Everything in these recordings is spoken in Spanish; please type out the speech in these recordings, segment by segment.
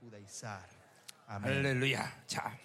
realizar. Amén. 할렐루야. 자,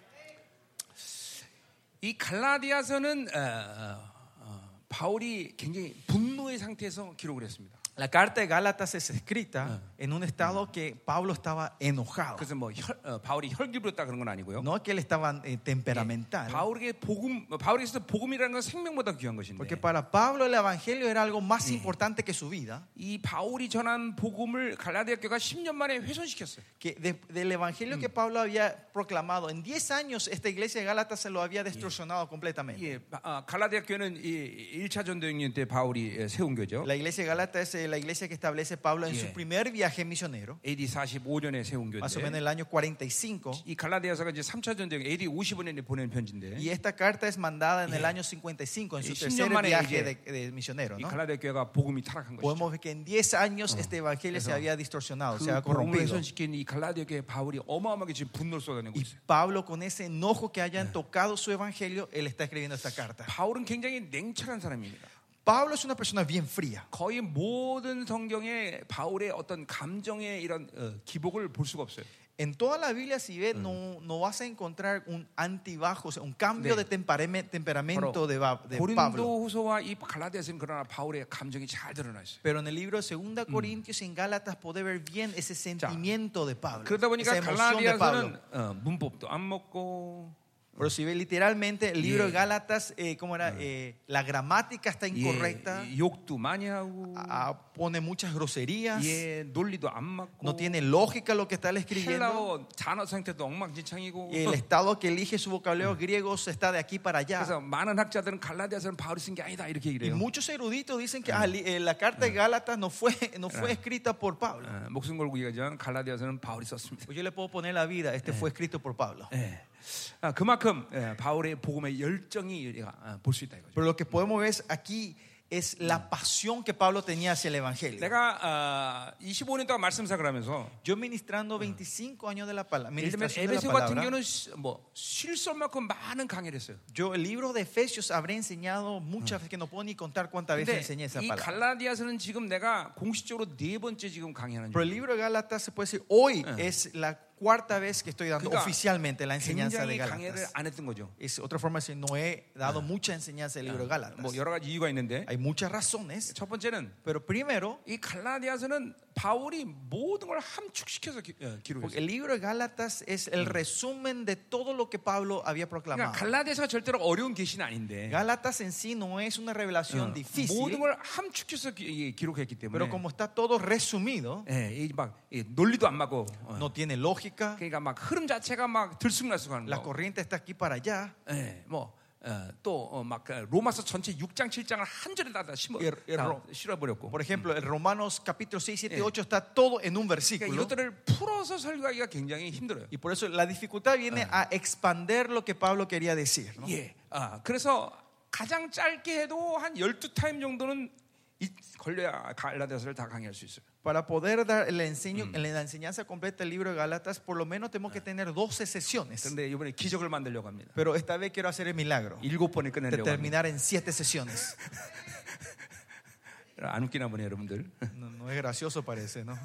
이 갈라디아서는 어, 어, 어, 바울이 굉장히 분노의 상태에서 기록을 했습니다. La carta de Gálatas es escrita en un estado que Pablo estaba enojado. 그래서 뭐 혈- 어, 바울이 혈기 부렸다 그런 건 아니고요. No es que él estaba eh, temperamental, 바울에게 복음, 뭐 바울에게 있어서 복음이라는 건 생명보다 귀한 것인데. porque para Pablo el evangelio era algo más importante que su vida. 이 바울이 전한 복음을 갈라디아 교가 10년 만에 훼손시켰어요. Que de- del evangelio que Pablo había proclamado, en 10 años esta iglesia de Gálatas se lo había destruccionado completamente. 예, 바- 아, 갈라디아 교회는 이 1차 전도행진 때 바울이 예, 세운 교죠. La iglesia de Gálatas es eh, la iglesia que establece Pablo en su Yeah. primer viaje misionero, AD 45년에 세운 más o menos en 교인데 el año 45. 이 갈라디아서가 이제 3차 전도행 AD 55년에 보낸 편지인데 Y esta carta es mandada en el Yeah. año 55, en su Y tercer 10년 만에 viaje 이제 de, de misionero. 이 ¿no? 갈라디아 교회가 복음이 타락한 것이죠. Podemos ver que en 10 años este evangelio se Pues eso. había distorsionado, se 그 había 복음을 corrompido. 훼손시킨 이 갈라디아 교회 바울이 어마어마하게 지금 분노를 쏟아내고 Y 있어요. Pablo, con ese enojo que hayan tocado su evangelio, él está escribiendo esta carta. 바울은 굉장히 냉철한 사람입니다. Pablo es una persona bien fría. 거의 모든 성경에 바울의 어떤 감정의 이런 어, 기복을 볼 수가 없어요. En toda la Biblia, si ves, no, no vas a encontrar un antibajo, o sea, un cambio de 네. temperame- temperamento 바로 de, Ba- de Pablo. 고린도후서와 이 갈라디아서는 그러나 바울의 감정이 잘 드러나 있어요. Pero en el libro de 2 Corintios y en Gálatas podés ver bien ese sentimiento de Pablo. 그러다 보니까 Esa emoción de Pablo. 갈라디아서는 어, 문법도 안 먹고 Pero si ves literalmente el libro de Yeah. Gálatas, eh, ¿cómo era? Eh, la gramática está 예, incorrecta, 이 욕도 많이 하고 ah, pone muchas groserías, 예, 논리도 안 맞고 no tiene lógica lo que está él escribiendo. 헬라어 단어 상태도 엉망진창이고 Y el estado que elige su vocabulario griego se está de aquí para allá. 그래서 많은 학자들은 갈라디아서는 바울이 쓴 게 아니다 이렇게 Y 얘기해요. muchos eruditos dicen que ah, Ah. li- eh, la carta de Gálatas no fue, no fue escrita por Pablo. 어, 목숨 걸고 얘기하지만 갈라디아서는 바울이 썼습니다. Pues yo le puedo poner la vida, este fue escrito por Pablo. 예. 아, 그만큼 예, 바울의 복음의 열정이 아, 볼 수 있다 이거죠. Pero lo que podemos ver es aquí es la pasión que Pablo tenía hacia el Evangelio. 내가 아, 25년 동안 말씀사를 하면서 Yo ministrando 25 años de la pala- 예를 들면 ministración de la 에베소 같은 palabra. 경우는 시- 뭐 실수만큼 많은 강의를 했어요. Yo el libro de Efesios habré enseñado muchas veces que no puedo ni contar cuántas veces 근데 enseñé esa 이 palabra. 갈라디아서는 지금 내가 공식적으로 네 번째 지금 강의하는 Pero el 중. libro de Gálatas se puede decir hoy es la cuarta vez que estoy dando 그러니까 oficialmente la enseñanza de 굉장히 강의를 Gálatas. 안 했던 거죠. Es otra forma de decir no he dado mucha enseñanza del libro de Gálatas. 뭐 여러 가지 이유가 있는데 Hay muchas razones, 첫 번째는 pero primero 이 갈라디아서는 바울이 모든 걸 함축시켜서 기, 어, porque 기록했어요. el libro de Gálatas es el resumen de todo lo que Pablo había 그러니까 proclamado. 갈라디아서가 절대로 어려운 계시는 아닌데 Gálatas en sí no es una revelación 모든 difícil, 걸 함축해서 기, 예, 기록했기 때문에 pero como está todo resumido, 예, 이막 예, 논리도 안 맞고 어. no tiene lógica, 그러니까 막 흐름 자체가 막 들쑥날쑥하는 la 거. corriente está aquí para allá. 예, 뭐또막 그 로마서 전체 6장 7장을 한 절에 다 심어 예, 예, 다 로- 실어버렸고. Por ejemplo, el Romanos capítulo 6, 7 y 8 está todo en un 그러니까 versículo. 이것들을 풀어서 설교하기가 굉장히 힘들어요. Y por eso la dificultad viene a expander lo que Pablo quería decir. ¿no? 예. 아, 그래서 가장 짧게 해도 한 12타임 정도는 이- 걸려야 갈라디아서를 다 강의할 수 있어요. Para poder dar el enseño, en la enseñanza completa del libro de Galatas, por lo menos tenemos que tener 12 sesiones. 그런데 이번에 기적을 만들려고 합니다. Pero esta vez quiero hacer el milagro 일곱 de 번에 끝내려고 합니다. terminar en 7 sesiones. 안 웃기나 보네 여러분들. No, no es gracioso, parece, ¿no?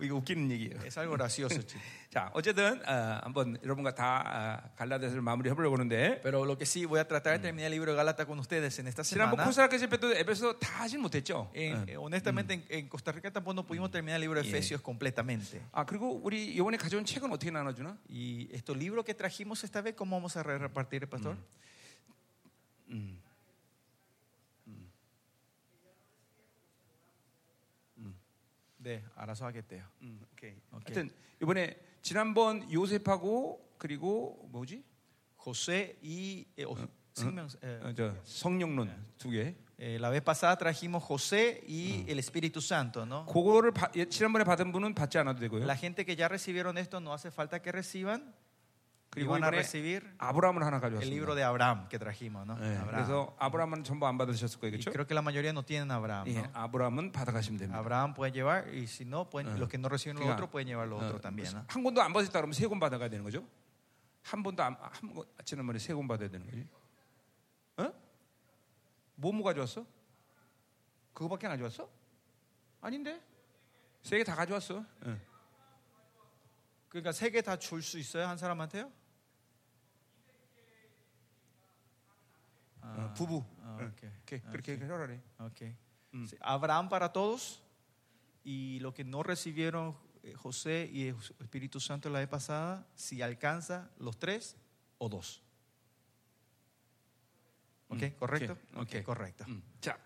이거 웃기는 얘기예요. Es algo gracioso, chicos. 자, 어쨌든 어, 한번 여러분과 다 아, 갈라디아서를 마무리해 보려고 하는데 Pero lo que sí, voy a tratar de terminar el libro de Gálatas con ustedes en esta 지난번 semana. 코스라크 집회 때 에베소 다 하진 못했죠. 예. En- eh, honestamente, en, en Costa Rica tampoco no pudimos terminar el libro de Yeah. Efesios completamente. 아 그리고 우리 이번에 가져온 책은 어떻게 나눠주나? Y estos libros que trajimos esta vez, ¿cómo vamos a re- repartir, pastor? Mm. De 알아서 하겠대요. 음, 오케이. 오케이. 하여튼 이번에 지난번 요셉하고 그리고 뭐지? José y eh, o- 생명- eh, 어, 저 성령론 두 개. eh, la vez pasada trajimos José y el Espíritu Santo, ¿no? 그거를 받- 예, 지난번에 받은 분은 받지 않아도 되고요. La gente que ya recibieron esto no hace falta que reciban y 그리고 van a 이번에 recibir 아브라함을 하나 el libro 가져왔습니다. de Abraham que trajimos, ¿no? 예, Abraham. 그래서 아브라함은 전부 안 받으셨을 Y 거예요, 그렇죠? creo Eh, que la mayoría no tienen Abraham, 예, ¿no? 아브라함은 받아가시면 됩니다. Abraham puede llevar y si no, pueden- los que no reciben lo Em, Ah, Claro. Ah, pues, otro pueden llevar lo 어, otro también. ¿no? 한 권도 안 받았다 그러면 세 권 받아가야 되는 거죠? 한 번도 안, 한 권, 지난번에 세 권 받아야 되는 거지? 어? 뭐뭐 가져왔어? 그거밖에 안 가져왔어? 아닌데? 세 개 다 가져왔어. 어. 그러니까 세 개 다 줄 수 있어요 한 사람한테요? Ah, 어, 부부. 아, 응. 오케이. 이렇게 그렇게 하라래. Okay. Mm. Ah, Sí, Abraham para todos y lo que no recibieron eh, José y el Espíritu Santo la vez pasada, si alcanza los tres o dos. ¿Ok? Mm, ¿Correcto? ok, ok. Mm, Ok, correcto. 음. 자.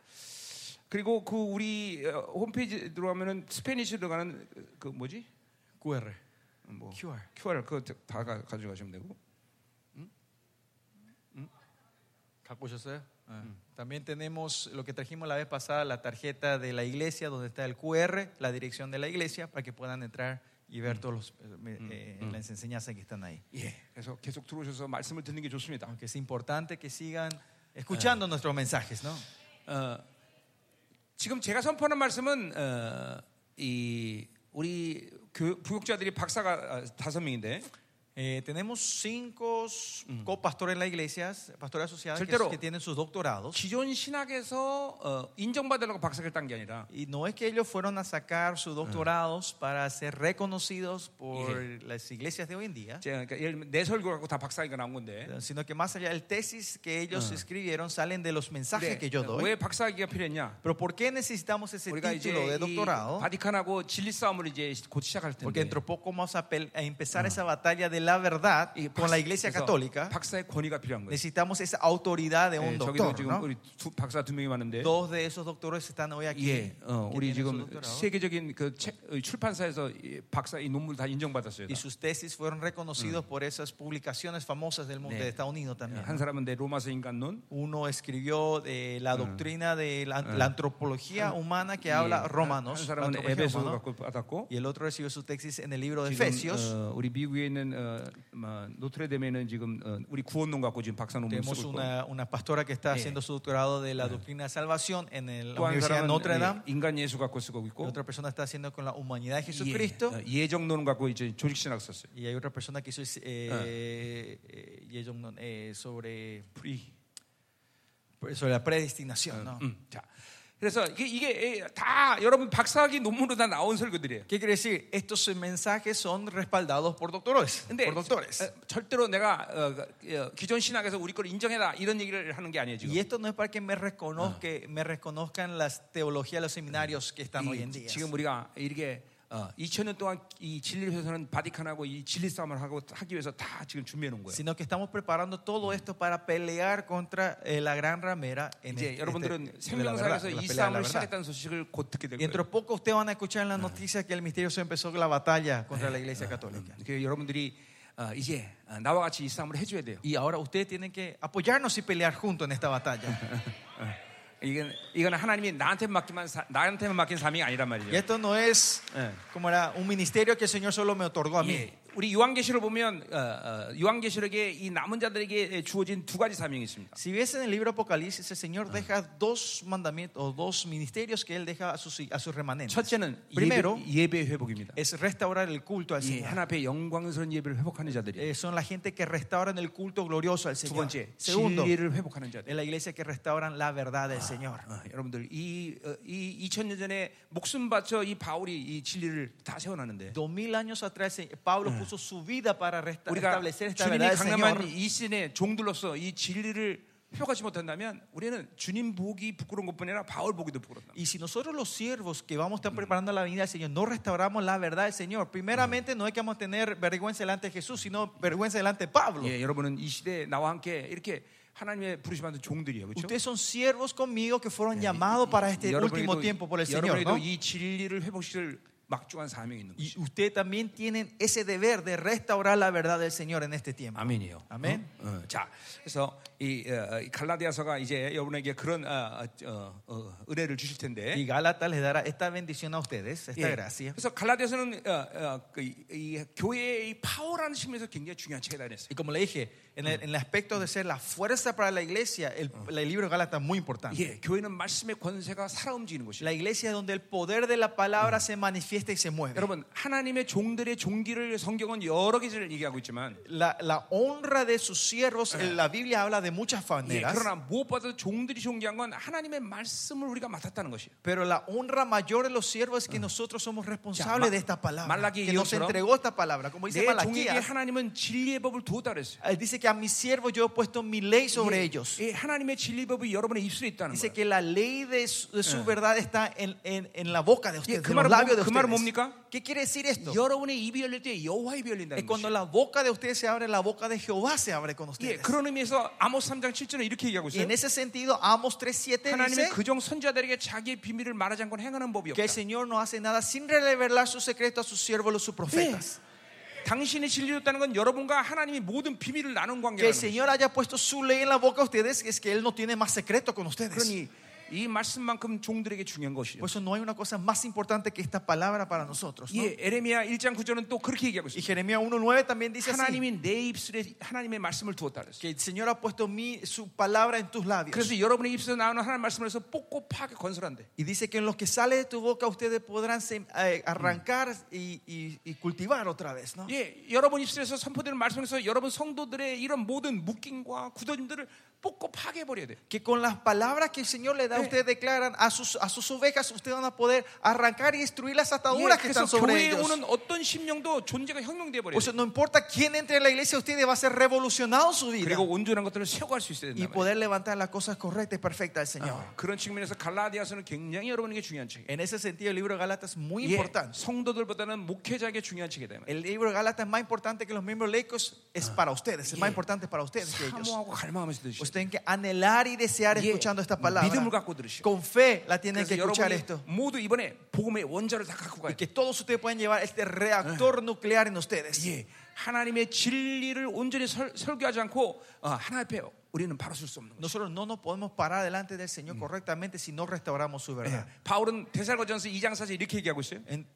그리고 그 우리 어, 홈페이지 들어가면은 스페니쉬 들어가는 그 뭐지? QR. 뭐 QR. QR 그거 다 가, 가져가시면 되고. ¿Cacuyo sea? Ah. También tenemos lo que trajimos la vez pasada, la tarjeta de la iglesia, donde está el QR, la dirección de la iglesia, para que puedan entrar y ver todas los, eh, me- eh, las enseñanzas que están ahí. 예. 그래서 계속 들어오셔서 말씀을 듣는 게 좋습니다. Aunque es importante que sigan escuchando nuestros mensajes, ¿no? 어, 지금 제가 선포하는 말씀은 어, 이 우리 교, 부역자들이 박사가 아, 다섯 명인데 Eh, tenemos cinco copastores en la iglesia, pastores asociados que, 절대로- que tienen sus doctorados. 기존 신학에서 어, 인정받으려고 박사를 딴 게 아니라 Y no es que ellos fueron a sacar sus doctorados para ser reconocidos por las iglesias de hoy en día, 제- 그러니까 예를 들면 내 설교 갖고 다 박사니까 나온 건데 Eh, sino que más allá, el tesis que ellos escribieron salen Ah. de los mensajes 근데 que yo doy. 왜 박사학위가 필요했냐? Pero ¿por qué necesitamos ese 우리가 이제 título de 이 doctorado? 바티칸하고 진리 싸움을 이제 곧 시작할 Porque 텐데 dentro poco vamos a, pel- a empezar esa batalla de la verdad 이 con 박- la iglesia 그래서 católica. 박사의 권위가 필요한 pues. 거예요. Necesitamos esa autoridad de 예, un 저기도 doctor. 지금 ¿no? 우리 두, 박사 두 명이 많은데 Dos de esos doctores están hoy aquí. 예, 어, que 우리 tienen su 지금 doctorado. 세계적인 그 책, 어, 출판사에서 이 박사 이 논문 다 인정받았어요. 다. Y sus tesis fueron reconocidos por esas publicaciones famosas del mundo Mm. 네. de Estados Unidos también. 한 사람은 내 로마서 인간론, Uno escribió de la doctrina de la, la antropología humana que 예, habla 한- Ah. Romanos, la 한 사람은 antropología 에베소 humana. 갖고 받았고, y el otro recibió su tesis en el libro de 지금 Efesios. 어, 우리 미국에 있는 어, 뭐, 노트레담에는 지금 어, 우리 구원론 갖고 지금 박사 논문 Tenemos 쓰고 있고, una, una pastora que está 예. haciendo su doctorado de la doctrina de salvación en el- la 또 한 Universidad de 사람은 Notre Dame. 예, 인간 예수 갖고 쓰고 eh, Y 있고, otra persona está haciendo con la humanidad de 예, Jesucristo. 어, 예정론 갖고 이제 조직신학 썼어요. Y hay otra persona que hizo eh, eh, Yeong-non, eh, sobre, 프리. sobre la predestinación. ¿no? 음, 자, 그래서 이게, 이게 에, 다 여러분 박사학위 논문으로 다 나온 설교들이에요. ¿Qué quiere decir? Estos mensajes son respaldados por doctores. 근데 Por doctores. 어, 절대로 내가 어, 어, 기존 신학에서 우리 걸 인정해라 이런 얘기를 하는 게 아니에요 지금. Y esto no es para que me, reconozca, me reconozcan las teologías, los seminarios que están hoy en 이, día. 지금 우리가 이렇게 어, 2000년 동안 이 진리 회사는 바티칸하고 이 진리 싸움을 하고 하기 위해서 다 지금 준비해 놓은 거예요. Sino que estamos preparando todo esto para pelear contra eh, la gran ramera en 이제 este- 여러분들은 este- de la verdad, 생명사에서 la pelea de 이 la 싸움을 verdad. 시작했다는 소식을 곧 듣게 될 Y dentro 거예요. de poco ustedes van a escuchar en las noticias que el misterio se empezó la batalla contra la iglesia católica. 그 여러분들이 어, 이제 어, 나와 같이 이 싸움을 해줘야 돼요. Y ahora ustedes tienen que apoyarnos y pelear juntos en esta batalla. 이건 이건 하나님이 나한테 맡기만 사- 나한테만 맡긴 사명이 아니란 Y 말이에요. esto no es 예. como era un ministerio que el Señor solo me otorgó a mí. 예, 우리 요한계시록 보면 어, 어, 요한계시록에 이 남은 자들에게 주어진 두 가지 사명이 있습니다. Si ves en el libro Apocalipsis, el Señor deja dos mandamientos o dos ministerios que Él deja a sus, a sus remanentes. 첫째는 Primero, 예배, 예배 회복입니다. Es restaurar el culto al 예, Señor. 하나 앞에 영광스러운 예배를 회복하는 자들이. Eh, son la gente que restauran el culto glorioso al 두 Señor. 번째 Segundo, 진리를 회복하는 자들. es la iglesia que restauran la verdad del Señor. 어, 여러분들 이, 어, 이 2000년 전에 목숨 바쳐 이 바울이 이 진리를 다 세워놨는데 Dos mil años atrás, eh, Pablo puso su vida para resta- 우리가 establecer esta 주님이 verdad del Señor. 강림한 이 시대 종들로서 이 진리를 회복하지 못한다면 우리는 주님 보기 부끄러운 것뿐 아니라 바울 보기도 부끄럽다. Y si nosotros los siervos que vamos a estar preparando la venida del Señor no restauramos la verdad del Señor, primeramente no hay que vamos a tener vergüenza delante de Jesús, sino vergüenza delante de Pablo. 예, 여러분은 이 시대에 나와 함께 이렇게 하나님의 부르심받은 종들이에요. 그렇죠? Ustedes son siervos conmigo que fueron llamados para este último tiempo por el Señor. 여러분에게도 ¿no? 이 진리를 회복시킬 막중한 사명이 있는 거죠. Y ustedes también tienen ese deber de restaurar la verdad del Señor en este tiempo. 아멘이요. 아멘. 어? 어, 자, 그래서 이, 어, 이 갈라디아서가 이제 여러분에게 그런 어, 어, 어, 은혜를 주실 텐데. Y Gálatas les dará esta bendición a ustedes, esta 예. gracia. 그래서 갈라디아서는 어, 어, 그, 이, 이 교회의 이 파워라는 측면에서 굉장히 중요한 책이다 그랬어요. Y como le dije, en el, en el aspecto de ser la fuerza para la iglesia, el, el libro de Gálatas es muy 아. importante. 예, 교회는 말씀의 권세가 살아 움직이는 곳이에요. La iglesia es donde el poder de la palabra se manifiesta y se mueve. 여러분 하나님의 종들의 종기를 성경은 여러 개를 얘기하고 있지만 La, la honra de sus siervos, en la Biblia habla de muchas 예, maneras, 그러나 무엇보다도 종들이 종기한 건 하나님의 말씀을 우리가 맡았다는 것이에요. pero la honra mayor de los siervos es que nosotros somos 자, 마- responsables de esta palabra, 말라기 que nos 2호 처럼 entregó esta palabra. Como dice 내 종에게 Malaquías, 하나님은 진리의 법을 두었다 그랬어요. él dice que a mis siervos yo he puesto mi ley sobre 예, ellos. 예, 하나님의 진리의 법이 여러분의 입술에 있다는 Dice 거예요. que la ley de su, de su verdad está en, en- en la boca de ustedes, 그 en 말은 los labios de 뭐- 그 말은 ustedes. 뭡니까? ¿Qué quiere decir esto? 여러분의 입이 열릴 때 여호와의 입이 Es 열린다는 cuando 거예요. la boca de ustedes se abre, la boca de Jehová se abre con 예, ustedes. 그런 의미에서 아모스 3장 7절에 이렇게 얘기하고 Y 있어요. en ese sentido, Amos 3.7 dice 하나님의 그정 선자들에게 자기의 비밀을 말하지 않고 행하는 법이 que 없다. el Señor no hace nada sin revelar su secreto a sus siervos, los sus profetas. 당신이 진리였다는 건 여러분과 하나님이 모든 비밀을 나눈 Que el 관계라는 거예요. Señor haya puesto su ley en la boca a ustedes, es que Él no tiene más secreto con ustedes. 그러니 이 말씀만큼 종들에게 중요한 것이죠. Por eso no hay una cosa más importante que esta palabra para nosotros. ¿no? 예, 에레미야 1장 9절은 또 그렇게 얘기하고 Y 있어요. Jeremías 1.9 también dice así, 하나님이 내 입술에 하나님의 말씀을 두었다 그랬어요. que el Señor ha puesto mi, su palab라 en tus labios. 그래서 여러분의 입술에서 나오는 하나님 말씀을 해서 뽀뽀하게 건설한대. Y dice que en lo que sale de tu boca ustedes podrán sem- eh, arrancar y, y- y cultivar otra vez, ¿no? 예, 여러분 입술에서 선포되는 말씀에서 여러분 성도들의 이런 모든 묶임과 굳어짐들을 뽀뽀하게 해버려야 돼요. Que con las palabras que el Señor le da, Sí. ustedes declaran a sus, a sus ovejas, ustedes van a poder arrancar y destruir las 예, ataduras que 그래서 están sobre 교회에 ellos. 오는 어떤 심령도 존재가 혁명돼 버려요. O sea, no importa quién entre en la iglesia, ustedes va a ser revolucionado su vida 그리고 온전한 것들을 세워갈 수 있어야 y 된다. 아. poder levantar las cosas correctas y perfectas del Señor. 그런 측면에서 갈라디아서는 굉장히 여러분에게 중요한 책이에요. En ese sentido, el libro de Gálatas es muy 예, importante. 성도들보다는 목회자에게 중요한 책이 되면 El libro de Gálatas es más importante que los miembros laicos, es para ustedes, es más importante para ustedes que ellos. 사모하고 갈망하면서 Ustedes 들으시죠. tienen que anhelar y desear Yeah. escuchando esta palabra. 믿음을 갖고 들으시오. Con fe la tienen que 그래서 escuchar 여러분이 esto. 모두 이번에 복음의 원자를 다 갖고 가야 Y que 돼. todos ustedes puedan llevar este reactor nuclear en ustedes. 예, 하나님의 진리를 온전히 설, 설교하지 않고 어, 하나 앞에 우리는 바로 설 수 없는 거죠. Nosotros no nos podemos parar delante del Señor correctamente si no restauramos su 예, verdad. 바울은 데살로전서 2장 4절 이렇게 얘기하고 있어요. En,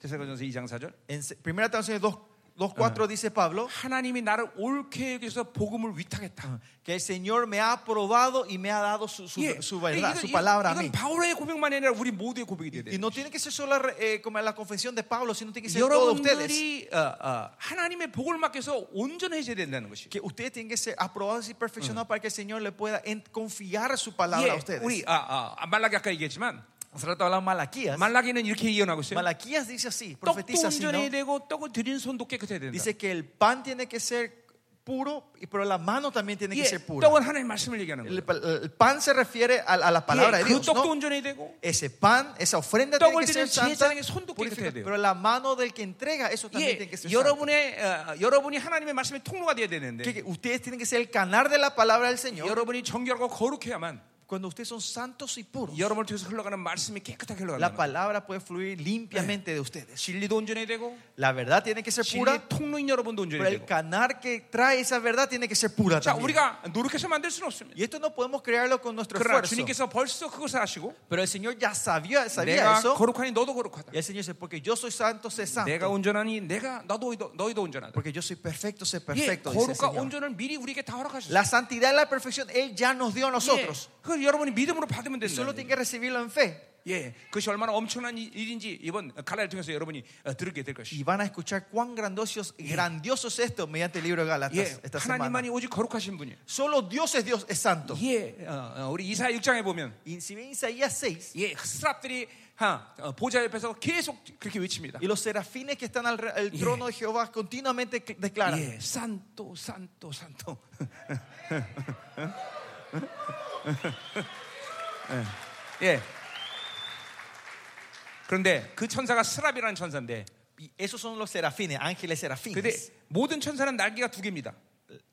데살로전서 2장 4절. en se- primera Tesalonicenses 2 2.4 dice Pablo 하나님이 나를 옳게 여기서 복음을 위탁했다. que el Señor me ha aprobado y me ha dado su, su- 예, su 근데 verdad, 이건- su palabra a 이건 mí. 바울의 고백만이 아니라 우리 모두의 고백이 돼야 Y 돼. no tiene que ser solo eh, como la confesión de Pablo, sino tiene que ser todos ustedes. 여러분들이 어, 어, 하나님의 복을 맡겨서 온전해져야 된다는 것이. Que ustedes tienen que ser aprobados y perfeccionados para que el Señor le pueda en- confiar su palabra a ustedes. 우리 아, 아, 말라기 아까 얘기했지만 Hace rato hablamos Malaquías. 말라기는 이렇게 예언하고 있어요. Malaquías dice así, 떡도 profetiza así, ¿no? 온전해야 되고 떡을 드린 손도 깨끗해야 된다. Dice que el pan tiene que ser puro, y- pero la mano también tiene 예, que ser pura. 떡은 하나님의 말씀을 얘기하는 El, 거예요. el pan se refiere a, a la palabra 예, de 그 Dios, 떡도 ¿no? 온전해야 되고 Ese pan, esa ofrenda tiene 떡을 que ser 드리는 santa, 제사장의 손도 purificada, 깨끗해야 돼요. pero la mano del que entrega, eso también 예, tiene que ser santa. 여러분의 어, 여러분이 하나님의 말씀의 통로가 되어야 Que- 되는데 que ustedes tienen que ser el canal de la palabra del Señor. 여러분이 정결하고 거룩해야만 Cuando ustedes son santos y puros, 여러분을 통해서 흘러가는 말씀이 깨끗하게 흘러간다. la palabra puede fluir limpiamente de ustedes. 진리도 온전해야 되고 La verdad tiene que ser pura, 진리의 통로인 pero 여러분도 온전해야 el 되고 canal que trae esa verdad tiene que ser pura 자, también. 우리가 노력해서 만들 수는 없습니다. Y esto no podemos crearlo con nuestro 그러나 esfuerzo. 주님께서 벌써 그것을 아시고 Pero el Señor ya sabía, sabía 내가 eso. 거룩하니 너도 거룩하다. Y el Señor dice, porque yo soy santo, sé 내가 santo. 온전하니 내가 너도 너희도, 너희도 온전하다. Porque yo soy perfecto, sé 예, perfecto. dice el 거룩과 Señor. 온전을 미리 우리에게 다 허락하셨어. La santidad y la perfección Él ya nos dio a nosotros. 그 여러분이 믿음으로 받으면 Y solo tiene 된다. que recibirlo en fe. 예, 그것이 얼마나 엄청난 일- 일인지 이번 갈라를 통해서 여러분이 어, 들게 될 것이. Y van a escuchar cuán grandiosos, grandioso es esto mediante el libro de Gálatas 예, esta semana. 하나님만이 오직 거룩하신 분이에요. Solo Dios es Dios, es santo. 예, 어, 어, 우리 이사야 6장에 보면 Y si ven Isaías 6, 예, 스랍들이 하, 어, 보좌 옆에서 계속 그렇게 외칩니다. y los serafines que están al re- al trono de Jehová continuamente cl- declaran. 예, 산토 산토 산토. 예. 그런데 그 천사가 스랍이라는 천사인데, Y esos son los serafines, ángeles 근데 serafines. 모든 천사는 날개가 두 개입니다.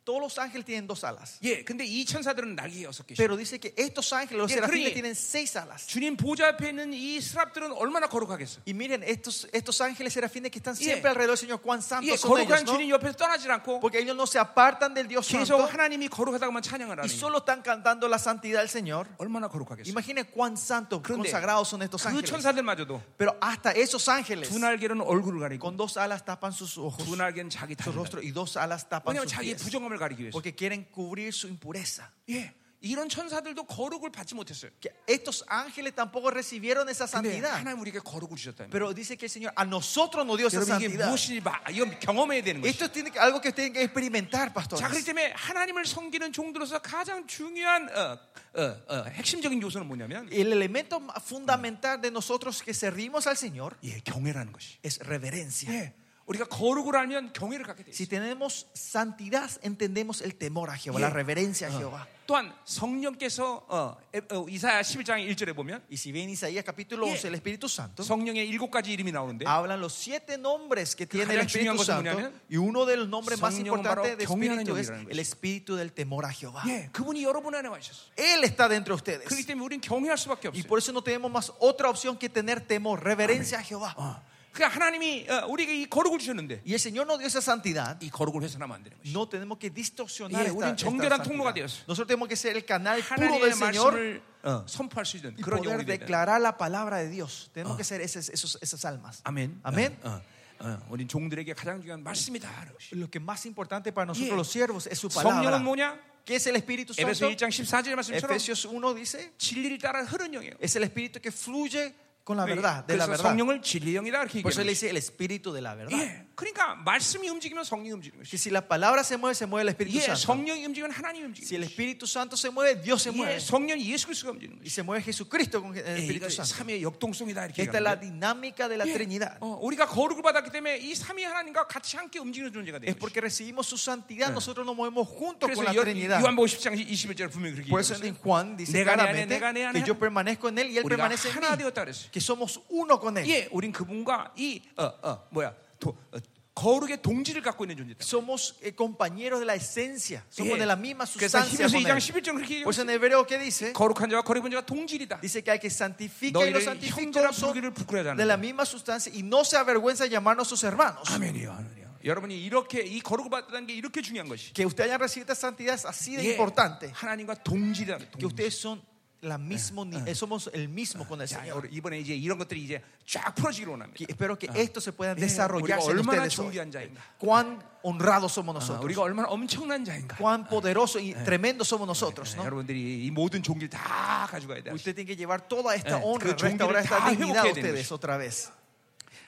Todos los ángeles tienen dos alas. 예, 네. 근데 이 천사들은 날개 여섯 개. Pero dice que estos ángeles, los Yeah, serafines, 그러니- tienen seis alas. 주님 보좌 앞에 있는 이 스랍들은 얼마나 거룩하겠어요? Y miren, estos, estos ángeles serafines que están Yeah. siempre alrededor del Señor, cuán santos 예, son ellos, 거룩한 ¿no? 주님 옆에서 떠나질 않고 Porque ellos no se apartan del Dios 계속 santo 하나님이 거룩하다고만 찬양을 y 하는. 거예요. solo están cantando la santidad del Señor. 얼마나 거룩하겠어요? Imaginen cuán santos, 그런데 consagrados son estos 그 ángeles. 천사들마저도 Pero hasta esos ángeles 두 날개는 얼굴을 가리고 con dos alas tapan sus ojos, 두 날개는 자기 su 다리를 가리고 rostro y dos alas tapan 왜냐하면 sus 자기의 pies. 부정함을 가리기 위해서. Porque quieren cubrir su impureza. 예, 이런 천사들도 거룩을 받지 못했어요. Que estos ángeles tampoco recibieron esa 근데 santidad. 하나님 우리에게 거룩을 주셨다면. Pero dice que el Señor a nosotros nos dio esa 여러분 이게 santidad. 무엇인지 마- 이건 경험해야 되는 거죠. Esto tiene que- algo que tienen que experimentar, pastor. 자, 그렇기 때문에 하나님을 섬기는 종들로서 가장 중요한 어, 어, 어, 핵심적인 요소는 뭐냐면 El elemento ma- fundamental de nosotros que servimos al Señor 예, 경외라는 것이. es reverencia. 예, 우리가 거룩을 알면 경외를 갖게 돼 Si 있어요. tenemos santidad, entendemos el temor a Jehová, Yeah. la reverencia a Jehová. 또한 성령께서 어, 에- 어, 이사야 11장 1절에 보면 Y si bien Isaías capítulo Yeah. 11, el Espíritu Santo, 성령의 일곱 가지 이름이 나오는데 hablan los siete nombres que tiene el 가장 중요한 Espíritu 것은 Santo. 뭐냐면 Y uno de los nombres más 성령은 importantes 바로 de 경외하는 Espíritu es 영이라는 것이죠. el Espíritu del temor a Jehová. 예, 그분이 여러분 안에 와 있었어. Él está dentro de 그렇기 ustedes. 때문에 우리는 경외할 수밖에 Y 없어요. por eso no tenemos más otra opción que tener temor, reverencia a Jehová. 어. 그러니까 하나님이 어, 우리에게 이 거룩을 주셨는데 Y el Señor nos dio esa santidad. 이 거룩을 훼손하면 안 되는 것이. No tenemos que distorsionar Yeah, esta, 우리는 esta 정결한 santidad. 통로가 되었어요. Nosotros tenemos que ser el canal puro del 하나님의 Señor 말씀을 어, 선포할 수 있는 y 그런 poder 영혼이 되는. declarar la palabra de Dios. Tenemos que ser esas, esos- esas almas. 아멘. Ah. Amén. 어, 어, 어, 우리 종들에게 가장 중요한 말씀이다. Lo que más importante para nosotros Yeah. los siervos es su palabra. 성령은 뭐냐? ¿Qué es el Espíritu Santo? 에베소 1장 14절 말씀처럼 Efesios 1 dice, 진리를 따라 흐른 영이에요. es el Espíritu que fluye con la 네, verdad, de la verdad. 그래서 성령을 진리 영이다 이렇게 Por eso le 얘기해요. dice el Espíritu de la verdad. 예, 그러니까 말씀이 움직이면 성령이 움직이는 Que 것이. si la palabra se mueve, se mueve el Espíritu 예, Santo. 성령이 움직이면 하나님이 Si 움직이는 el Espíritu Santo se mueve, Dios se 것이. mueve. 예, 성령이 예수 그리스도가 움직이는 Y 것이. se mueve Jesucristo con el 예, 이거 Espíritu Santo. 삼위의 역동성이다 이렇게 Esta es la 얘기하는데. dinámica de la Trinidad. 어, 우리가 거룩을 받았기 때문에 이 삼위 하나님과 같이 함께 움직이는 존재가 되는 Es 것이. porque recibimos su santidad, nosotros nos movemos juntos 그래서 con la 요- Trinidad. 요한복음 10장 21절 분명히 그렇게 Por eso en 얘기했어요. Juan dice 내가 내 안에, claramente 내가 내 안에 que yo permanezco en él y él 우리가 permanece en 하나 mí. 되었다 그랬어요. Que somos uno con él. 예, 우린 그분과 이 어 어 뭐야 도, 어, 거룩의 동지를 갖고 있는 존재다. Somos eh, compañeros de la esencia. Somos 예. de la misma 그래서 sustancia. Con 히브리서 2장 él. 11절 그렇게 Por eso 얘기해요. en hebreo, ¿qué dice? 거룩한 자와 거룩한 자가 동질이다. Dice que hay que santificar y los 너희를 형제라 santificados 부르기를 son 부끄러워하지 de la 않는다. misma sustancia y no se avergüenza de llamarnos sus hermanos. 아멘이요, 아멘이요. 여러분이 이렇게 이 거룩을 받다는 게 이렇게 중요한 것이. Que usted haya recibido esta santidad es así de 예, importante. 하나님과 동질이다. Que 동질. ustedes son la mismo, ni- eh, somos el mismo con el 자, Señor. 우리 이번에 이제 이런 것들이 이제 쫙 풀어지기를 원합니다. Que espero que esto se pueda 예, 우리가 desarrollarse en 얼마나 ustedes hoy. 존귀한 자인가. Cuán honrados somos 아, nosotros. 우리가 얼마나 엄청난 자인가. Cuán poderosos y tremendos somos nosotros. 네, ¿no? 여러분들이 이 모든 종기를 다 가져가야 돼. Usted tiene que llevar toda esta Eh, honra, 그 종기를 restaurar 다 esta dignidad a 회복해야 되는 ustedes otra vez.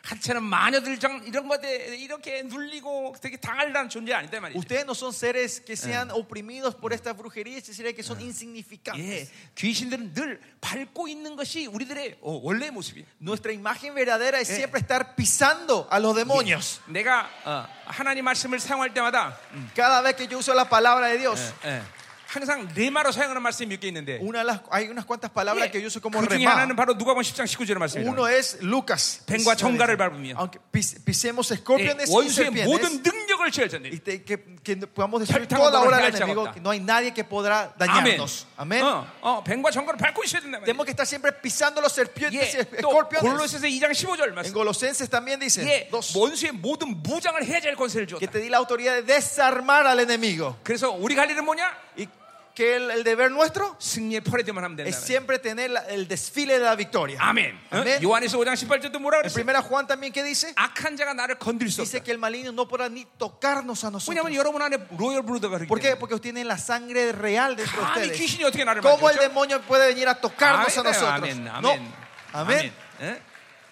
하체는 마녀들장 이런 것에 이렇게 눌리고 되게 당할라는 존재 아니다 말이죠. Ustedes no son seres que sean oprimidos por esta brujería, es decir, que son 예, insignificantes. 귀신들은 늘 밟고 있는 것이 우리들의 어, 원래 모습이에요. Nuestra imagen verdadera es siempre estar pisando a los demonios. 내가 어, 하나님 말씀을 사용할 때마다 음, Cada vez que yo uso la palabra de Dios, 예, 항상 레마로 사용하는 말씀이 몇 개 있는데 una de las- hay unas cuantas palabras 예, que yo uso como 그 중에 하나는 remá. 바로 누가복음 10장 19절의 말씀이에요. Uno es Lucas. 뱀과 정갈을 밟으며. Aunque pis- pisemos 예, escorpiones y 원수의 serpientes, 모든 능력을 제어한다. y te- que, que podamos destruir Saltamos toda la por obra la del brecha, enemigo, Bogotá. que no hay nadie que podrá 아멘. dañarnos. Amén. 어, 어, 뱀과 정갈을 밟고 있어야 된다. Tenemos que estar siempre pisando los serpientes y 예, 또 escorpiones. 골로새서 2장 15절 En 말씀. Colosenses también dice: 예, dos, 원수의 모든 무장을 해제할 권세를 que 주었다. te di la autoridad de desarmar al enemigo. 그래서 우리가 할 일은 뭐냐? Y que el, el deber nuestro 승리의 퍼레이드만 하면 된다. es siempre tener la- el desfile de la victoria. 아멘. 어? 아멘. 요한에서 5장 18절도 뭐라 En 그랬어? primera Juan también, ¿qué dice? 악한 자가 나를 건드릴 수 Dice 없다. que el maligno no podrá ni tocarnos a nosotros. 왜냐하면 여러분 안에 로열 브루더가 그렇기 ¿Por qué? 때문에. Porque tienen la sangre real dentro de 감히 ustedes. 귀신이 어떻게 네. 나를 ¿Cómo el 만들죠? demonio puede venir a tocarnos a 아멘, nosotros? 아멘, No. 아멘. Amén. 예?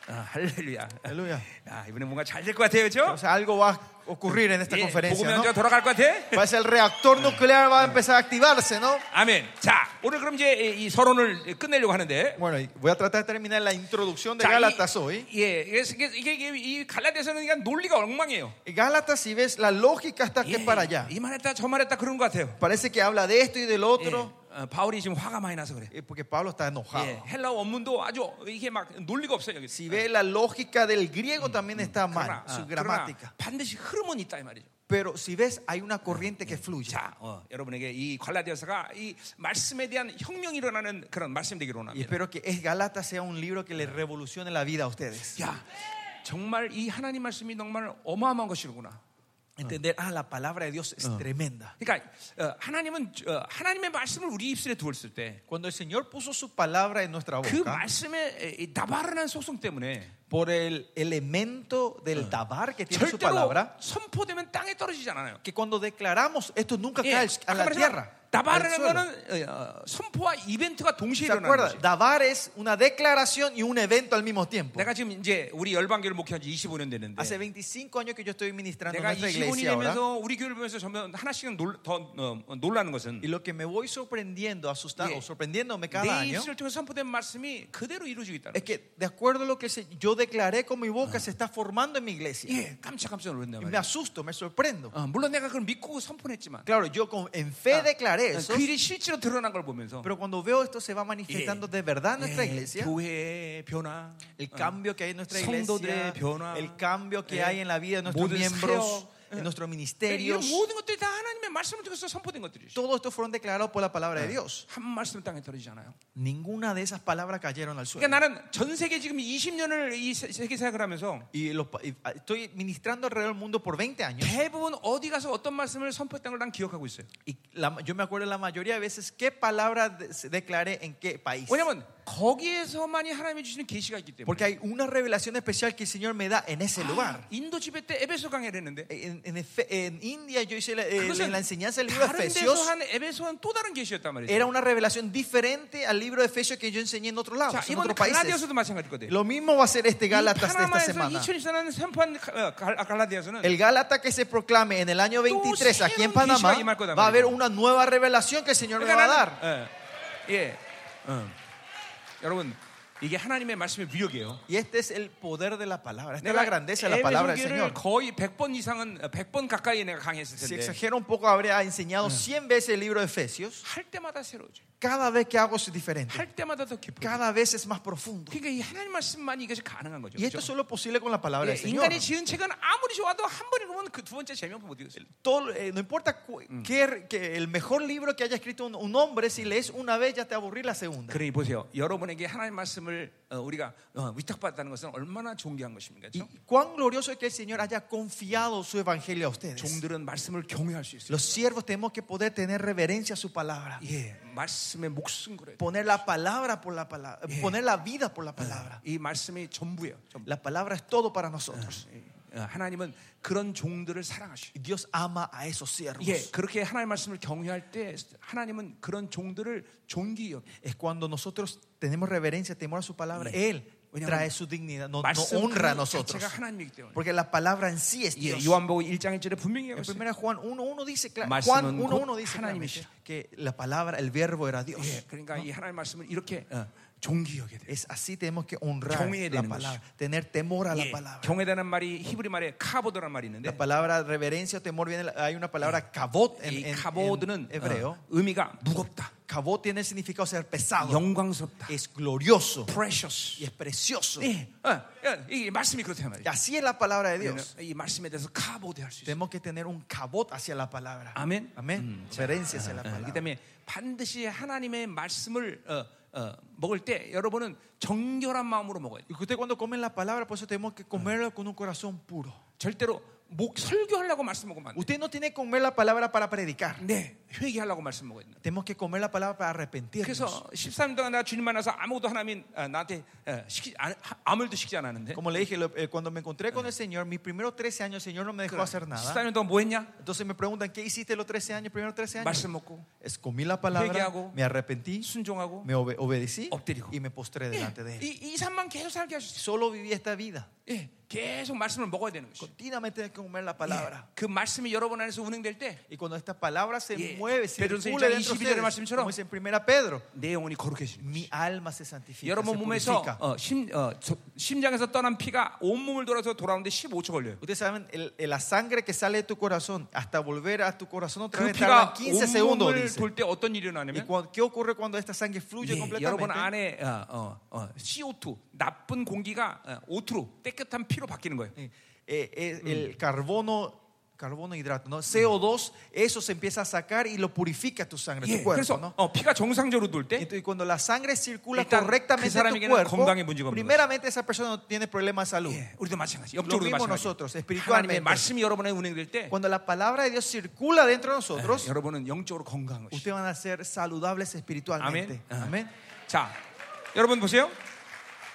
아, 할렐루야. Aleluya. 아, 이번에 뭔가 잘 될 것 같아요, 그렇죠? O sea, algo va a ocurrir en esta 예, 복음 conferencia, ¿no? 연주가 돌아갈 것 같아. Parece el reactor nuclear va a empezar a activarse, ¿no? 아멘. 자, 오늘 그럼 이제 이- 이 서론을 끝내려고 하는데. Bueno, y voy a tratar de terminar la introducción de 자, 이- Gálatas hoy. 예, 그래서 이게, 이게, 이게 이 갈라디아서는 그냥 논리가 엉망이에요. Gálatas, si ves, la lógica está que 예, para allá. 이 말했다 저 말했다 그런 것 같아요. Parece que habla de esto y del 예, otro, 어, 바울이 지금 화가 많이 나서 그래. eh, porque Pablo está enojado. 예, 헬라 원문도 아주 이게 막 논리가 없어요 여기. Si ves, la lógica del griego también está mal, 그러나, su 어, gramática. 그러나 반드시 흐름은 있다 이 말이죠. Pero si ves, hay una corriente que fluye. 자, 어, 여러분에게 이 갈라디아서가 이 말씀에 대한 혁명이 일어나는 그런 말씀 되기로 Y 합니다. espero que es Galata sea un libro que les revolucione la vida a ustedes. 야, 정말 이 하나님 말씀이 정말 어마어마한 것이구나. Entender, ah, la palabra de Dios es tremenda. 그러니까 어, 하나님은 어, 하나님의 말씀을 우리 입술에 두었을 때 그 Cuando el Señor puso su palabra en nuestra 그러니까. boca, 말씀의 이 나바르는 속성 때문에 por el elemento del tabar que tiene su 절대로 palabra, 선포되면 땅에 떨어지지 않아요. que cuando declaramos esto nunca 예, cae a 아까 la 말했지만 tierra. 나바라는 suelo. 거는 어, 어, 선포와 이벤트가 동시에 ¿Se 일어나는 acuerda? 거지. Davar es una declaración y un evento al mismo tiempo. 내가 지금 이제 우리 열방교를 목회한 지 25년 됐는데 Hace 25 años que yo estoy ministrando en 내가 nuestra 아, 25년이 iglesia ahora. 되면서 우리 교회를 보면서 점점 하나씩은 놀, 더 어, 놀라는 것은 Y lo que me voy sorprendiendo, asustado, Yeah. sorprendiéndome cada 내 año, 입술을 통해 선포된 말씀이 그대로 이루어지고 있다는 es que de acuerdo a lo que se- yo declaré con mi boca, se está formando en mi 거예요. iglesia. 예, 깜짝깜짝 놀란단 Y me 말이야 asusto, me sorprendo. 어, 물론 내가 그걸 믿고 선포했지만 Claro, yo con- en fe declaré eso, 그 일이 실제로 드러난 걸 보면서 pero cuando veo esto se va manifestando de verdad en nuestra 예, iglesia. 교회의 변화 어. El cambio que hay en nuestra 성도들의 iglesia, 변화, el cambio que 예, hay en la vida de nuestros 모든 miembros, 사역, 예. en nuestros 이런 ministerios, 모든 것들이 다 하나님의 말씀을 통해서 선포된 것들이죠 todo esto fueron declarados por la palabra de Dios. 한 말씀 땅에 떨어지지 않아요 Ninguna de esas palabras cayeron al suelo. 그러니까 나는 전 세계 지금 20년을 이 세- 세계 사역을 하면서 Y, los pa- y, ah, estoy ministrando alrededor del mundo por 20 años. 대부분 어디 가서 어떤 말씀을 선포했던 걸 난 기억하고 있어요. Y la- yo me acuerdo la mayoría de veces qué palabra de- se declaré en qué país. 왜냐면 거기에서만이 하나님이 주시는 계시가 있기 때문에. 아, Porque hay una revelación especial que el Señor me da en Ah. ese lugar. 인도 집회 때 에베소 강의를 했는데 En, en Efe- en India yo hice la, eh, 그것은 en la enseñanza del libro de 다른 데서 Efesios. 한 에베소는 또 다른 계시였단 말이죠. Era una revelación diferente al libro de Efesios que yo enseñé en otros lados, 자, en 이번 otros países. 갈라디아서도 마찬가지거든. Lo mismo va a ser este Gálatas de esta 파나마에서 semana. 2024년 선포한 가- 어, 갈- 아, 갈라디아서는 El Gálata que se proclame en el año 23 aquí en Panamá va a haber una nueva revelación que el Señor me va a 나는- dar. 예, 예. 어. 여러분 이게 하나님의 말씀의 위력이에요. Y este es el poder de la palabra. Esta es 내가 la grandeza de la palabra del 에베소를 Señor. eh. 거의 100번 이상은 100번 가까이 내가 강했을 Si 텐데 exagero un poco, habría enseñado 100 veces el libro de Efesios. 할 때마다 새로워져. Ah. Cada vez que hago es diferente. 할 때마다 더 깊어. Cada vez es más profundo. 그러니까 이 하나님 말씀만이 이것이 가능한 거죠. Y esto es 그렇죠? solo posible con la palabra 예, del Señor. 인간이 지은 책은 아무리 좋아도 한 번 읽으면 그 두 번째 재미없고 못 읽어요. Todo- eh, no importa cu- qué- que el mejor libro que haya escrito un, un hombre, si lees una vez ya te aburrí la segunda. 그러니 보세요. 여러분에게 하나님 말씀을 어, 우리가 어, 위탁받았다는 것은 얼마나 존귀한 것입니까? Y 그렇죠? cuán glorioso es que el Señor haya confiado su evangelio a ustedes. 종들은 말씀을 경외할 수 있어요. Los siervos tenemos que poder tener reverencia a su palabra. 예, 말씀에 목숨 걸어야 돼. Poner la palabra por la palabra. Poner la vida por la palabra. 이 말씀이 전부예요. 전부. La palabra es todo para nosotros. 예, 어, 하나님은 그런 종들을 사랑하셔. Y Dios ama a esos siervos. 예, 그렇게 하나님 말씀을 경외할 때 하나님은 그런 종들을 존귀 여기. Es cuando nosotros tenemos reverencia, temor a su palabra. 예. Él 왜냐하면 trae su dignidad, no, no 말씀 honra a 그 nosotros. 자체가 하나님이기 때문에. Porque la palabra en sí es 예, Dios. 예, 요한복음 1장 1절에 분명히 하고 En 있어요. 1 Juan 1.1 dice, cla- 말씀은 Juan 곧 1.1 dice claramente 하나님이시라. que la palabra, el verbo era Dios. 예, 그러니까 이 하나님 말씀을 이렇게 어, 존귀 여겨야 돼요. Es así tenemos que honrar 경외해야 la 되는 palabra, tener temor a la 예, palabra. 경외다는 말이 히브리 말에 카보드란 말이 있는데 La palabra reverencia o temor viene, hay una palabra kabot en, en- 이 en ah. 카보드는 hebreo. 어, 의미가 무겁다, Kabot tiene el significado ser pesado, 영광스럽다, es glorioso precious. y es precioso. 예, 어, 어, 이 말씀이 그렇단 말이에요. 예, Así es la palabra de Dios. 이 말씀에 대해서 카보드 할수 있어요. Tenemos que tener un cabot hacia la palabra. 아멘. Amén. Mm. Ah, Reverencia hacia la 어, palabra. 그렇기 때문에 반드시 하나님의 말씀을 어, 어, 먹을 때 여러분은 정결한 마음으로 먹어야 돼요. Y que usted cuando comen la palabra, por eso tenemos que comerla con un corazón puro. 절대로 목 설교하려고 말씀 먹으면 안 돼. Usted no tiene que comer la palabra para predicar. 네, 회개하려고 말씀 먹어야 돼. Tenemos que comer la palabra para arrepentirnos. 그래서 13년 동안 내가 주님 만나서 아무것도 하나님 어, 나한테 어, 시키지 않, 하- 아무 일도 시키지 않았는데 Como le dije, lo- eh, cuando me encontré con el Señor, mis primeros 13 años, el Señor no me dejó hacer nada. 14년 동안 뭐 했냐? Entonces me preguntan, ¿qué hiciste los 13 años, primeros 13 años? 말씀 먹고 Es comí la palabra, 회개하고, me arrepentí, 순종하고 me obe- obedecí 엎드리고. y me postré 예, delante de Él. 이, 이 삶만 계속 살게 하셨어요 Solo viví esta vida. 예, 계속 말씀을 먹어야 되는 것이죠 Continuamente tengo que comer la 예, palabra. 그 말씀이 여러분 안에서 운행될 때 내 Y cuando esta palabra se Yeah. mueve, se Pedro dice impule en dentro de ustedes, 22 말씀처럼. como dice en primera Pedro, 영혼이 거룩해지는 mi alma se santifica, se 여러분 몸에서 purifica. 어, 심, 어, 저- 심장에서 떠난 피가 온몸을 돌아서 돌아오는데 15초 걸려요 그 Ustedes saben, el- el- la sangre que sale de tu corazón hasta volver a tu corazón otra 그 vez tardan 피가 15 segundos. 온몸을 dice. 돌 때 어떤 일이 ¿Y 일어나냐면 cuan- qué ocurre cuando esta sangre fluye 예, 여러분 completamente? 안에 어, 어, 어, CO2 나쁜 공기가 어, O2로 깨끗한 피로 바뀌는 거예요 Eh, eh, el carbono, carbono e hidrato, ¿no? CO2, eso se empieza a sacar y lo purifica tu sangre, 예, tu cuerpo, 그래서 ¿no? 어, 피가 정상적으로 돌 때 Entonces, cuando la sangre circula 일단 그 correctamente en tu 사람에게는 건강에 cuerpo, 문제가 없는 primeramente esa persona no tiene problemas de salud. 예, 우리도 마찬가지. Lo 영적으로 mismo 마찬가지. nosotros, 하나님의 espiritualmente. 말씀이 여러분에 운행될 때 Cuando la palabra de Dios circula dentro de nosotros, 예, 여러분은 영적으로 건강한 것이. ustedes van a ser saludables espiritualmente. Amén. Amén. 자, 여러분 보세요.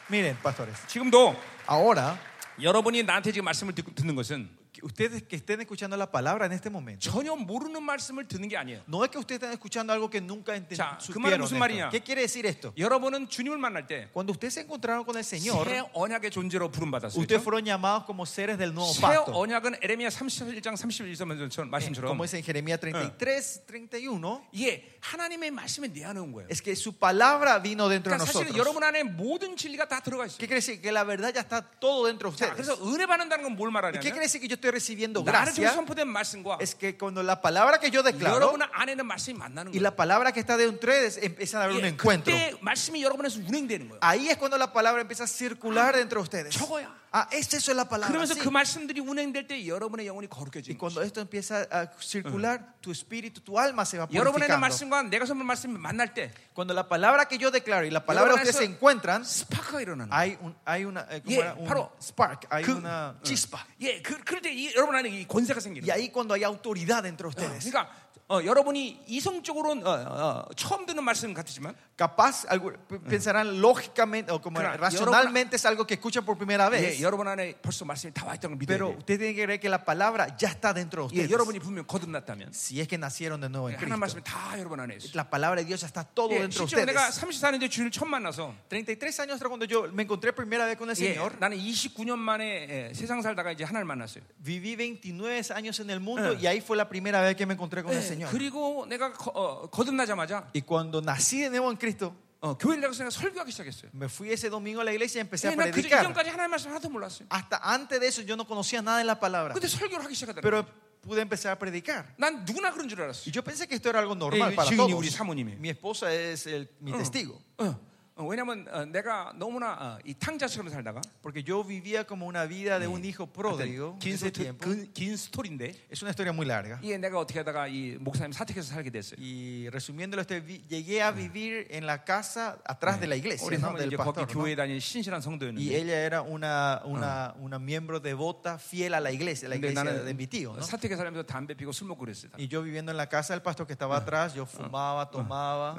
Miren, pastores, 지금도 ahora 여러분이 나한테 지금 말씀을 듣, 듣는 것은 ustedes que estén escuchando la palabra en este momento, 전혀 모르는 말씀을 듣는 게 아니에요. no es que ustedes estén escuchando algo que nunca 자, entendieron. 그 말은 무슨 말이냐? ¿Qué quiere decir esto? 여러분은 주님을 만날 때 새 Cuando ustedes se encontraron con el Señor, 언약의 존재로 부름받았어요. 그렇죠? ustedes fueron llamados como seres del nuevo 새 pacto. Eh, 언약은 에레미야 31장 31절 말씀처럼 Como dice en Jeremías 33, 31, 예, 하나님의 말씀에 내 안에 온 거예요. es que su palabra vino dentro de 그러니까 사실은 nosotros. 여러분 안에 모든 진리가 다 들어가 ¿Qué 있어요. quiere decir? Que la verdad ya está todo dentro de 자, ustedes. 그래서 은혜 받는다는 건 뭘 ¿Y qué quiere 말하냐면 decir que yo estoy recibiendo 나를 통해 gracia? 선포된 말씀과 Es que cuando la palabra que yo declaro 여러분 안에는 말씀이 만나는 y 거예요. la palabra que está dentro de ustedes empiezan a haber un 예, encuentro. 그때 말씀이 여러분에서 운행되는 거예요. Ahí es cuando la palabra empieza a circular dentro de ustedes. 저거야. Ah, es eso es la palabra. 그러면서 sí. 그 말씀들이 운행될 때 여러분의 영혼이 Y 거룩해지는 거예요. cuando esto empieza a circular, tu espíritu, tu alma se va 여러분의 purificando. 말씀과 내가 선물 말씀 만날 때 Cuando la palabra que yo declaro y la palabra que ustedes se Yoroban에서- encuentran, 스파크가 일어나는 거예요. hay, un, hay una, eh, ¿cómo 예, era? Un 바로 spark, hay 그- una chispa. 예, 그, 그럴 때 이, 여러분 안에 이 권세가 생기는 Y 거예요. ahí cuando hay autoridad dentro Ah, de ustedes. 그러니까 어, 여러분이 이성적으로 어, 어, 처음 듣는 말씀 같지만 Capaz, algo- p- pensarán lógicamente o como Claro, racionalmente es algo que escuchan por primera 예, vez. 여러분 안에 벌써 말씀이 다 와 있다는 걸 믿어야 Pero 돼요. ustedes tienen que creer que la palabra ya está dentro de 예, 그러니까. ustedes. 여러분이 분명 거듭났다면 예, Si es que nacieron de nuevo en 하나님 Cristo. 말씀이 다 여러분 안에 있어요. La palabra de Dios ya está todo 예, dentro de 실제로 내가 ustedes. 34년째 주님을 처음 만나서 33 años atrás cuando yo me encontré primera vez con el 예, Señor, 나는 29년 만에 예, 세상 살다가 이제 하나님 만났어요. viví 29 años en el mundo y ahí fue la primera vez que me encontré con el 예, Señor. 그리고 내가 거, 어, 거듭나자마자 Y cuando nací de nuevo en Cristo, 어, 교회를 나가서 내가 설교하기 시작했어요. me fui ese domingo a la iglesia y empecé 예, a 나그 predicar. 이전까지 하나님 말씀 하나도 몰랐어요. Hasta antes de eso yo no conocía nada de la palabra, 근데 설교를 하기 시작하더라고요. pero pude empezar a predicar. 난 누구나 그런 줄 알았어. Y yo pensé que esto era algo Eh, normal para Jimmy, todos. 우리 사모님이에요. Mi esposa es el- mi testigo. 어, 어, 왜냐면 어, 내가 너무나 어, 이 탕자처럼 살다가 Porque yo vivía como una vida de un hijo pródigo. en 긴, ese 스토, tiempo. 그, 긴 스토리인데 Es una historia muy larga. 예, 내가 어떻게 하다가 이 목사님 사택에서 살게 됐어요. Y resumiéndolo, este, vi- llegué a vivir en la casa atrás de la 우리 iglesia, ¿no? 사모님 del 이제 거기 pastor. ¿no? 교회 에 다니는 신실한 Y 성도였는데 ella era una, una, una miembro devota, fiel a la iglesia, la 근데 iglesia 나는 Ah. de mi tío. ¿no? 사택에 살면서 담배 피고 술 먹고 그랬어요. 다. Y yo viviendo en la casa del pastor que estaba atrás, yo fumaba, tomaba.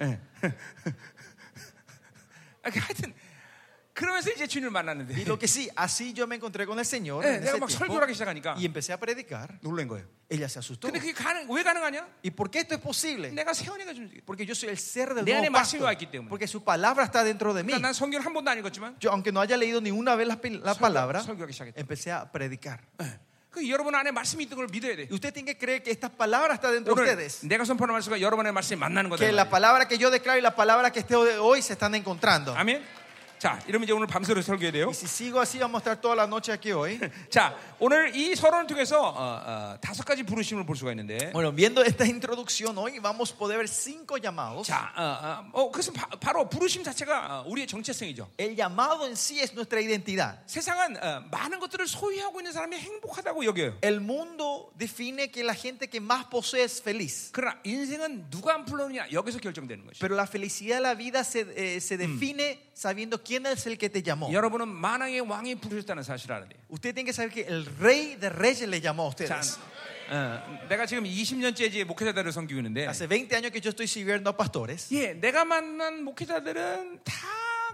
예. 아, 그 하여튼 그러면서 이제 주님을 만났는데 Y lo que sí, así yo me encontré con el Señor. 예, en 내가 ese 막 tiempo, 설교를 하기 시작하니까 y empecé a predicar. 놀란 거예요. Ella se asustó. 근데 그게 가능 왜 가능하냐? ¿Y por qué esto es posible? 내가 세원이가 준 그러니까 Porque yo soy el ser del 내 안에 nuevo 말씀이 pacto. 와 있기 때문에. Porque su palabra está dentro de mí. 난 성경을 한 번도 안 읽었지만 Yo, aunque no haya leído ni una vez la, pil- la palabra, 설교하기 시작했다. empecé a predicar. 예. 그 여러분 안에 말씀이 있는 걸 믿어야 돼. Y usted tiene que creer que esta palabra está dentro de 오늘 ustedes. 내가 선포하는 말씀과 여러분의 말씀이 만나는 거다. Que la palabra que yo declaro y la palabra que esté hoy se están encontrando. 아멘. 자, 이러면 이제 오늘 밤새로 설교해야 돼요. Y si sigo así, vamos a estar toda la noche aquí hoy. 자, 오늘 이 서론을 통해서 어, 어, 다섯 가지 부르심을 볼 수가 있는데, Bueno, viendo esta introducción hoy, vamos a poder ver cinco llamados. 자, 어, 어, 어, 그것은 바, 로 부르심 자체가 어, 우리의 정체성이죠. El llamado en sí es nuestra identidad. 세상은 어, 많은 것들을 소유하고 있는 사람이 행복하다고 여겨요. El mundo define que la gente que más posee es feliz. 그러나 인생은 누가 안 불러느냐 여기서 결정되는 것이죠. Pero la felicidad de la vida se, eh, se define sabiendo quién es el que te llamó. 여러분은 만왕의 왕이 부르셨다는 사실을 알아야 돼요. Usted tiene que saber que el rey de reyes le llamó a 자, ustedes. 어, 내가 지금 20년째 이제 목회자들을 섬기고 있는데, Hace 20 años que yo estoy sirviendo a pastores. 예, 내가 만난 목회자들은 다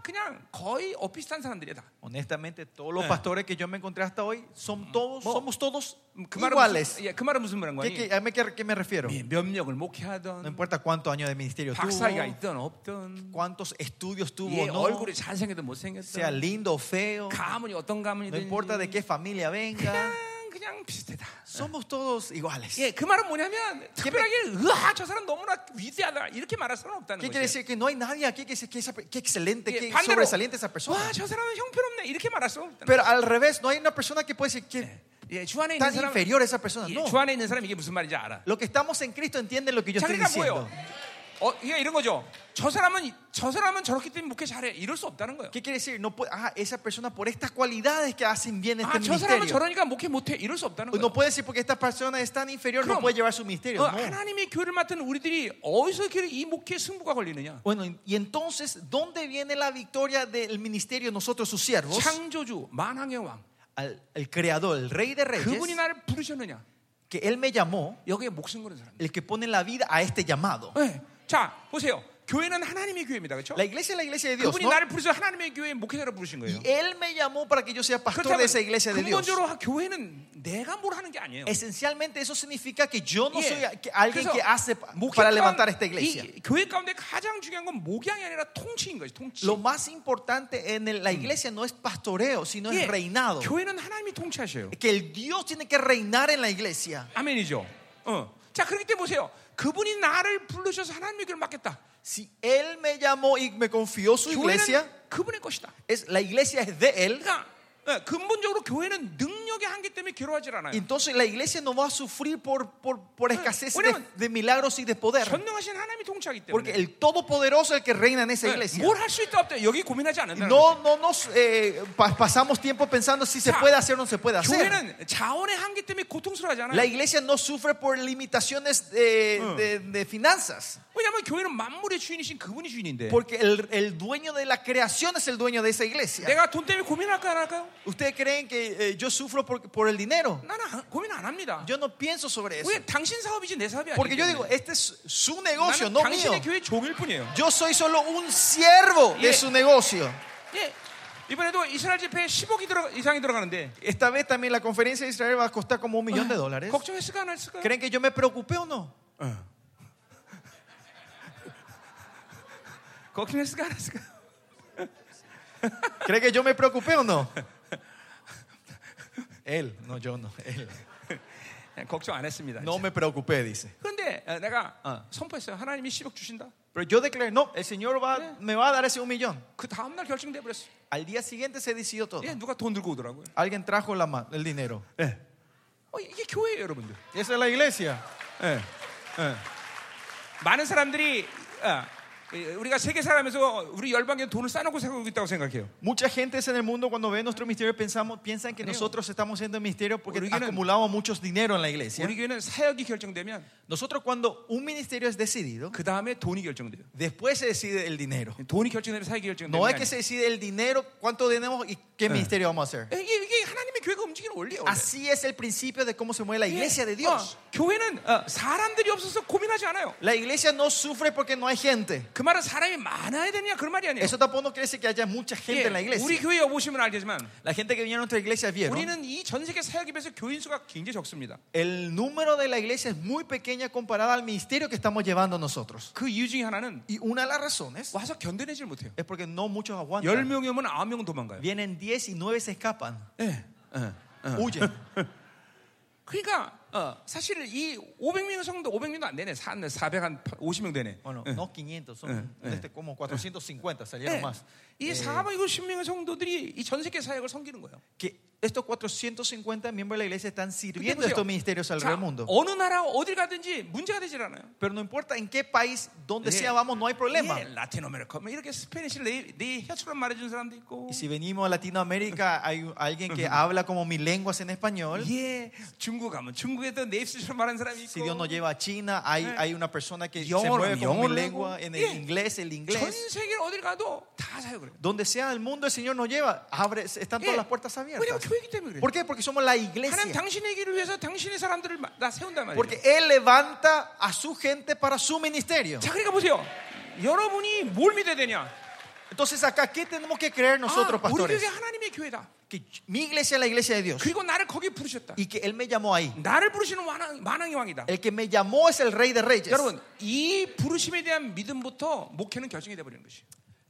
그냥 거의 엇비슷한 사람들이야 다. Honestamente, todos los pastores que yo me encontré hasta hoy son todos, somos todos 그 말은 iguales. 무슨, 예, 그 말은 무슨 ¿Qué, 말인가요? qué- a mí qué- qué me refiero? 예, 면역을 No 목회하던 importa cuántos años de ministerio 박사가 tuvo, 있던 없던 cuántos estudios tuvo, 예, o no, 얼굴이 잘생겼든 sea 못생겼든 lindo o feo, 가문이 어떤 no 가문이든 importa de qué familia venga, 그냥 그냥 비슷하다. somos todos iguales. 예, 그 말은 뭐냐면 특별하게 으아 저 사람 너무나 위대하다 이렇게 말할 사람은 없다는 ¿Qué quiere 거예요. decir? Que no hay nadie aquí que se- que esa- qué excelente, 예, qué 반대로 sobresaliente esa persona. 와저 사람은 형편없네 이렇게 말할 수는 없다는 Pero al revés, no hay una persona que puede decir que 거예요. 예, 주 안에 있는 tan 사람 inferior a esa persona. 예, No. 주 안에 있는 사람 이게 무슨 말인지 알아. Lo que estamos en Cristo entienden lo que yo 자, estoy 그러니까 diciendo. 뭐예요? 어, 이게 이런 거죠. 저 사람은 저 사람은 저렇기 때문에 목회 잘해. 이럴 수 없다는 거예요. ¿Qué quiere decir? No puede- ah, esa persona por estas cualidades que hacen bien este 아, 저 사람은 ministerio. 저러니까 목회 못해. 이럴 수 없다는 No 거예요. puede decir porque esta persona es tan inferior, no Claro. puede llevar su 어, ministerio. No. 하나님의 교회를 맡은 우리들이 어디서 그 이렇게 이 목회 승부가 걸리느냐? Bueno, y entonces, ¿dónde viene la victoria del ministerio de nosotros, sus siervos? 창조주 만왕의 왕 Al, el creador, el rey de reyes, 그분이 나를 부르셨느냐? que él me llamó, 여기에 목숨 거는 사람. el que pone la vida a este llamado. 네. 자 보세요. 교회는 하나님의 교회입니다. 그렇죠? La iglesia es la iglesia de Dios. 그분이 ¿no? 나를 부르셔 하나님의 교회 목회자로 부르신 거예요. Y Él me llamó para que yo sea pastor de esa iglesia de Dios. 근본적으로 하- 교회는 내가 뭘 하는 게 아니에요. Esencialmente eso significa que yo no 예. soy a- que alguien 그래서 que hace pa- 목회 para 가운- levantar esta iglesia. 이 교회 가운데 가장 중요한 건 목양이 아니라 통치인 거지. 통치. Lo más importante en el- la iglesia no es pastoreo, sino 예, es reinado. 교회는 하나님이 통치하셔요. Que el Dios tiene que reinar en la iglesia. 아멘이죠. 어. 자, 그렇기 때문에 보세요. 그분이 나를 부르셔서 하나님의 교회를 맡겠다. Si Él me llamó y me confió su iglesia, 교회는 그분의 것이다. es, la iglesia es de Él. 그러니까 어, 근본적으로 교회는 능력의 한계 때문에 괴로워하지 않아요. Entonces la iglesia no va a sufrir por, por, por escasez de, 왜냐면- de milagros y de poder. 전능하신 하나님이 통치하기 Porque 때문에 예, el Todopoderoso es el que reina en esa iglesia. 뭘 할 수 있다 없다 여기 고민하지 않는다. No, no nos eh, pa- pasamos tiempo pensando si se 자, puede hacer o no se puede hacer. 교회는 자원의 한계 때문에 고통스러워하지 La 않아요. iglesia no sufre por limitaciones de, Mm. de- de finanzas, 왜냐하면 교회는 만물의 주인이신 그분이 주인인데. porque el, el dueño de la creación es el dueño de esa iglesia. 내가 돈 때문에 고민할까 안 할까요? ¿Ustedes creen que eh, yo sufro por, por el dinero? 나는 안- 고민 안 합니다. Yo no pienso sobre eso. 왜 당신 사업이지 내 사업이 Porque 아니기 yo 때문에. digo, este es su negocio, 나는 no mío. 당신의 교회 종일 뿐이에요. Yo soy solo un siervo de Yeah. su negocio. 예. 이번에도 이스라엘 집회 10억이 들어, 이상이 들어가는데 Esta vez también la conferencia de Israel va a costar como un millón de dólares. 걱정했을까 안 했을까? ¿Creen que yo me preocupé o no? 걱정했을까 안 했을까? ¿Cree que yo me preocupé o no? Él, no yo no. Él. 예, 걱정 안 했습니다. No me preocupé, dice. 그런데 어, 내가 어, 선포했어요. 하나님이 10억 주신다. Pero yo declaré, no, el Señor va, me va a dar ese un millón. 그 다음 날 결정돼 버렸어. Al día siguiente se decidió todo. 예, 누가 돈 들고 오더라고요. Alguien trajo la ma- el dinero. 어, 이게 교회예요, 여러분들. Esa es la iglesia. 예. 예. 많은 사람들이 어, 예, 우리가 세계 사람에서 우리 열방에 돈을 싸놓고 살고 있다고 생각해요. Mucha gente en el mundo cuando ve nuestro misterio pensamos, piensan que nosotros estamos siendo misterio porque Uruguay- acumulamos muchos dinero en la iglesia. 우리 교회는 사역이 결정되면 Nosotros cuando un ministerio es decidido, 그 다음에 돈이 결정돼요. después se decide el dinero. 돈이 결정되면 사역이 결정돼요. No es que se decide el dinero, cuánto tenemos y qué ministerio vamos a hacer. 이게, 이게 하나님의 교회가 움직이는 원리예요. 원래. Así es el principio de cómo se mueve la iglesia de Dios. 어, 교회는 어, 사람들이 없어서 고민하지 않아요. La iglesia no sufre porque no hay gente. 그 말은 사람이 많아야 되냐 그런 말이 아니에요. Eso tampoco no quiere decir que haya mucha gente 예, en la 우리 iglesia. 교회에 오시면 알겠지만 La gente que viene a nuestra iglesia vieron. 우리는 이 전 세계 사역에 비해서 교인 수가 굉장히 적습니다. El número de la iglesia es muy pequeña comparada al ministerio que estamos llevando nosotros. 그 이유 중에 하나는 Y una de las razones 와서 견뎌내질 못해요. es porque no muchos 열 aguantan. 명이 오면 아홉 명은 도망가요. Vienen 10 y 9 se escapan. 예, 예. Huyen. 그러니까 어, 사실 이 500명 성도 500명도 안 되네. 450명 되네. Bueno, 예. no 500, son este, como 450 salieron 예. más. Eh, 이 450명의 성도들이 이 전 세계 사역을 섬기는 거예요. Que estos 450 miembros de la iglesia están 근데 sirviendo 보세요. estos ministerios 자, alrededor del mundo. 어느 나라 어딜 가든지 문제가 되질 않아요. Pero no importa en qué país, donde Yeah. sea, vamos, no hay problema. 예, 라틴 아메리카 뭐 이렇게 스페니시를 내, 내 혀처럼 말해주는 사람도 있고 Y si venimos a Latinoamérica, hay un- alguien que habla como mis lenguas en español. 예 중국 가면 중국에도 내 입술처럼 말하는 사람이 Si Dios nos 있고 lleva a China, hay, Yeah. hay una persona que se Yongoro, mueve con mi yongoro. lengua, en el Yeah. inglés, el 전 inglés. 세계 어딜 가도 다 사역을 해요. Donde sea el mundo, el Señor nos lleva. Abre, están todas Yeah. las puertas 왜냐면 abiertas. 교회이기 때문에 ¿Por 그래요. qué? Porque somos la 하나님 iglesia. 당신의 길을 위해서 당신의 사람들을 마- 나 세운단 말이에요. Porque Él levanta a su gente para su ministerio. 자 그러니까 보세요. 여러분이 뭘 믿어야 되냐? Entonces acá, ¿qué tenemos que creer nosotros, 아, 우리 교회 pastores? 하나님의 교회다. Que mi iglesia es la iglesia de Dios. 그리고 나를 거기 부르셨다. Y que Él me llamó ahí. 나를 부르시는 만왕, 만왕의 왕이다. El que me llamó es el rey de reyes. 여러분 이 부르심에 대한 믿음부터 목회는 결정이 돼버리는 것이.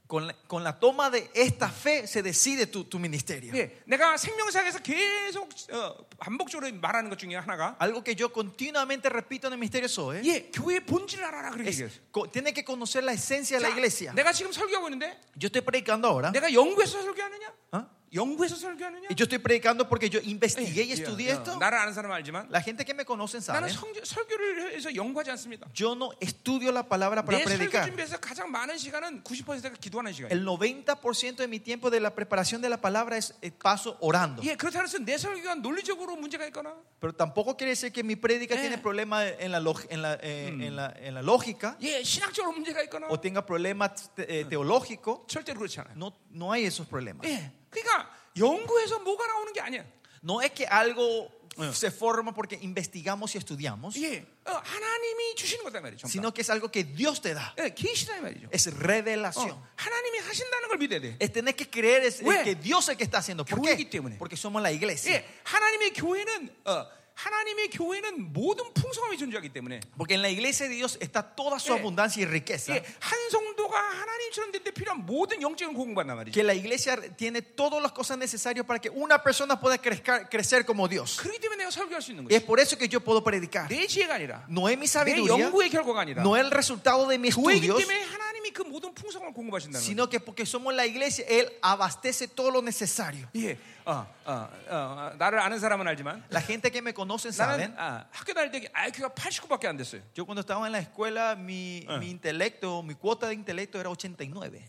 Con la, con la toma de esta fe se decide tu, tu ministerio. 예, 내가 생명사에서 계속 어, 반복적으로 말하는 것 중에 하나가 Algo que yo continuamente repito en el ministerio ¿eh? Zoe 예, 교회의 본질을 알아라 그렇게 es, 얘기했어요. co- tiene que conocer la esencia de la 자, iglesia. 내가 지금 설교하고 있는데 Yo estoy predicando ahora. 내가 연구해서 설교하느냐? ¿Ah? 연구해서 설교하느냐? Y yo estoy predicando porque yo investigué y 예, estudié 예, esto. 나를 아는 사람은 알지만 La gente que me conocen 나는 sabe. 성- 설교를 해서 연구하지 않습니다. Yo no estudio la palabra para 내 설교 predicar. 준비에서 가장 많은 시간은 90%가 기도하는 시간이에요. El 90% de mi tiempo de la preparación de la palabra es eh, paso orando. 예, 그렇다고 해서 내 설교가 논리적으로 문제가 있거나 Pero tampoco quiere decir que mi prédica Eh. tiene problemas en la, log- en la, eh, en la- en la lógica 예, 신학적으로 문제가 있거나 o tenga problemas te- eh, teológicos. 절대로 그렇지 않아요. No, no hay esos problemas. 예, 그러니까 연구해서 뭐가 나오는 게 아니야. No es que algo 예. se forma porque investigamos y estudiamos, 예, 어, 하나님이 주시는 거다 말이죠. 전부 다. sino que es algo que Dios te da. 예, 계시다 이 말이죠. Es 어, revelación. 하나님이 하신다는 걸 믿어야 돼. Es tener que creer es, es Bueno. que Dios es el que está haciendo. ¿Por 교회이기 qué? 때문에. Porque somos la iglesia. 예, 하나님의 교회는 어, 하나님의 교회는 모든 풍성함이 존재하기 때문에 Porque en la iglesia de Dios está toda su Eh. abundancia y riqueza. 예, 한 성도가 하나님처럼 될 때 필요한 모든 영적인 공부한단 말이죠. Que la iglesia tiene todas las cosas necesarias para que una persona pueda crezca- crecer como Dios. 그렇기 때문에 내가 설교할 수 있는 Y es 거예요. por eso que yo puedo predicar. 내 지혜가 아니라 No es mi 내 sabiduría, 연구의 결과가 아니라 no es el resultado de mis 교회이기 estudios, 때문에 하나님이 그 모든 풍성함을 공급하신다는 거예요. sino que porque somos la iglesia, Él abastece todo lo necesario. 예, 어, 어, 어, 나를 아는 사람은 알지만 La gente que me conocen 나는 saben, 아, 학교 다닐 때 IQ가 89밖에 안 됐어요. yo cuando estaba en la escuela, mi, Eh. mi intelecto, mi cuota de intelecto era 89.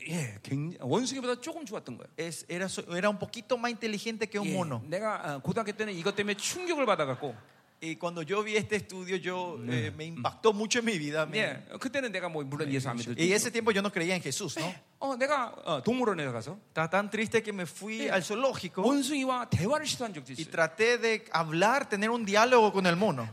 예, 굉장히- 원숭이보다 조금 좋았던 거예요. Es, era, so- era un poquito más inteligente que un 예, mono. 내가 어, 고등학교 때는 이것 때문에 충격을 받아갖고 Y cuando yo vi este estudio, yo, eh, me impactó mucho en mi vida. me- 예, 어, 그때는 내가 뭐 물론 예수 안 믿을 Y 때 ese tiempo yo no creía en Jesús, ¿no? 어, 내가 어, 동물원에 가서 Estaba tan triste que me fui Yeah. al zoológico 원숭이와 대화를 시도한 적도 y 있어요. traté de hablar, tener un diálogo con el mono.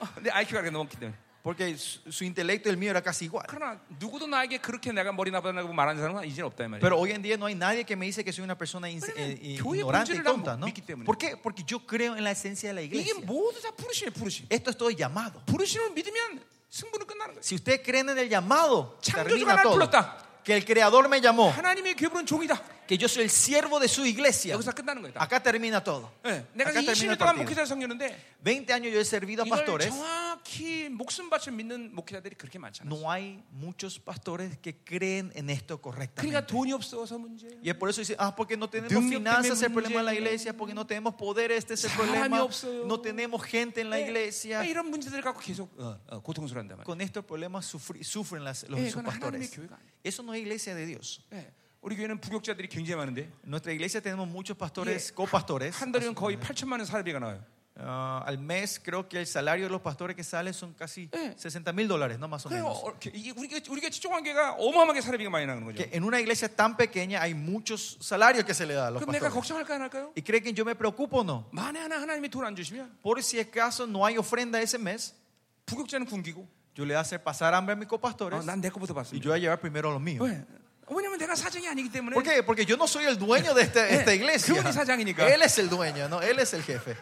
어, 내 IQ가 그렇게 넘었기 때문에. Porque su, su intelecto y el mío era casi igual. 그러나 누구도 나에게 그렇게 내가 머리 나쁘다고 말하는 사람은 이제는 없다 이 말이에요. Pero hoy en día no hay nadie que me dice que soy una persona ins- Bueno, eh, eh, 교회 ignorante y 본질을 tonta, 안 ¿no? 믿기 때문에. ¿Por qué? Porque yo creo en la esencia de la 이게 iglesia. 모두 다 부르심이에요, 부르심. Esto es todo llamado. 부르심을 믿으면 승부는 끝나는 거예요. Si ustedes creen en el llamado, 창조주가 termina 날 todo. 불렀다. Que el creador me llamó, 하나님의 괴물은 종이다. que yo soy el siervo de su iglesia. 여기서 끝나는 거예요. 다. Acá termina todo. 예, 내가 Acá termina 20년 el 동안 partido. 목회자 성겼는데 20 años yo he servido a 이걸 pastores. 정확히 목숨 바쳐 믿는 목회자들이 그렇게 많지 않아요. No hay muchos pastores que creen en esto correctamente. 그러니까 돈이 없어서 문제예요. Y es por eso dice, ah, porque no tenemos 능력 finanzas, el 때문에 problema de la 문제예요. iglesia, porque no tenemos poder, este es el 사람이 problema, 없어요. no tenemos gente Eh, en la iglesia. 예, 이런 문제들을 갖고 계속 어, 어, 고통스러운단 말이에요. Con estos problemas sufri- sufren las- los Eh, sus con la pastores. haram의 교회가 아니에요. Eso no es iglesia de Dios. 예, 우리 교회는 부격자들이 굉장히 많은데 En nuestra iglesia tenemos muchos pastores, 예, copastores. 한 달이면 거의 8천만 원 사례비가 나와요. Ah, al mes creo que el salario de los pastores que sale son casi Eh. oh, 60 mil dólares, no más o 그래 menos. 어, 이게 우리 교회- 우리 교회 직종 관계가 어마어마하게 사례비가 많이 나는 거죠. Que en una iglesia tan pequeña hay muchos salarios que se le da a los 그럼 내가 pastores. 걱정할까 안 할까요? ¿Y cree que yo me preocupo o no? 만에 하나 하나님이 돈 안 주시면 Por si acaso no hay ofrenda ese mes, 부격자는 굶기고 yo le voy a hacer pasar hambre a mis 어, copastores 난내 거부터 y 봤습니다. yo voy a llevar primero lo mío. 왜? 왜냐면 내가 사정이 아니기 때문에 ¿Por qué? Porque yo no soy el dueño de esta, esta iglesia. 그분이 사장이니까. Él es el dueño, ¿no? Él es el jefe.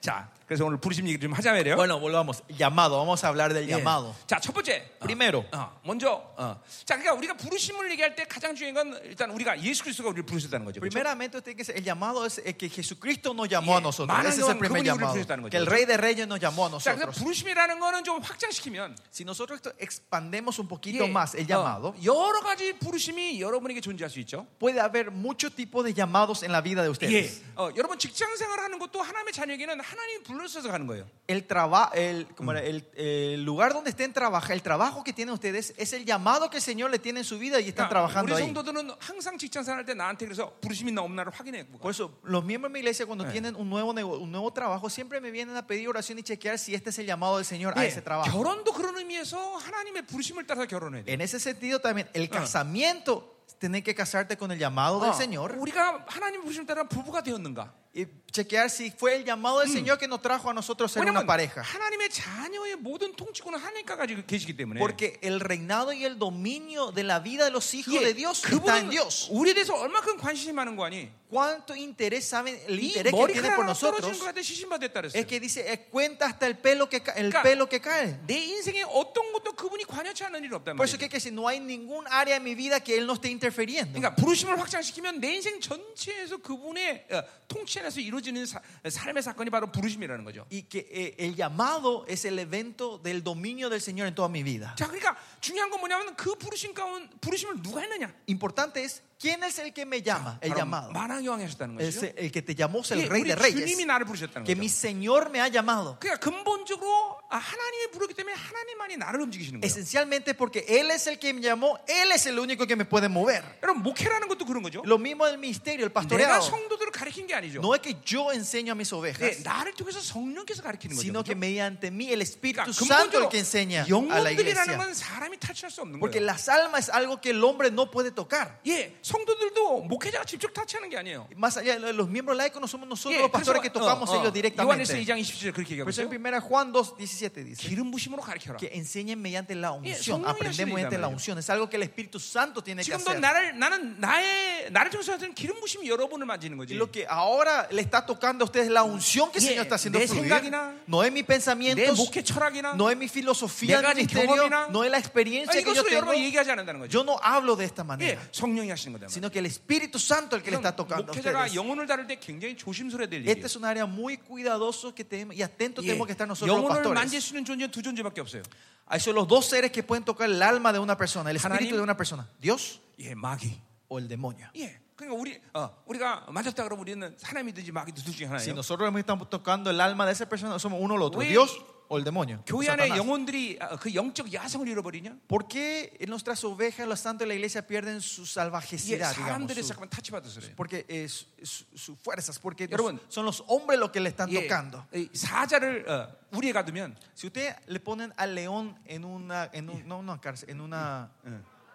자, 그래서 오늘 부르심 얘기 좀 하자면요. Bueno, volvamos. Llamado, vamos a hablar Eh. del llamado. 예. 자, 첫 번째. 어, Primero, 어, 먼저 어. 자, 그러니까 우리가 부르심을 얘기할 때 가장 중요한 건 일단 우리가 예수 그리스도가 우리를 부르셨다는 거죠. 그렇죠? primeramente usted que el llamado es eh, que Jesucristo nos llamó Yeah. a nosotros. Manan Ese es el 그분이 primer 우리를 부르셨다는 llamado. 거죠. Que el Rey de Reyes nos llamó a 자, 그래서 nosotros. 부르심이라는 거는 좀 확장시키면 Si nosotros esto expandemos un poquito 이게, más el llamado, 어, 여러 가지 부르심이 여러분에게 존재할 수 있죠. puede haber muchos tipos de llamados en la vida de ustedes. 어, 여러분 직장 생활하는 것도 하나님의 자녀에게는 하나님이 불러서 가는 거예요. El, traba- el, como era, el- el lugar donde estén trabaja, el trabajo que tienen ustedes es el llamado que el Señor le tiene en su vida y están 그러니까 trabajando 우리 ahí. 성도들은 항상 직장 생활할 때 나한테 그래서 부르심 있나 없나를 확인해. 보고 Por eso, los miembros de mi iglesia, cuando Eh. tienen un nuevo, nego- un nuevo trabajo, siempre me vienen a pedir oración y chequear si este es el llamado del Señor a 예, ese trabajo. 결혼도 그런 의미에서 하나님의 부르심을 따라 결혼해야 돼. En ese sentido, también el casamiento, tener que casarte con el llamado del Señor 어. 우리가 하나님의 부르심을 따라 부부가 되었는가? y chequear si fue el llamado del Señor que nos trajo a nosotros ser Mm. una 왜냐면 pareja. 하나님의 자녀의 모든 통치권은 하나님과 가지고 계시기 때문에. Porque el reinado y el dominio de la vida de los hijos 예, de Dios está en 그분은 Dios. 우리에 대해서 얼마큼 관심이 많은 거 아니? ¿Cuánto interés saben el 이 interés que tiene 머리카락 por 하나 떨어지는 nosotros? 것 같아 시신받았다 그랬어요. Es que dice, eh, cuenta hasta el pelo que, ca- el Claro. pelo que cae. 내 인생에 어떤 것도 그분이 관여치 않는 일이 없단 Por eso 말이에요. que, que si no hay ningún área en mi vida que Él no esté interfiriendo. 그러니까 부르심을 확장시키면 내 인생 전체에서 그분의 어, 통치 안에서 이루어지는 사- 삶의 사건이 바로 부르심이라는 거죠. Y que eh, el llamado es el evento del dominio del Señor en toda mi vida. 자, 그러니까 중요한 건 뭐냐면 그 부르심 가운 부르심을 누가 했느냐? Importante es, ¿quién es el que me llama? El 바로 llamado. 만왕 여왕이 하셨다는 Es 거죠. el que te llamó es 이게 el Rey de 우리 주님이 Reyes. 나를 부르셨다는 Que mi 거죠. Señor me ha llamado. 그러니까 근본적으로 아, 하나님이 부르기 때문에 하나님만이 나를 움직이시는 거예요. Esencialmente porque Él es el que me llamó, Él es el único que me puede mover. 여러분 목회라는 것도 그런 거죠. Lo mismo del ministerio, el 내가 pastoreado. 성도들을 가르친 게 아니죠. No es que yo enseño a mis 네, ovejas, 나를 통해서 성령께서 가르치는 거죠. sino que 그죠? mediante mí el Espíritu 그러니까 Santo el 근본적으로 que enseña a la 영혼들이라는 iglesia. 건 사람이 탈출할 수 없는 Porque 거예요. las almas es algo que el hombre no puede tocar. 예, 성도들도 목회자가 직접 탈취하는 게 아니에요. 예, Más allá, los miembros laicos no somos nosotros los 그래서, pastores que tocamos 어, 어, ellos 요한에서 directamente. 2장 27절 그렇게 Por 얘기하고 eso 있어요. en 1 Juan 2, 17 dice 기름 부심으로 가르쳐라. que enseñen mediante la unción, 성령이 하시는 aprendemos mediante la 일이란 unción. Es algo que el Espíritu Santo tiene que 지금도 hacer. 나를 나는 나의 나를 통해서 하는 기름 부심이 여러분을 만지는 Y 거지. lo que ahora le está tocando a ustedes es la unción que el Yeah, Señor está haciendo 내 fluir. 생각이나, No es mi 내 pensamiento, 목회 철학이나 no es mi filosofía, 내가 mi 가진 misterio, 경험이나, no es la experiencia 아니, que yo 이것으로 tengo. 여러분 얘기하지 않는다는 거죠. Yo no hablo de esta 예, manera, 성령이 하시는 거다. sino que el Espíritu Santo el que le 이건 está tocando a 목회자가 ustedes. 영혼을 다룰 때 굉장히 조심스러워야 될 Este 일이에요. es un área muy cuidadoso que tenemos, y atento tenemos que estar 예, nosotros los 영혼을 만질 pastores. 수 있는 존재는 두 존재밖에 없어요. Hay son los dos seres que pueden tocar el alma de una persona, el espíritu 하나님. de una persona, Dios 예, 마귀. o el demonio. 예, 그러니까 우리 어, 우리가 만졌다 그러면 우리는 사람이든지 마귀든 둘 중에 Si 하나예요. nosotros mismos estamos tocando el alma de esa persona, somos uno o el otro, 왜 Dios o el demonio. o 교회 안에 Satanás. 영혼들이 아, 그 영적 야성을 잃어버리냐? 예, ¿Por qué nuestras ovejas, los santos de la iglesia pierden su 예, salvajecidad? digamos, 사람들이 su- 잠깐 타치받아서 그래요. porque eh, su- su- sus fuerzas, porque los- 여러분. son los hombres los que le están 예, tocando. 이 사자를 어, 우리에 가두면 Si ustedes le ponen al león en una, en un- no, no, cárcel, en una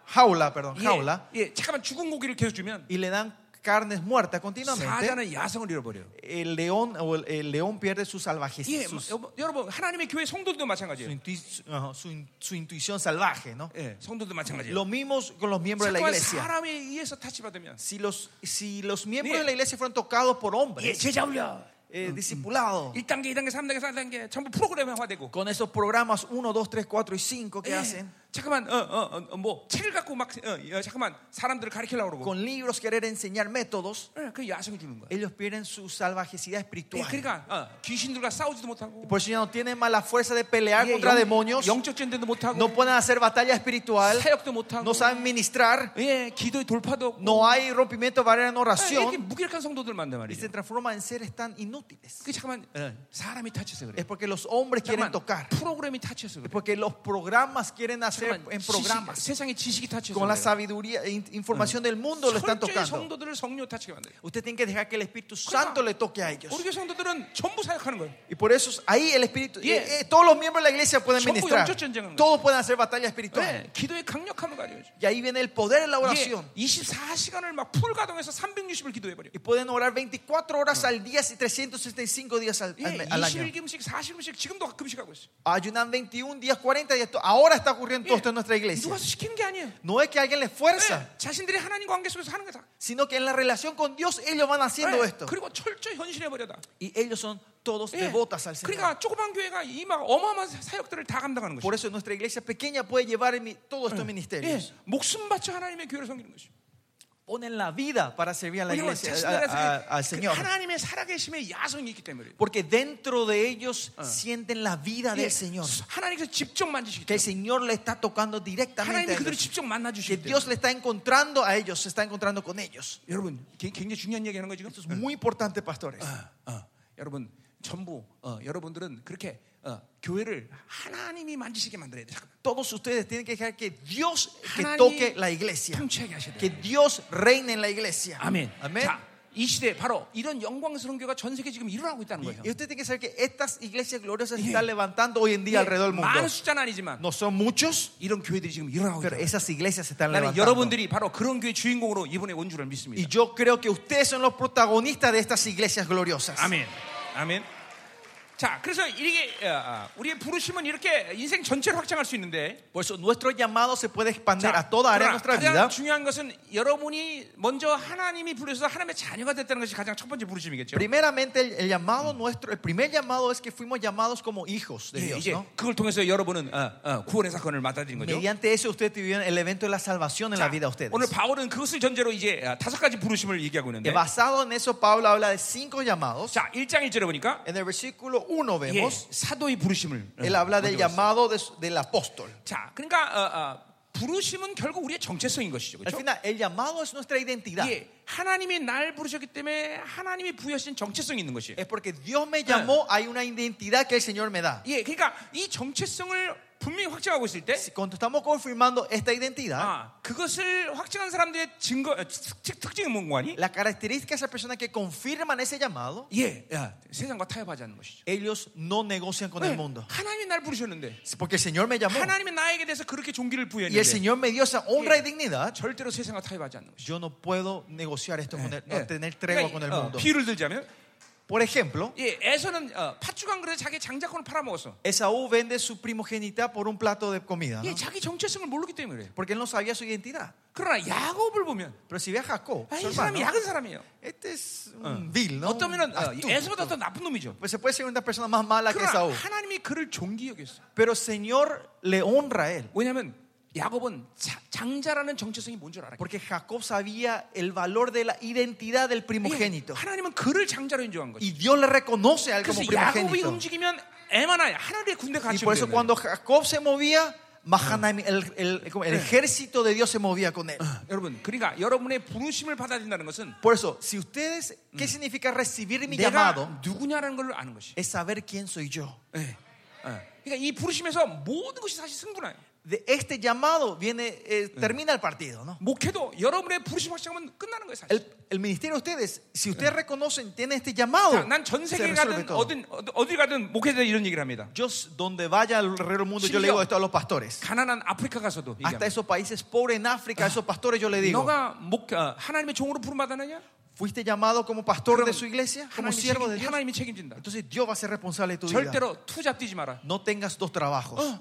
jaula, perdón, jaula, 예, 예, 잠깐만 죽은 고기를 계속 주면 y le dan carnes muertas continuamente, 사자는 야성을 잃어버려요. el león o el, el león pierde su 예, salvajecidad, 뭐, su, 여보- 여러분 하나님의 교회 성도들도 su 마찬가지예요. intu- ajá, su in- su intuición salvaje, ¿no? 예, 성도들도 마찬가지예요. Lo mismo con los miembros de la 잠깐만 iglesia. 사람에 의해서 타치받으면 Si los, si los miembros Bien. de la iglesia fueron tocados por 예, hombres, 제자 훈련 eh, discipulados, 1단계, 2단계, 3단계, 4단계 전부 프로그램화되고 con esos programas 1, 2, 3, 4 y 5 que 예, hacen, 잠깐만 어, 어, 어, 뭐 책을 갖고 막 어, 어, 잠깐만 사람들을 가르치려고 그러고 con libros querer enseñar métodos, 예, 그 야성이 주는 거야. ellos pierden su salvajecidad 예, espiritual. 그러니까 어, 귀신들과 싸우지도 못하고 Por eso ya no tienen más la fuerza de pelear 예, contra demonios, 영적 전쟁도 못하고 no pueden hacer batalla espiritual, 사역도 못하고 no saben ministrar, 예, 기도의 돌파도 없고 no hay rompimiento de barrera en 아, 이렇게 oración 무기력한 성도들 만단 y se 말이죠. transforman en seres tan inútiles. 그 잠깐만 어, 사람이 타치해서 그래. Es porque los hombres quieren 잠깐만 tocar, 프로그램이 타치해서 es 그래. porque los programas quieren hacer 잠깐만 en 지식, programas. 세상의 지식이 타치해서 con la 그래. sabiduría e in- información del mundo le están 철저히 tocando. 성도들을 성령 타치게 만들어. Usted tiene que dejar que el Espíritu Santo le toque a ellos. 우리 교회 성도들은 전부 사역하는 거예요. Y por eso ahí el Espíritu, Yeah. eh, eh, todos los miembros de la iglesia pueden Somos ministrar. 영적 전쟁하는 Todos pueden hacer batalla espiritual. 네, 기도의 강력함을 가져야죠. Y ahí viene el poder de la 이게 oración. 24시간을 막 풀 가동해서 360일 기도해버려. Y pueden orar 24 horas al día y 365 días al, 예, al- al año. 21금식, 40금식 지금도 금식하고 있어. Ayunan 21 días, 40 días. To- Ahora está ocurriendo todo esto en nuestra iglesia. 누가서 네, 시키는 게 아니에요. No es que alguien les fuerza, 예, 자신들이 하나님 관계 속에서 하는 거다. sino que en la relación con Dios ellos van haciendo 예, esto. 그리고 철저히 현실해버려다. Y ellos son todos 예, devotas al Señor. 그러니까 조그만 교회가 이 막 어마어마한 사역들을 다 감당하는 Por 것이죠. eso nuestra iglesia pequeña puede llevar en mi- todos estos 예, ministerios. 목숨 바쳐 하나님의 교회를 섬기는 것이죠. Ponen la vida para servir a la 왜냐면 iglesia, 자신들 a- a- 안에서 al 그 Señor. 하나님의 살아계심의 야성이 있기 때문에. 그래요. Porque dentro de ellos sienten la vida 예, del Señor. 하나님께서 직접 만지시기 Que el 때문에. Señor le está tocando directamente 하나님이 a 그들을 ellos. 직접 Que 만나주시기 때문에. 예, Dios le está encontrando a ellos, se está encontrando con ellos. 여러분 개- 굉장히 중요한 얘기하는 거예요 Esto 지금. es muy importante, pastores. 어, 어, 여러분 전부 어, 여러분들은 그렇게 어, 교회를 하나님이 만지시게 만들어야 돼요. 잠깐만. Todos ustedes tienen que dejar que Dios que 하나님 toque la iglesia. 통치하게 하셔야 Que 돼요. Dios reine en la iglesia. 아멘. Amén. 자, 이 시대 에 바로 이런 영광스러운 교회가 전 세계 지금 일어나고 있다는 거예요. Y usted tiene que saber que estas iglesias gloriosas se están levantando hoy en día alrededor del 예, 많은 mundo. 숫자는 아니지만 No son muchos, 이런 교회들이 지금 일어나고 pero 있다. esas iglesias se están 나는 levantando. 여러분들이 바로 그런 교회 주인공으로 이번에 온 줄을 믿습니다. Y yo creo que ustedes son los protagonistas de estas iglesias gloriosas. 아멘. 아멘. 자, 그래서 이게 어, 어, 우리의 부르심은 이렇게 인생 전체를 확장할 수 있는데 Por eso nuestro llamado se puede expandir 자, a toda área de 그러나 nuestra 가장 vida. 중요한 것은 여러분이 먼저 하나님이 부르셔서 하나님의 자녀가 됐다는 것이 가장 첫 번째 부르심이겠죠. Primeramente, el, el llamado nuestro, el primer llamado es que fuimos llamados como hijos de 예, Dios. 이제 ¿no? 그걸 통해서 여러분은 어, 어, 구원의 사건을 맞아들인 거죠. Mediante eso ustedes tuvieron el evento de la salvación en 자, la vida de ustedes. 오늘 바울은 그것을 전제로 이제 어, 다섯 가지 부르심을 얘기하고 Y 있는데, basado en eso, Pablo habla de cinco llamados. 자 1장 1절에 보니까 En el versículo 1 예, vemos, 사도의 부르심을 él 어, habla del 먼저 봤어요. llamado de su- del apóstol. 자, 그러니까 어, 어, 부르심은 결국 우리의 정체성인 것이죠, Al 그렇죠? final, el llamado es nuestra identidad. 예, 하나님이 날 부르셨기 때문에 하나님이 부여하신 정체성이 있는 것이에요. Es porque Dios me llamó, hay una identidad que el Señor me da. 예, 그러니까 이 정체성을 분명히 확증하고 있을 때 Si- Cuando estamos confirmando esta identidad, 아, 그것을 확증한 사람들의 증거 어, 특- 특- 특징이 뭔가 아니? la característica de esas personas que confirman ese llamado, 예, 야, 세상과 타협하지 않는 것이죠. ellos no negocian con el 왜? mundo. 하나님이 날 부르셨는데 Porque el Señor me llamó 하나님이 나에게 대해서 그렇게 y 종기를 el 부여했는데 Señor me dio esa honra y dignidad, 절대로 세상과 타협하지 않는 것이죠. yo no puedo negociar esto Eh, con el, no 예. tener tregua con el 그러니까 이- 어, mundo. 비유를 들자면 Por ejemplo, 예, 애서는 어, 팥죽한 그릇에 자기 장자권을 팔아먹었어. Esaú vende su primogenitura por un plato de comida, ¿no? 예, 자기 정체성을 모르기 때문에 그래요. porque él no sabía su identidad. 그러나 야곱을 보면 Pero si ve a Jacob, 아, su 이 사람이 hermano, 약은 사람이에요. este es un vil, ¿no? 어쩌면은 어, Astuto. 애서보다 더 나쁜 놈이죠. Pues se puede ser una persona más mala que 그러나 Esaú. 하나님이 그를 종기 여겼어. Pero Señor le honra a él. 왜냐하면 야곱은 자- 장자라는 정체성이 뭔 줄 알아. Porque Jacob sabía el valor de la identidad del primogénito. 예, 하나님은 그를 장자로 인정한 거지. Y Dios le reconoce a él 그래서 como 야곱이 primogénito. 움직이면 에마나 하늘의 군대 Y 같이 por eso 움직이는 cuando Jacob se movía, Mahanaim, el, el- como el ejército de Dios se movía con él. 거예요. 여러분, 그러니까 여러분의 부르심을 받아들인다는 것은 Por eso, si ustedes, ¿qué significa recibir mi 내가 llamado? 누구냐라는 걸 아는 것이. Es 사ber quién soy yo. 예. 예. 그러니까 이 부르심에서 모든 것이 사실 승부나요. De este llamado viene, eh, termina el partido, ¿no? 목회도 여러분의 부르심 확정하면 끝나는 거예요, 사실. El, el ministerio de ustedes, si ustedes reconocen, tienen este 자, llamado, 난전 se 세계 resuelve 가든 todo. 어든 어디- 어디 가든 목회자 이런 얘기를 합니다. Yo, s- donde vaya alrededor del mundo, yo le 심지어- digo esto a los pastores. 가난한 아프리카 가서도 Hasta 얘기합니다. esos países pobres en África, a esos pastores yo le digo, 너가 목 어, 하나님의 종으로 부름 받았느냐? ¿fuiste llamado como pastor de su iglesia? Como 하나님이, siervo de 책임, Dios. 하나님이 책임진다. Entonces Dios va a ser responsable de tu vida. 절대로 투잡 뛰지 마라. No tengas dos trabajos. 어,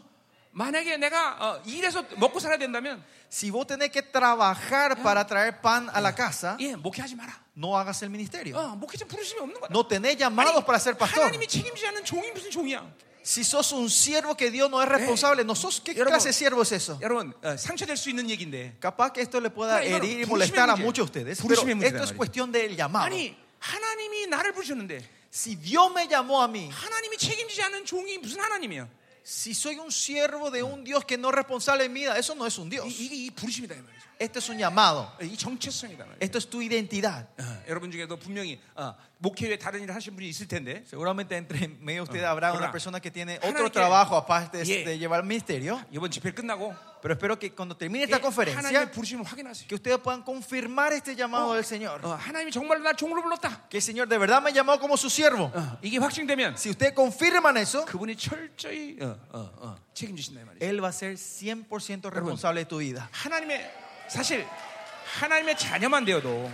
만약에 내가 어, 일해서 먹고 살아야 된다면 Si vos tenés que trabajar para traer pan a la casa, 예 목회하지 마라. no hagas el ministerio. 어, 목회 자 부르심이 없는 거야. No tenés llamados para ser pastor. 하나님이 책임지지 않는 종이 무슨 종이야? Si sos un siervo que Dios no es responsable, ¿no sos qué 여러분, clase de siervo es eso? 여러분 어, 상처될 수 있는 얘기인데 Capaz que esto le pueda Claro, herir y 부르심의 molestar a 문제. muchos de ustedes, pero 부르심의 문제란 esto es 말이죠. cuestión del llamado. 아니 하나님이 나를 부르셨는데 Si Dios me llamó a mí, 하나님이 책임지지 않는 종이 무슨 하나님이야? si soy un siervo de un Dios que no es responsable en mi vida, eso no es un 이, Dios. 이게 이 부르심이다 이 말이죠. Este es un llamado. 이 정체성이다 말이죠. Esto es tu identidad. 어, 여러분 중에도 분명히 어, 목회 외에 다른 일을 하신 분이 있을 텐데 Seguramente entre medio usted habrá Ahora, una persona que tiene 하나님께- otro trabajo aparte de- Ah, Yeah. de llevar el ministerio. 이번 집회 끝나고 Pero espero que cuando termine 예, esta 하나님의 conferencia, 부르심을 확인하세요. que ustedes puedan confirmar este Oh. llamado del Señor. 어, 하나님이 정말로 나 종으로 불렀다. Que el Señor de verdad me llamó como su siervo. 어, 이게 확증되면 Si ustedes confirman eso, 그분이 철저히 어, 어, 어, 책임지신다 이 말이죠. Él va a ser 100% responsable de tu vida. 하나님의 사실 하나님의 자녀만 되어도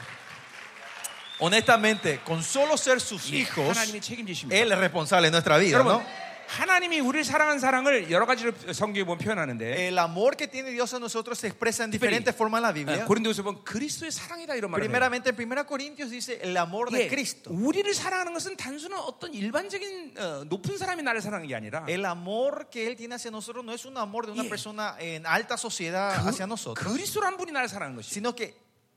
Honestamente, con solo ser sus 예, hijos, 하나님이 책임지십니다. Él es responsable de nuestra vida, 여러분 ¿no? 하나님이 우리를 사랑한 사랑을 여러 가지로 성경에 보면 표현하는데 El amor que tiene Dios a nosotros se expresa en 특별히, diferentes formas en la 어, Biblia. 고린도에서 보면 그리스도의 사랑이다 이런 말을 해요. Primeramente, en 1 Corintios dice el amor de 예, Cristo. 우리를 사랑하는 것은 단순한 어떤 일반적인 어, 높은 사람이 나를 사랑하는 게 아니라 El amor que Él tiene hacia nosotros no es un amor de una Yeah. persona en alta sociedad hacia nosotros. 그 그리스도란 분이 나를 사랑하는 것이 sino que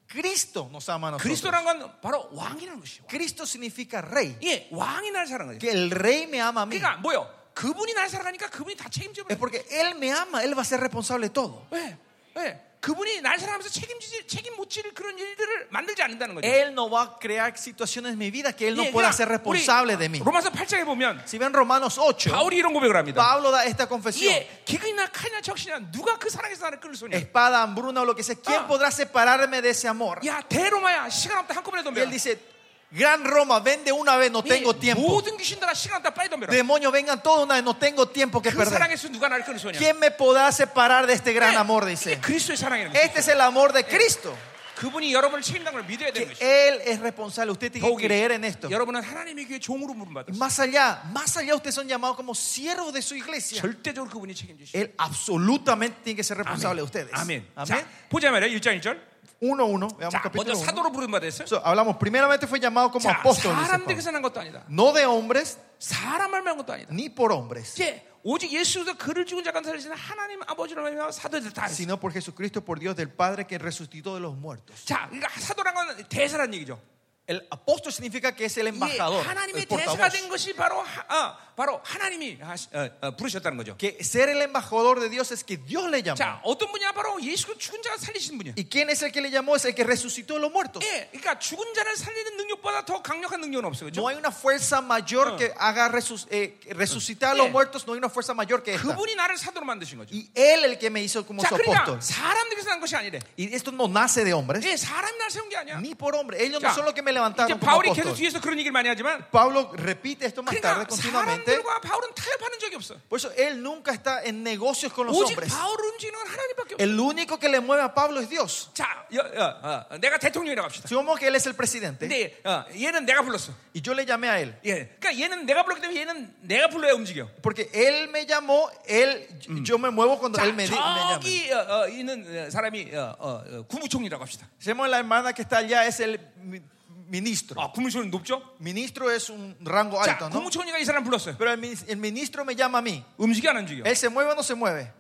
Cristo nos ama a nosotros. 그리스도란 건 바로 왕이라는 것이요. Cristo significa rey. 예, 왕이 나를 사랑하는 거예요. Que el rey me ama a mí. 그러니까 뭐요? 그분이 나를 사랑하니까 그분이 다 책임져 버려. Es porque Él me ama, Él va a ser responsable de todo. 왜? 왜? 예. 그분이 날 사랑하면서 책임지지 책임 못 지를 그런 일들을 만들지 않는다는 거죠. Él no va a crear situaciones en mi vida que Él no 예, pueda 그냥 ser responsable 우리 de mí. 로마서 8장에 보면 Si ven Romanos 8, 바울이 이런 고백을 합니다. Pablo da esta confesión. 예, 기근이나 칼이나 적시나 누가 그 사랑에서 나를 끊을 소냐? Espada, hambruna o lo que sea, ¿quién Ah. podrá separarme de ese amor? 야, 대로마야. 시간 없다. 한꺼번에 Y él 덤벼라. dice, Gran Roma, ven de una vez, no 예, tengo tiempo. 모든 귀신들아 시간 없다. 빨리 덤벼라. Demonios, vengan todos de una vez, no tengo tiempo que 그 perder. 사랑에서 누가 나를 끊을 소냐? ¿Quién me podrá separar de este gran 예, amor? 이게 Dice. 그리스도의 사랑이라는 거죠. Este es el amor de Cristo. 그분이 여러분을 책임당을 믿어야 되는 que 것이죠. Él es responsable. Usted tiene que 더욱이 creer en esto. 여러분은 하나님의 귀에 종으로 Y 부름받았어요. Más allá, más allá, ustedes son llamados como siervos de su iglesia. 절대적으로 그분이 책임지시죠. Él absolutamente tiene que ser responsable de 아멘. ustedes. 아멘. 자, Amén. 보자 말이야. 1장 1절. 1-1, veamos 자, 먼저 capítulo 1. 사도로 부름받았어요. hablamos, primeramente fue llamado como 자, apóstol. dice Pablo. 사람들에게서 난 것도 아니다. No de hombres, 사람을 만 것도 아니다. ni por hombres, 이제 오직 예수도 그를 죽은 자간 살리시는 하나님 아버지로 말미암아 사도들 다. 했어요. sino por Jesucristo, por Dios del Padre que resucitó de los muertos. 자, 그러니까 사도란 건 대사란 얘기죠. El apóstol significa que es el 이게 embajador, 예, 하나님의 el 대사가 portavoz. 된 것이 바로 하, 아, 바로 하나님이 하시- 어, 어, 부르셨다는 거죠. Que ser el embajador de Dios es que Dios le llamó. 자, 어떤 분이야? 바로 예수가 죽은 자가 살리신 예. 분이야. ¿Y quién es el que le llamó? Es el que resucitó a los muertos. 예, 그러니까 죽은 자를 살리는 능력보다 더 강력한 능력은 없어요. 그죠? No hay una fuerza mayor que haga resus- eh, que resucitar a Sí. los muertos. No hay una fuerza mayor que esta. 그분이 나를 사도로 만드신 거죠. Y él el que me hizo como 자, su 그러니까 apóstol. 사람들에서 난 것이 아니래. Y esto no nace de hombres, 예, 사람이 날 세운 게 아니야. ni por hombres. Ellos 자, no son los que me 이제 levantaron como 바울이 계속 apóstol. 뒤에서 그런 얘기를 많이 하지만 Pablo repite esto más tarde 그러니까 continuamente. 사람들과 바울은 타협하는 적이 없어. Por eso él nunca está en negocios con los 오직 hombres. 바울을 움직이는 건 하나님밖에 없어. El único que le mueve a Pablo es Dios. 자, 여, 여, 어, 내가 대통령이라고 합시다. Supongamos que él es el presidente 근데 어, 얘는 내가 불렀어. y yo le llamé a él. 예, 그러니까 얘는 내가 불렀기 때문에 얘는 내가 불러야 움직여. Porque él me llamó, él, yo me muevo cuando 자, él me, di- me llama. 저기 어, 어, 있는 어, 사람이 어, 어, 어, 국무총리라고 합시다. Hacemos la hermana que está allá, es el mi- ministro. 아, 국무총리 높죠? Ministro es un rango 자, alto, ¿no? 국무총리가 이 사람 불렀어요. Pero el, minis- el ministro me llama a mí. 움직여 안 움직여? Él se mueve o no se mueve.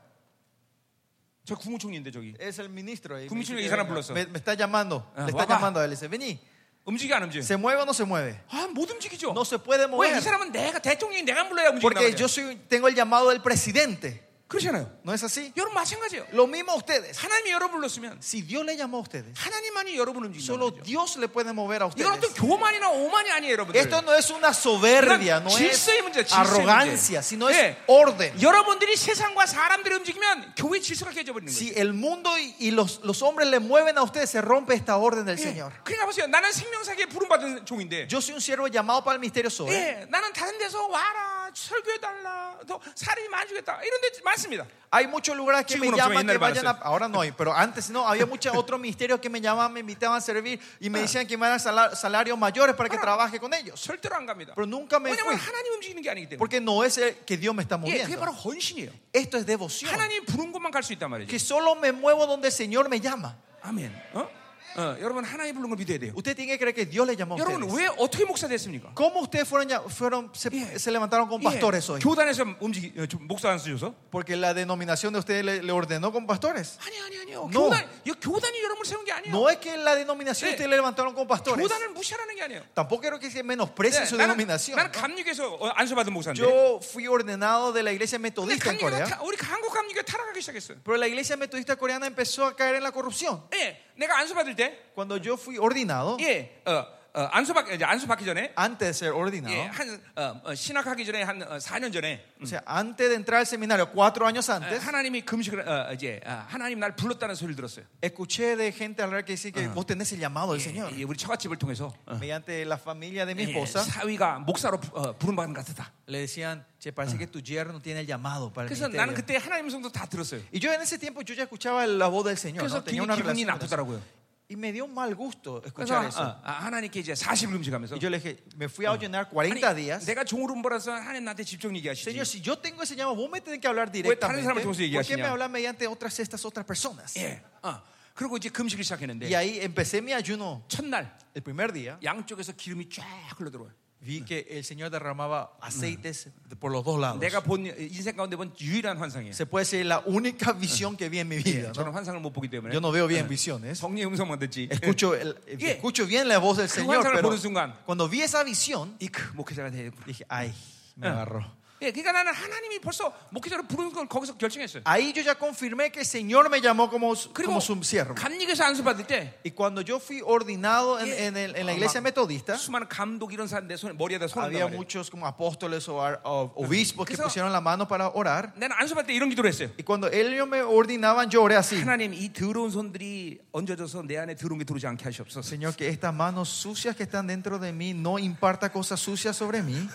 저 국무총리인데 저기 Es el ministro. ahí. Kumichiro y Saran 불렀어. me, me está llamando. Ah, le está guapa. llamando a él. Dice, vení. 움직여 안 움직여? ¿Se mueve o no se mueve? 아, 못 움직이죠. No se puede 왜 이 mover. 사람은 내가 대통령이 내가 불러야 움직인다. Porque yo soy, tengo el llamado del presidente. 그렇잖아요. ¿No es así? 여러분 마찬가지예요. Lo mismo a ustedes. 하나님이 여러 분 불렀으면 Si Dios le llamó a ustedes, 하나님만이 여러분을 움직이는 solo 거죠. Dios le puede mover a 이건 어떤 ustedes. 교만이나 오만이 아니에요, 여러분들. Esto no es una soberbia, 이건 no es 질서의 문제야, 질서의 arrogancia, 문제. sino es 예. orden. 여러분들이 세상과 사람들이 움직이면 교회 질서가 깨져버리는 거예요. Si el mundo y, y los, los hombres le mueven a ustedes, se rompe esta orden del 예. Señor. 그러니까 보세요. 나는 생명사기에 부름받은 종인데. Yo soy un siervo llamado para el misterio sobre. 예, 나는 다른 데서 와라 설교해달라 너 사람이 많이 주겠다 이런 데 많습니다 Hay muchos lugares que me Chico, no, llaman que se me llena el vayan a. Ahora no hay, pero antes no. Había muchos otros misterios que me llamaban, me invitaban a servir y me decían que me dan salar- salarios mayores para que Ahora. trabaje con ellos. 절대로 안 갑니다 Pero nunca me 왜냐면 fui. 하나님 움직이는 게 아니기 때문에 Porque no es el que Dios me está 예, 그게 바로 moviendo. 헌신이에요 Esto es devoción. 하나님 부른 곳만 갈 수 있단 말이죠 Que solo me muevo donde el Señor me llama. 아멘 어? 어, 여러분 하나님 부른 거 믿어야 돼요 Usted tiene que creer que Dios le llamó a 여러분 ustedes. 왜 어떻게 목사 됐습니까? ¿Cómo ustedes fueron, ya- fueron se, Yeah. se levantaron con 예, pastores hoy? 교단에서 움직이 어, 좀 목사 안 쓰셔서? Porque la denominación de ustedes le, le ordenó con pastores. 아니 아니 아니요 No. 어, 교단 이 교단이 여러분을 세운 게 아니에요 No es que la denominación Sí. ustedes le levantaron con pastores. 교단을 무시하라는 게 아니에요 Tampoco quiero que se menosprecien 네, su 나는, denominación. 나는 ¿no? 감리교에서 어, 안수받은 목사인데 Yo fui ordenado de la iglesia 근데 metodista en 감리교가 Corea. 타- 우리 한국 감리교가 타락하기 시작했어요 Pero la iglesia metodista coreana empezó a caer en la corrupción. 예, 내가 안수 받을 때 Cuando yo fui ordenado, 예, 어, 어, 안수 받 이제 안수 받기 전에 antes de ser 예, ordenado, 한 어, 어, 신학하기 전에 한 어, 4년 전에 o sea, antes de entrar al seminario, cuatro años 어, antes, 하나님이 금식을 어, 이제 어, 하나님 날 불렀다는 소리를 들었어요. escuché de gente hablar que dice que vos tenés el llamado del Señor. 예, 우리 처갓집을 통해서 어, Mediante la familia de mi 예, esposa, 사위가 목사로 부- 어, 부름받은 것 같았다. le decían, che, parece que tu yerno tiene el llamado para el 그래서 나는 ministerio. 그때 하나님 성도 다 들었어요. Y yo en ese tiempo yo ya escuchaba la voz del Señor, 그래서 ¿no? tenía 굉장히 una Ah. 기분이 relación. con eso. 나쁘더라고요. Y me dio un mal gusto 그래서 escuchar eso. 아, 아, 하나님께 이제 40일 금식하면서 Y yo le dije, me fui a ayunar 아니, 40 días. 내가 종으로 벌어서 하나님 나한테 직접 얘기하시지. Señor, si yo tengo ese llamado, vos me tenés que hablar 다른 사람을 directamente. 통해서 ¿Por qué 얘기하시냐? me hablas mediante otras estas otras personas? 예, 어. 그리고 이제 금식을 시작했는데 Y ahí empecé mi ayuno. 첫날 El primer día 양쪽에서 기름이 쫙 흘러 들어와요. vi que el Señor derramaba aceites por los dos lados. 내가 본 인생 가운데 본 유일한 환상이에요. Se puede decir la única visión que vi en mi vida. ¿no? 저는 환상을 못 보기 때문에 Yo no veo bien visiones. 성령의 음성만 듣지. Escucho, el- Yeah. escucho bien la voz del Señor, 환상을 pero 보는 순간. cuando vi esa visión, 이 그 목회자가 되겠구나. dije, ay, me agarró. 예, 그러니까 나는 하나님이 벌써 목회자로 부르는 걸 거기서 결정했어요. Ahí yo ya confirmé que el Señor me llamó como, su- 그리고 como su siervo. 감리교에서 안수 받을 때 Y cuando yo fui ordenado en, en el- en la iglesia metodista, 수많은 감독 이런 사람 내 손에 머리에다 손을 había 얹어요. muchos como apóstoles o, ar- o obispos que 그래서- pusieron la mano para orar. 나는 안수 받을 때 이런 기도를 했어요. Y cuando ellos me ordenaban, yo oré así. 하나님 이 더러운 손들이 얹어져서 내 안에 더러운 게 들어오지 않게 하시옵소서. Señor, que estas manos sucias que están dentro de mí no imparta cosas sucias sobre mí.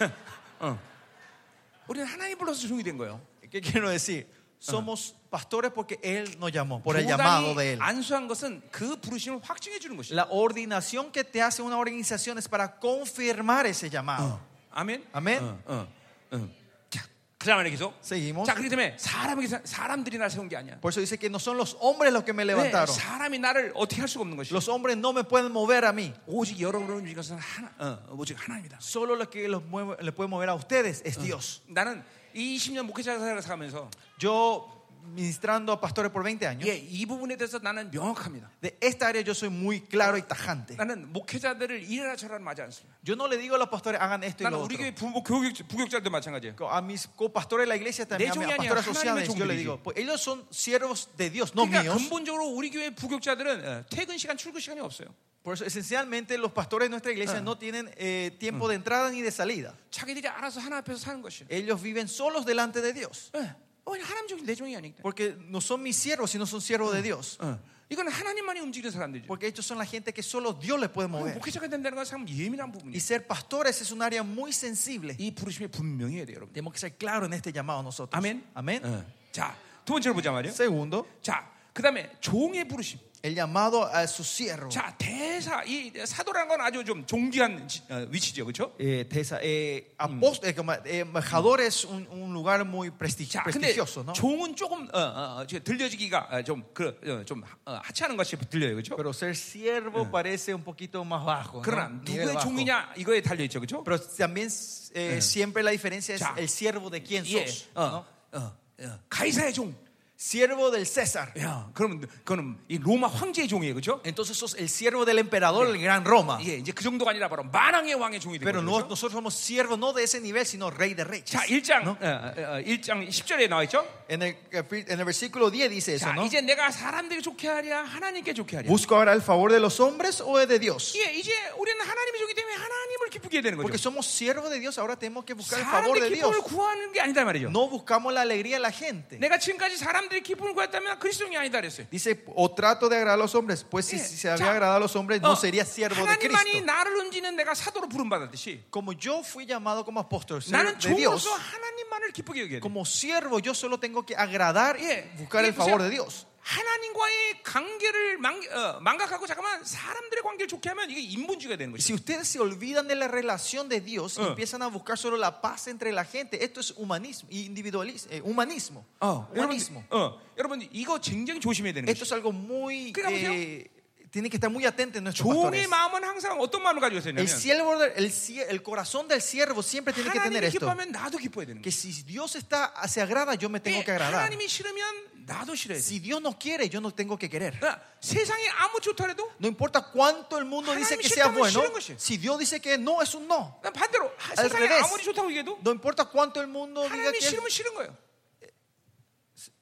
우리는 하나님 불러서 종이 된 거예요. ¿Qué quiero decir? Somos pastores porque Él nos llamó, por el llamado de 교단이 Él. 안수한 것은 그 부르심을 확증해 주는 것이에요. La ordinación que te hace una organización es para confirmar ese llamado. 아멘. 아멘. 어, 어, 어. 자, 그다음 안에 계속. Seguimos. 자, 그렇기 때문에 사람에게 사- 사람들이 날 세운 게 아니야. Por eso dice que no son los hombres los que me 네, levantaron. 사람이 나를 어떻게 할 수가 없는 것이. Los hombres no me pueden mover a mí. 오직 여러분을 움직인 것은 하나, 어, 오직 하나입니다. Solo lo que los mueve, Ah. le puede mover a ustedes es Dios. 나는 이 20년 목회자 사역을 하면서 Yo ministrando a pastores por 20 años. 예, 이 부분에 대해서 나는 명확합니다. De esta área yo soy muy claro y tajante. 나는 목회자들을 이래라 저래라 맞지 않습니다. Yo no le digo a los pastores hagan esto y 나는 lo 우리 otro. 교회 부목 교육 부격자들도 마찬가지예요. A mis copastores de la iglesia también, a mis 내 종이 아니야, pastores asociadas, 하나님의 yo le 종들이지. digo, pues ellos son siervos de Dios, no 그러니까 míos. 근본적으로 우리 교회 부격자들은 어, 퇴근 시간 출근 시간이 없어요. Por eso, esencialmente, los pastores de nuestra iglesia no tienen eh, tiempo de entrada ni de salida. 자기들이 알아서 하나 앞에서 사는 것이. Ellos viven solos delante de Dios. 예. 어, 하나님 종이 내 종이 아니기 때문에. Porque no son mis siervos, sino son siervos de Dios. 어. 이건 하나님만이 움직이는 사람들이죠. Porque ellos son la gente que solo Dios les puede mover. 목회자가 된다는 건 참 Y 예민한 뭐, 예. 부분이에요. ser pastores es un área muy sensible. 이 부르심이 분명히 해야 돼요, 여러분. Tenemos que ser claros en este llamado nosotros. 아멘. Ah. 예. 자, 두 번째로 보자 말이요. Segundo, 자, 그다음에 종의 부르심. el llamado a su siervo. 자, 대사 이 사도라는 건 아주 좀 존귀한 지- 어, 위치죠. 그렇죠? Eh, Tesa, eh, apóst- eh, como, eh, embajador es un, un lugar muy presti- 자, 근데 prestigioso, ¿no? 종은 조금 어, 어, 어, 지금 들려지기가 어, 좀 그, 어, 좀 어, 하찮은 것이 들려요. 그렇죠? Pero ser siervo parece un poquito más bajo. ¿no? 그러나 Nivel 누구의 bajo. 종이냐 이거에 달려 있죠. 그렇죠? Pero también eh, siempre la diferencia es Ya. el siervo de quién 예. sos. 어, ¿no? 어, 어, 가이사의 종. Siervo del César. 야, 그러면 그거는 이 로마 황제의 종이에요. 그렇죠? Entonces sos el siervo del emperador del gran Roma. 예, 이제 그 정도가 아니라 바로 만왕의 왕의 종이 Pero no- 되거든요. 그렇죠? nosotros somos siervos no de ese nivel, sino rey de reyes. 자, 1장 어, 어, 어, 1장 10절에 나와 있죠? En el, capi- en el versículo 10 dice eso, 자, ¿no? 이제 내가 사람들이 좋게 하랴 하나님께 좋게 하랴. ¿Busco ahora el favor de los hombres o de Dios? 예, 이제 우리는 하나님의 종이기 때문에 하나님을 기쁘게 그러니까 해야 되는 Porque 거죠. somos siervos de Dios, ahora tenemos que buscar el favor 사람의 de Dios. 기쁨을 구하는 게 아니다 말이죠. No buscamos la alegría de la gente. 내가 지금까지 사람들의 기쁨을 구했다면 그리스도인이 아니다 그랬어요. Dice, o trato de agradar a los hombres, pues si, Yeah. si se había Ya. agradado a los hombres, 어, no sería siervo de 하나님만이 Cristo. 나를 움직이는 내가 사도로 부름받았듯이 Como yo fui llamado como apóstol ser 나는 de Dios, 종으로서 하나님만을 기쁘게 여겨야 돼. como siervo yo solo tengo que agradar Yeah. Eh, y buscar Yeah, el pues, favor ya. de Dios. 하나님과의 관계를 망, 어, 망각하고 잠깐만 사람들의 관계를 좋게 하면 이게 인본주의가 되는 거죠. Si ustedes se olvidan de la relación de Dios y Uh. empiezan a buscar solo la paz entre la gente, esto es humanismo, individualismo, eh, humanismo. 어, 여러분, humanismo. 어, 여러분 이거 굉장히 조심해야 되는 Esto 거죠. es algo muy... Claro, pues, ya. eh, tienen que estar muy atentos en nuestros pastores. 종의 마음은 항상 어떤 마음을 가지고 있어야 El, 되냐면 siervo del- el, sie- el corazón del siervo siempre tiene que tener 하나님이 esto. 기뻐하면 나도 기뻐야 되는 Que 거예요. si Dios está, se agrada, yo me tengo que agradar. 하나님이 싫으면 나도 싫어야 돼. Si Dios no quiere, yo no tengo que querer. 그러니까 세상에 아무 좋더라도 No importa cuánto el mundo dice que sea bueno, si Dios dice que no, es un no. 난 반대로 하- Al 세상에 revés. 아무리 좋다고 얘기해도 No importa cuánto el mundo diga 하나님이 que él 싫으면 싫은 거예요.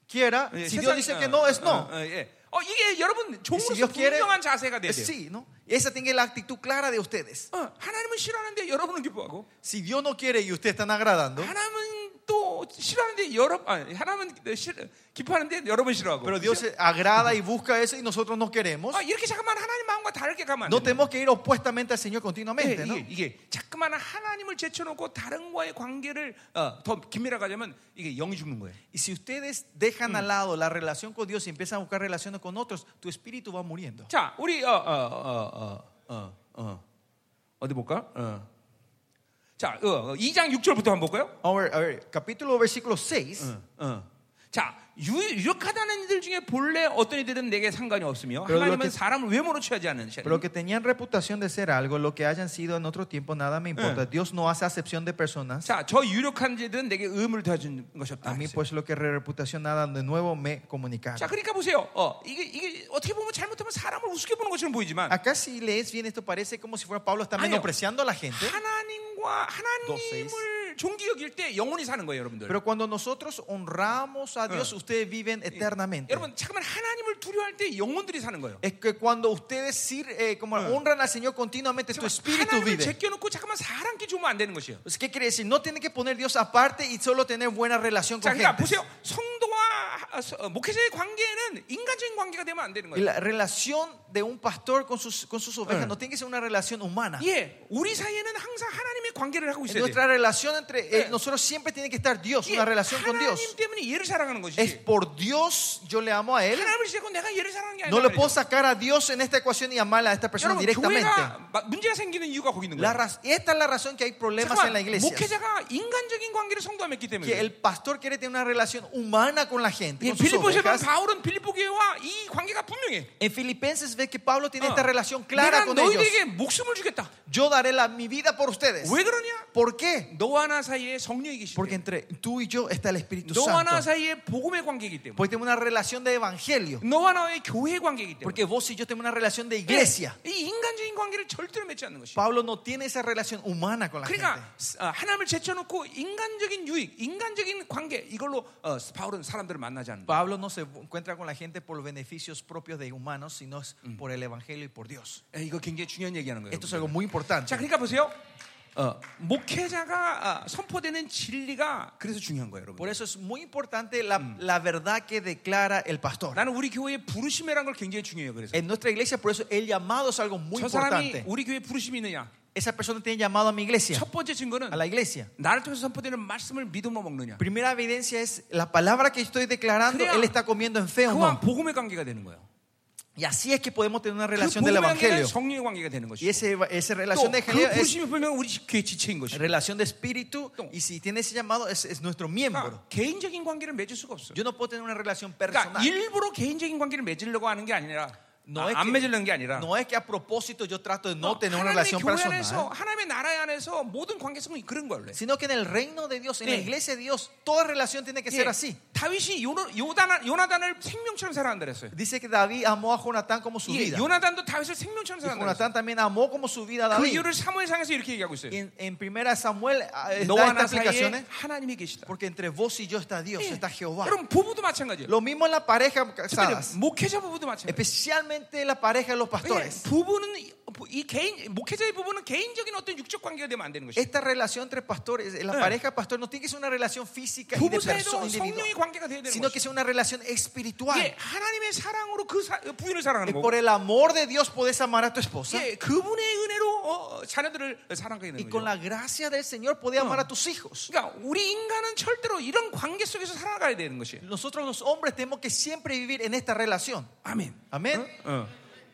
quiera, 예, si 세상에- Dios dice que 어, no, es no. 어, 어, 예. 어, 이게 여러분 Y Ah, si 종으로서 Dios quiere, 분명한 자세가 아, 돼야 es 돼요. sí, ¿no? Esa tiene la actitud clara de ustedes. 어, 하나님은 싫어하는데 여러분은 기뻐하고 Si Dios no quiere y ustedes están agradando, 하나님은 또 싫어하는데 여러 아 하나님은 싫, 기뻐하는데 여러분 싫어하고. pero Dios se agrada y busca eso y nosotros no queremos, 아, 이렇게 잠깐만 하나님 마음과 다르게 가면 안 no 돼요. tenemos que ir opuestamente al Señor 예, continuamente, ¿no? 이게, 이게 자꾸만 하나님을 제쳐놓고 다른과의 관계를 어, 더 긴밀하게 하자면 이게 영이 죽는 거예요. Y si ustedes dejan al lado la relación con Dios y empiezan a buscar relaciones con otros, tu espíritu va muriendo. 자, 우리 어, 어, 어, 어, 어, 어. 어디 볼까? 어. 자, 어, 2장 6절부터 한번 볼까요? A ver, a ver, capítulo versículo 6. 어, 어. 자, 유, 유력하다는 이들 중에 본래 어떤 이들은 내게 상관이 없으며 그럼 하나님은 이렇게- 사람을 외모로 취하지 않는 자. Pero que tenían reputación de ser algo, lo que hayan sido en otro tiempo, nada me importa. Dios no hace acepción de personas. 자, 저 유력한 이들은 내게 의무를 다준 것이 없다. A mí, 했어요. pues, lo que re- reputación nada de nuevo me 자, comunicaron. 그러니까 보세요. 어, 이게 이게 어떻게 보면 잘못하면 사람을 우습게 보는 것처럼 보이지만 Acá, si lees bien, esto parece como si fuera Pablo está Año. menospreciando a la gente. 하나님과 하나님을 Doceis. 존귀 여길 때 영혼이 사는 거예요, 여러분들. Pero cuando nosotros honramos a Dios, ustedes viven eternamente. 여러분, 잠깐만 하나님을 두려워할 때 영혼들이 사는 거예요. Es que cuando ustedes sir- eh, como honran al Señor continuamente, tu espíritu 하나님을 vive. 제껴놓고 잠깐만 사람끼리 주면 안 되는 것이에요. Pues, ¿Qué quiere decir? No tiene que poner Dios aparte y solo tener buena relación 자, con 그러니까 gente. 보세요. 성도와 아, 서- 어, 목회자의 관계는 인간적인 관계가 되면 안 되는 Y 거예요. La relación de un pastor con sus, con sus ovejas no tiene que ser una relación humana. 예, 우리 사이에는 항상 하나님의 관계를 하고 En 있어야 돼. nuestra relación entre eh, Eh. nosotros siempre tiene que estar Dios, 예, una relación con Dios. 하나님 때문에 얘를 사랑하는 Es 것이지. por Dios yo le amo a Él. 하나님을 제고 내가 얘를 사랑하는 게 No le 아니라. puedo sacar a Dios en esta ecuación y amar a esta persona 여러분, 그렇죠. directamente. 교회가 마- 문제가 생기는 이유가 거기 있는 La 거예요. raz- esta es la razón que hay problemas en la 잠깐만, iglesia. 목회자가 인간적인 관계를 성도와 맺기 때문에 Que el pastor quiere tener una relación humana con la gente, 예, con sus 빌립보서 보면 ovejas. 바울은 빌립보 교회와 이 관계가 분명해. En Filipenses ve que Pablo tiene 어, esta relación clara 내가 con ellos. 너희들에게 목숨을 주겠다. Yo daré la, mi vida por ustedes. 왜 그러냐? ¿Por qué? 너와 나 사이에 성령이 계시기 Porque 때문에. entre tú y yo está el Espíritu 너와 나 Santo. 사이에 복음의 관계이기 때문에. Porque tengo una relación de evangelio. 너와 나의 교회 관계이기 때문에. 예, Porque vos y yo tenemos una relación de iglesia. 이 인간적인 관계를 절대로 맺지 않는 것이. Pablo no tiene esa relación humana con la gente. 그러니까 아, 하나님을 제쳐놓고 인간적인 유익, 인간적인 관계 이걸로 어, 바울은 사람들을 만나지 않는다. Pablo no se encuentra con la gente por los beneficios propios de humanos, sino es por el evangelio y por Dios. 예, 이거 굉장히 중요한 얘기하는 거예요. Esto es algo 여러분들. muy 자, importante. 그러니까 보세요. 어, 목회자가 아, 선포되는 진리가 그래서 중요한 거예요, 여러분. Por eso es muy importante la, la verdad que declara el pastor. 나는 우리 교회의 부르심이라는 걸 굉장히 중요해요. 그래서 En nuestra iglesia, por eso el llamado es algo muy 저 사람이 importante. 우리 교회 부르심이 있느냐? Esa persona tiene llamado a mi iglesia, 첫 번째 증거는 a la iglesia. 나를 통해서 선포되는 말씀을 믿음으로 먹느냐? Primera evidencia es la palabra que estoy declarando, Crea. él está comiendo en fe o 그와 no. 복음의 관계가 되는 거예요. Y así es que podemos tener una 그 relación del 복음의 관계는 evangelio. 성령의 관계가 되는 Y 것이고 ese, esa relación de evangelio 또그 es 부르심이 분명 우리 교회 지체인 것이고 relación de espíritu. Y si tiene ese llamado, es, es nuestro miembro. 그러니까 개인적인 관계를 맺을 수가 없어요. Yo no puedo tener una relación 그러니까 personal. 일부러 개인적인 관계를 맺으려고 하는 게 아니라 너의 아, 안 개- 맺으려는 게 아니라 No es que a propósito yo trato de no 어, tener una 하나님의 relación 교회 안에서 personal, 하나님의 나라 안에서 모든 관계성이 그런 거예요. 원래. sino que en el reino de Dios, en la 예. iglesia de Dios, toda relación tiene que 예, ser así. 다윗이 요노, 요단, 요나단을 생명처럼 사랑한다 그랬어요. Dice que David amó a Jonatán como su 예, vida. 요나단도 다윗을 생명처럼 Y 사랑한다. 그랬어요. Jonatán también amó como su vida a 그 David. 이유를 사무엘상에서 이렇게 얘기하고 있어요. Y En, en primera Samuel eh, da ¿eh? estas 너와 나 사이에 explicaciones 하나님이 계시다. porque entre vos y yo está Dios, 예, está Jehová. 여러분 부부도 마찬가지예요. Lo mismo en la pareja 특별히 casadas, 목회자 부부도 마찬가지예요. especialmente la pareja de los 예, pastores. 부부는 이- 이 개인 목회자의 부부는 개인적인 어떤 육적 관계가 되면 안 되는 것이에요. Esta relación entre pastores, la 예. pareja pastor no tiene que ser una relación física y de 부부 사이도 persona individual, 성령의 관계가 돼야 되는 sino que 것이에요. sea una relación espiritual. 예, 하나님의 사랑으로 그 사- 부인을 사랑하는 Eh, 거고 Por el amor de Dios podés amar a tu esposa. 예, 그분의 은혜로 어, 자녀들을 사랑하게 Y 되는 con 거죠. la gracia del Señor podés amar a tus hijos. 그러니까 우리 인간은 절대로 이런 관계 속에서 살아가야 되는 것이에요. Nosotros los hombres tenemos que siempre vivir en esta relación. 아멘. Amén. 어,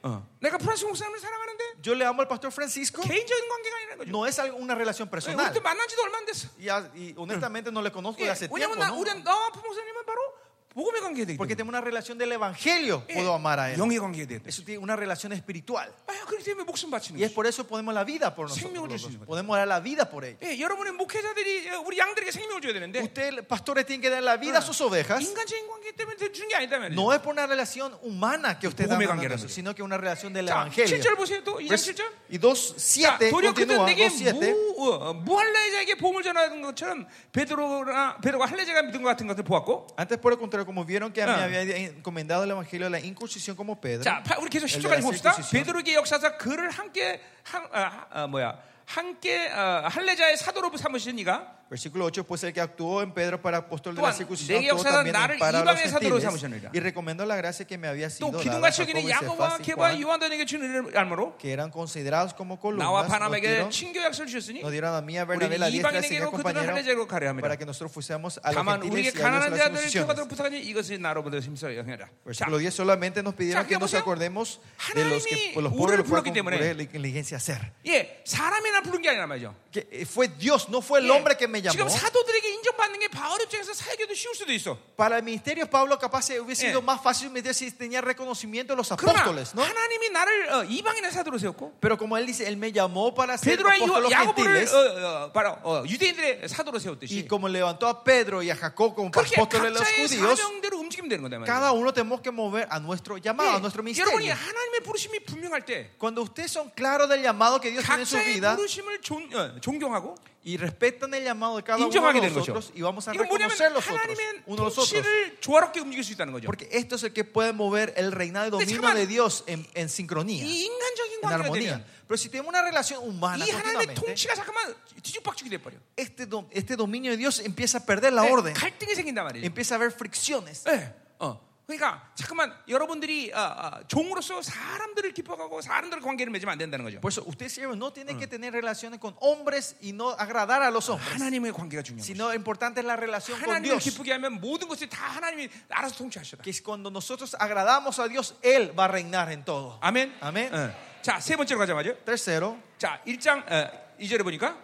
어. 내가 프랑스 목사님을 사랑하는데 Yo le amo al pastor 그 Francisco. 개인적인 관계가 아니라는 거죠. No es algo- una relación 예, personal. 우리도 만난 지도 얼마 안 됐어. Y, a- y honestamente no le conozco de 예, hace tiempo. 왜냐면 나, ¿no? 우리 나 목사님은 바로 복음의 관계에 되기 Porque 때문에 tengo una relación del evangelio. 예, Puedo amar a él. 영의 관계에 대해. Eso tiene una relación espiritual. 아, 그렇기 때문에 목숨 바치는 Y es 거죠. por eso podemos la vida por 생명을 nosotros. 주시는 거죠. Podemos dar la vida por ellos. 예, 여러분의 목회자들이 예, 우리 양들에게 생명을 줘야 되는데 Ustedes, pastores, tienen que dar la vida a sus ovejas. 인간적인 관계 때문에 주는 게 아니다면. No es por una relación humana que usted da 복음의 una 관계라는 relación, 거죠. sino que una relación del 자, evangelio. 7절 보세요. 또 2장 Vers- 7절. Y 2, 자, 7, 도리어 그는 continúa, 내게 2, 7. 무, 어, 무할례자에게 복음을 전하는 것처럼 베드로나 베드로가 할례자가 믿은 것 같은 것을 보았고 Antes, por el contrario, como vieron que a mí Ah. había encomendado el evangelio de la incursión como Pedro, 자 파- 우리 계속 10절까지 엘레나 봅시다 세크시시오. 베드로에게 역사사 그를 함께 한, 아, 아, 뭐야 함께 어, 할례자의 사도로 삼으신 이가 versículo 8, pues el que actuó en Pedro para apóstol de 또한 la circuncisión 내게 actuó 역사한 también 나를 en para los 이방의 사도로 gentiles 삼으셨느니라. y recomendó la gracia que me había 또 sido dada 기둥과 a segu이는 Jacobo y 야고보와 Cefas y 개바 Juan, 요한단에게 주는 이를 알므로 que eran considerados como 나와 columnas, nos 바나에게 dieron, 친교 약속을 주셨으니 nos dieron a mí a Bernabé 우리는 la diestra y 이방인에게로 그들을 할례자로 가려 compañero 합니다 para que nosotros fuésemos a los 다만 gentiles y a 우리에게 ellos a 가난한 las 자들을 circuncisiones. 켜가도록 부탁하니 이것이 나로부터 힘써 영해라 자, Versículo 10 solamente nos pidieron 자, que nos 보세요. acordemos de los que 하나님이 por los pobres 우리를 los 부르기 fueron con 때문에. poder la inteligencia hacer. 예, 사람이 나 부른 게 아니란 말이죠. Que eh, fue Dios, no fue el hombre que me 예, 지금 llamó. 사도들에게 인정받는 게 바울 입장에서 사역에도 쉬울 수도 있어. Para el ministerio Pablo capaz se hubiese 예. sido más fácil meter si tenía reconocimiento de los 그러나 apóstoles, ¿no? 하나님이 나를 어, 이방인의 사도로 세웠고 Pero como él dice, él me llamó para ser 베드로와 apóstol de los 야고보를 gentiles 어, 어, 바로 어, 유대인들의 사도로 y 세웠듯이 como levantó a Pedro y a Jacob como 그렇게 apóstoles de los 각자의 judíos, 사명대로 움직이면 되는 거다 말이야. cada 우no tenemos que mover a nuestro llamado, a nuestro 예, 여러분이 ministerio. 하나님의 부르심이 분명할 때 Cuando ustedes son claros del llamado que Dios tiene en su 각자의 vida 부르심을 존, 어, 존경하고 y respetan el llamado de cada uno 인정하게 de 되는 거죠. nosotros y vamos a 이건 뭐냐면 reconocer los otros, 하나님의 uno de los otros. 통치를 조화롭게 움직일 수 있다는 거죠. Porque esto es el que puede mover el reinado y 근데 dominio 잠깐만, de Dios en, en sincronía, 이 인간적인 en 관계가 armonía. 되면 Pero si tenemos una relación humana, 이 하나님의 continuamente, 통치가 잠깐만 뒤죽박죽이 돼버려. este, do- este dominio de Dios empieza a perder la 네, orden, 갈등이 생긴단 말이에요. empieza a haber fricciones. 네. 어. 그러니까 잠깐만 여러분들이 아, 아, 종으로서 사람들을 기뻐하고 사람들 관계를 맺으면 안 된다는 거죠. Por eso, usted siervo no tiene que tener relaciones con hombres y no agradar a los hombres, 하나님의 관계가 중요한 거죠. sino importante es la 어, relación con 하나님을 Dios. 기쁘게 하면 모든 것이 다 하나님이 알아서 통치하시다. Que es cuando nosotros agradamos a Dios, Él va a reinar en todo. 아멘. 네. 아멘. 어. 자, 세 번째로 가자 말이요. Tercero, 자, 1장 어, 2절에 보니까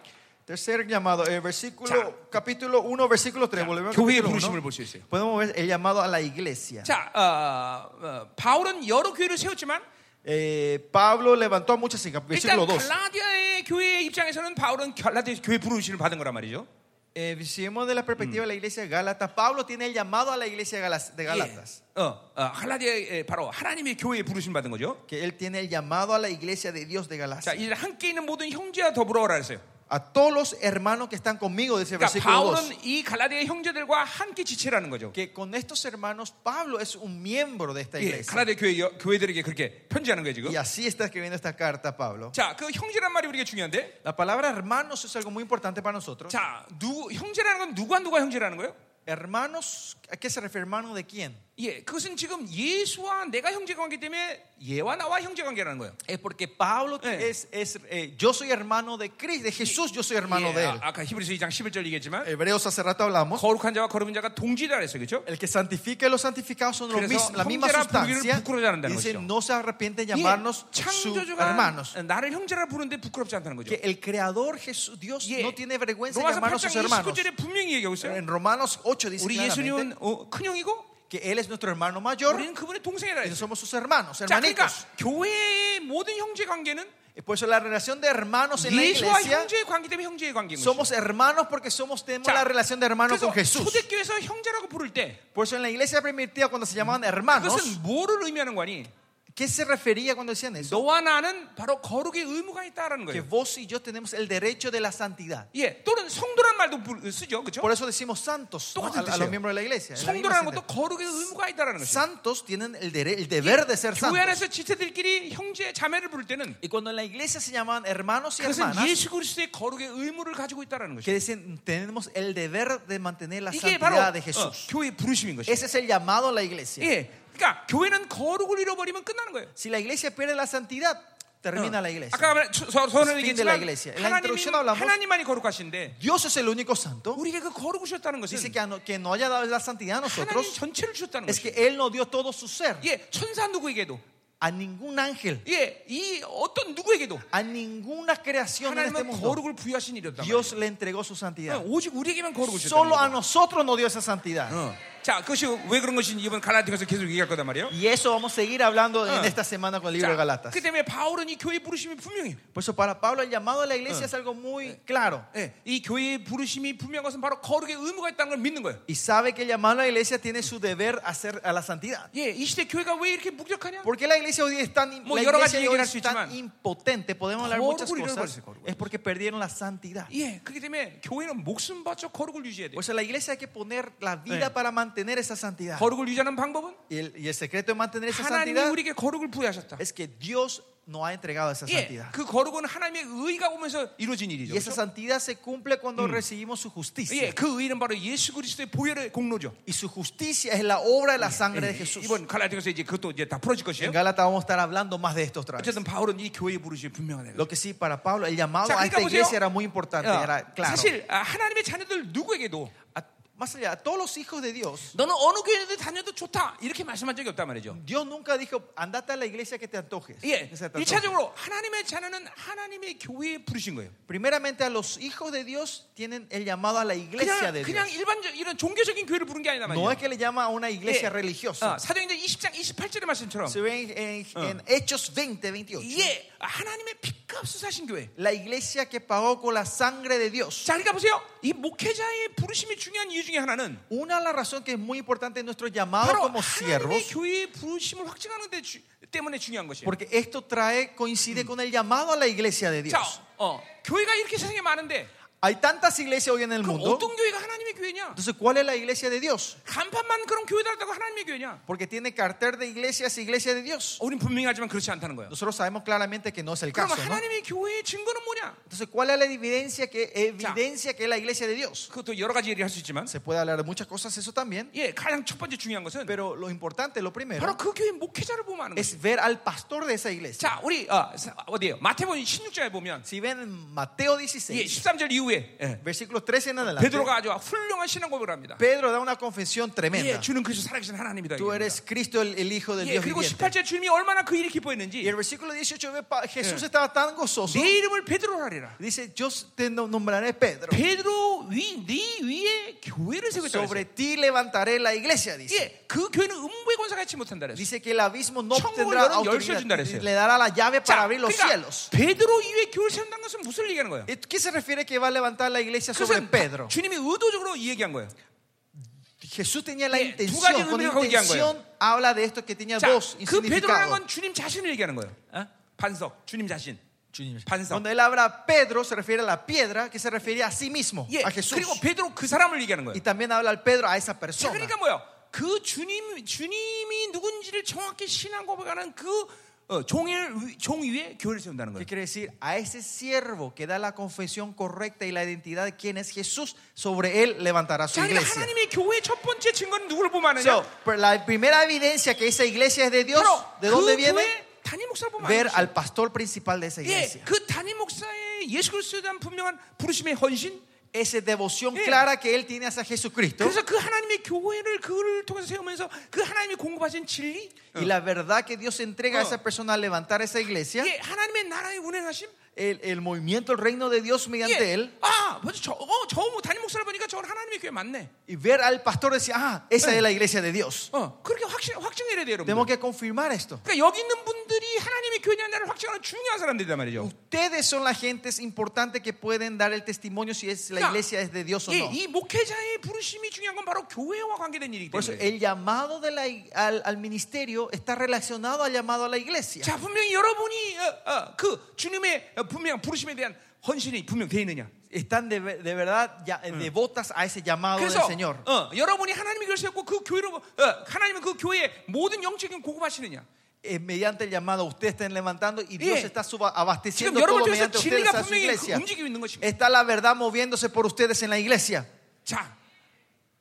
Tercer llamado, el versículo, capítulo 1, versículo 3. Volvemos al 교회의 capítulo 부르심을 1. 볼 수 있어요. Podemos ver el llamado a la iglesia. 자, 어, 어, 바울은 여러 교회를 세웠지만 Eh, Pablo levantó a muchas iglesias. Versículo 2. 일단 갈라디아의 교회의 입장에서는 바울은 갈라디아 교회 부르심을 받은 거란 말이죠. Eh, si vemos de la perspectiva de la iglesia de Gálatas, Pablo tiene el llamado a la iglesia de Galas- de Gálatas. 예. 어, 어, 갈라디아 바로 하나님의 교회에 부르심 받은 거죠. Que él tiene el llamado a la iglesia de Dios de 자, Galacia. 이제 함께 있는 모든 형제와 더불어 오라 했어요. A todos los hermanos que están conmigo, dice el 그러니까 versículo 2. 바울은 이 갈라디아 형제들과 함께 지체라는 거죠. Que con estos hermanos, Pablo es un miembro de esta 예, iglesia. 갈라디아 교회 여- 교회들에게 그렇게 편지하는 거예요 지금. Y así está escribiendo esta carta Pablo. 자, 그 형제란 말이 우리에게 중요한데. La palabra hermanos es algo muy importante para nosotros. 자, 누 형제라는 건 누가 누가 형제라는 거예요? Hermanos, ¿a qué se refiere hermano de quién? 예, 그것은 지금 예수와 내가 형제 관계 때문에 얘와 나와 형제 관계라는 거예요. Es porque Pablo Eh. es, es eh, yo soy hermano de Cristo, de Jesús yo soy hermano 예, de 아, él. 아까 히브리서 2장 11절 얘기했지만 Hebreos hace rato hablamos. 거룩한 자와 거룩한 자가 동질이라 그랬어요. 그렇죠? El que santifica y los santificados son los 그래서 mis- la misma 형제라 sustancia. 부르기를 부끄러워하지 않는다는 Dice, 것이죠. no se arrepienten de 예, llamarnos sus 창조주가 hermanos. 나를 형제라 부르는데 부끄럽지 않다는 Que 거죠. el creador Jesús, Dios, 예, no tiene vergüenza de 로마서 llamarnos 8장 sus hermanos. 29절에 분명히 얘기하고 Pero 있어요. En Romanos 8 dice 우리 claramente 예수님은 어, 큰형이고 que él es nuestro hermano mayor 우리는 그분의 동생이라 y 했어요. somos sus hermanos, 자, 그러니까 hermanitos. 교회의 모든 형제 관계는 Y Por eso la relación de hermanos en la 예수와 iglesia 형제의 관계 때문에 형제의 관계인 거죠. Somos hermanos porque somos, tenemos 자, la relación de hermano 그래서 con Jesús. 초대교회에서 형제라고 부를 때 Por eso en la iglesia primitiva cuando se llamaban 아, hermanos, 그것은 뭐를 의미하는 거니? ¿qué se refería cuando decían eso? 너와 나는 바로 거룩의 의무가 있다라는 Que 거예요. vos y yo tenemos el derecho de la santidad. 예, 또는 성도란 말도 부- 쓰죠, 그렇죠? Por eso decimos santos ¿no? a, 똑같은 a los 뜻이에요. miembros de la 예, iglesia. en la misma 성도라는 sentencia. 것도 거룩의 의무가 있다라는 거죠. Santos tienen el, dere- el deber de ser 교회 santos. 안에서 지체들끼리 형제 자매를 부를 때는 Y cuando en la iglesia se llamaban hermanos y 그것은 hermanas, 예수 그리스도의 거룩의 의무를 가지고 있다라는 que 거죠. dicen tenemos el deber de mantener la 이게 바로 santidad de 어, Jesús. 교회 부르심인 것이죠. Ese es el llamado a la iglesia. 예, 그러니까 교회는 거룩을 잃어버리면 끝나는 거예요. 어. Si la iglesia pierde la santidad, termina la iglesia. 아까 말한 서원을 Fin de la 얘기했지만 iglesia. En la introducción 하나님이- hablamos- 하나님만이 거룩하신데 Dios es el único santo. 우리에게 그 거룩하셨다는 것은 Dice que, a no- que no haya dado la santidad a 하나님 nosotros 전체를 주셨다는 es 거죠. que Él no dio todo su ser 예, 천사 누구에게도 a ningún ángel, 예, 이 어떤 누구에게도 a ninguna creación en este 하나님은 mundo. 거룩을 부여하신 일이었다. Dios le entregó su santidad. 오직 우리에게만 거룩을 Solo a 주셨다. nosotros no dio esa santidad. 어. 자, 그것이 왜 그런 것인지 이번 갈라디아서 계속 얘기할 거단 말이에요. Y eso vamos a seguir hablando Ah. en esta semana con el libro de 자, Galatas. 그 때문에 바울은 이 교회 부르심이 분명히 Por eso para Pablo el llamado a la iglesia es algo muy claro. 예, 이 교회의 부르심이 분명한 것은 바로 거룩의 의무가 있다는 걸 믿는 거예요. Y sabe que el llamado a la iglesia tiene su deber hacer a la santidad. 예, 이 시대 교회가 왜 이렇게 무력하냐? ¿Por qué la iglesia hoy es tan, 뭐 la 여러 iglesia 가지 de hoy 얘기를 할수 es tan 있지만 impotente? Podemos hablar muchas 거룩을 cosas. 잃어버렸어요, 거룩을. Es porque perdieron la santidad. 예, 그렇기 때문에 교회는 목숨 바쳐 거룩을 유지해야 돼. Por eso la iglesia hay que poner la vida Sí. para mantener esa santidad. 거룩을 유지하는 방법은 Y el, y el secreto de mantener esa 하나님이 santidad 우리에게 거룩을 부여하셨다. es que Dios no ha entregado esa 예, santidad. 그 거룩은 하나님의 의가 오면서 이루어진 일이죠. Y esa 그렇죠? santidad se cumple cuando recibimos su 예, justicia. 그 의는 바로 예수 그리스도의 보혈의 공로죠. Y su justicia es la obra de la sangre de Jesús. 이번 갈라디아서 이제 그것도 이제 다 풀어질 En 것이에요. Gálatas vamos a estar hablando más de esto otra vez. 어쨌든 바울은 이 교회의 부르심이 분명하네요. Lo que sí, para Pablo, el llamado 자, a esta 그러니까 iglesia 보세요. era muy importante, era 어, claro. 사실 아, 하나님의 자녀들 누구에게도 A- más allá, a todos los hijos de Dios, 너는 어느 교회를 다녀도 좋다 이렇게 말씀한 적이 없단 말이죠. Dios nunca dijo, andate a la iglesia que te antojes. 예, que se te antoje". 일차적으로 하나님의 자녀는 하나님의 교회에 부르신 거예요. Primeramente a los hijos de Dios tienen el llamado a la iglesia 그냥, de 그냥 Dios. 일반적 이런 종교적인 교회를 부른 게 아니다 말이죠. No es que le llama a una iglesia religiosa. 사도행전 20장 28절의 말씀처럼 Se ve en, en- en Hechos 20, 28. 예, 하나님의 피값을 사신 교회. La iglesia que pagó con la sangre de Dios. 자, 그러니까 보세요. 이 목회자의 부르심이 중요한 이유 중에 하나는 Una de las razones que es muy importante en nuestro llamado 바로 como 하나님의 siervos, 교회의 부르심을 확증하는 데 주- 때문에 중요한 것이에요. porque esto trae, coincide con el llamado a la iglesia de 자, Dios. 어, 교회가 이렇게 세상에 많은데 Hay tantas iglesias hoy en el 그럼 mundo. 어떤 교회가 하나님의 교회냐? Entonces, ¿cuál es la iglesia de Dios? 간판만 그런 교회다라고 하나님의 교회냐? 어, Porque tiene cartel de iglesias, iglesia de Dios. 우린 분명히 하지만 그렇지 않다는 거예요. Nosotros sabemos claramente que no es el 그럼 caso. ¿no? 하나님의 교회의 증거는 뭐냐? Entonces, ¿cuál es la evidencia que, evidencia que es la iglesia de Dios? 그것도 여러 가지 얘기를 할 수 있지만 Se puede hablar de muchas cosas, eso también. 예, 가장 첫 번째 중요한 것은 Pero lo importante, lo primero, 바로 그 교회 목회자를 보면 아는 거예요. es ver al pastor de esa iglesia. 자, 우리 어, 어디에요? 마태복음 16장에 보면 Si ven en Mateo 예, 16, 13절 이후에 예. Versículos 13 en adelante. 베드로가 아주 훌륭한 신앙 고백을 합니다. Pedro da una confesión 예, tremenda. 주는 그리스도 살아계신 하나님이다. Tú eres Cristo, el, el Hijo del 예, Dios 그리고 viviente. 18절 주님이 얼마나 그 일이 Y 기뻐했는지 el versículo 18 ve pa- Jesús estaba tan gozoso. 내 이름을 베드로 하리라. Dice, yo te nombraré Pedro. 베드로 위네 위에 교회를 세우겠다. Sobre ti levantaré la iglesia, dice. 예, 그 교회는 음부의 권사가 지 못한다 그랬어. Dice que el abismo no Chongul tendrá 열어 autoridad, 열쇠준다 그랬어요. le dará la llave para 자, abrir los 그러니까 cielos. 베드로 이후에 교회를 세운다는 것은 무슨 얘기하는 거예요? ¿Y ¿Qué se refiere que va a levantar la iglesia sobre 그것은 Pedro? 주님이 의도적으로 이 얘기한 거예요. Jesús tenía la 예, 두 가지 intención, con 의미를 하고 얘기한 intención habla de esto que tenía 자, dos 그 베드로라는 significados. 건 주님 자신을 얘기하는 거예요. 어? 반석, 주님 자신. 반석. Cuando él habla Pedro, se refiere a la piedra que se refiere a sí mismo, 예, a Jesús. 그리고 베드로 그 사람을 얘기하는 거예요. Y también habla al Pedro a esa 자, persona. 그러니까 뭐요? 그 주님 주님이 누군지를 정확히 신앙 고백하는 그 어, 종일 위- 종 위에 교회를 세운다는 ¿Qué 거예요. quiere decir? A ese siervo que da la confesión correcta y la identidad de quién es Jesús, sobre él levantará su 자, 그러니까 iglesia. 하나님의 교회 첫 번째 증거는 누구를 보면 아느냐? So, pero la primera evidencia que esa iglesia es de Dios, 바로 ¿de 그 dónde viene? 교회 단임 목사를 보면 Ver 아는 것이죠. al pastor principal de esa 예, iglesia. 그 단임 목사의 예수 그리스도에 대한 분명한 부르심의 헌신. Esa devoción Yeah. clara que él tiene hacia Jesucristo 그래서 그 하나님의 교회를 그를 통해서 세우면서 그 하나님이 공급하신 진리, y la verdad que Dios entrega a Oh. esa persona al levantar esa iglesia, 예, 하나님의 나라의 운행하심. el, el movimiento, el reino de Dios mediante 예, él. 아, 뭐지? 저, 어, 저 뭐, 단임 목사를 보니까 저건 하나님의 교회 맞네. Y ver al pastor decir, ah, esa Yeah. es la iglesia de Dios. 어, 그렇게 확신 확증해야 돼요, 여러분. Tenemos que confirmar esto. 그러니까 여기 있는 분들이 하나님의 교회냐를 확증하는 중요한 사람들이란 말이죠. Ustedes son la gente es importante que pueden dar el testimonio si es la Yeah. iglesia es de Dios o 예, no. 이 목회자의 부르심이 중요한 건 바로 교회와 관계된 일이기 Por eso 때문에. el llamado de la, al, al ministerio está relacionado al llamado a la iglesia. 자, 분명히 여러분이 어, 어, 그 주님의 어, 분명 부르심에 대한 헌신이 분명 돼 있느냐. Están de, ve- de verdad ya- eh, devotas a ese llamado del 그래서 Señor. 어, 여러분이 하나님의 교회를 세웠고 그 교회로 어, 하나님은 그 교회에 모든 영적인 공급하시느냐. Eh, mediante el llamado ustedes están levantando y Dios Yeah. está suba- abasteciendo 지금 여러분 todo 통해서 mediante ustedes 진리가 a su 분명히 그 iglesia. 움직이고 있는 것입니다. Está la verdad moviéndose por ustedes en la iglesia. 자,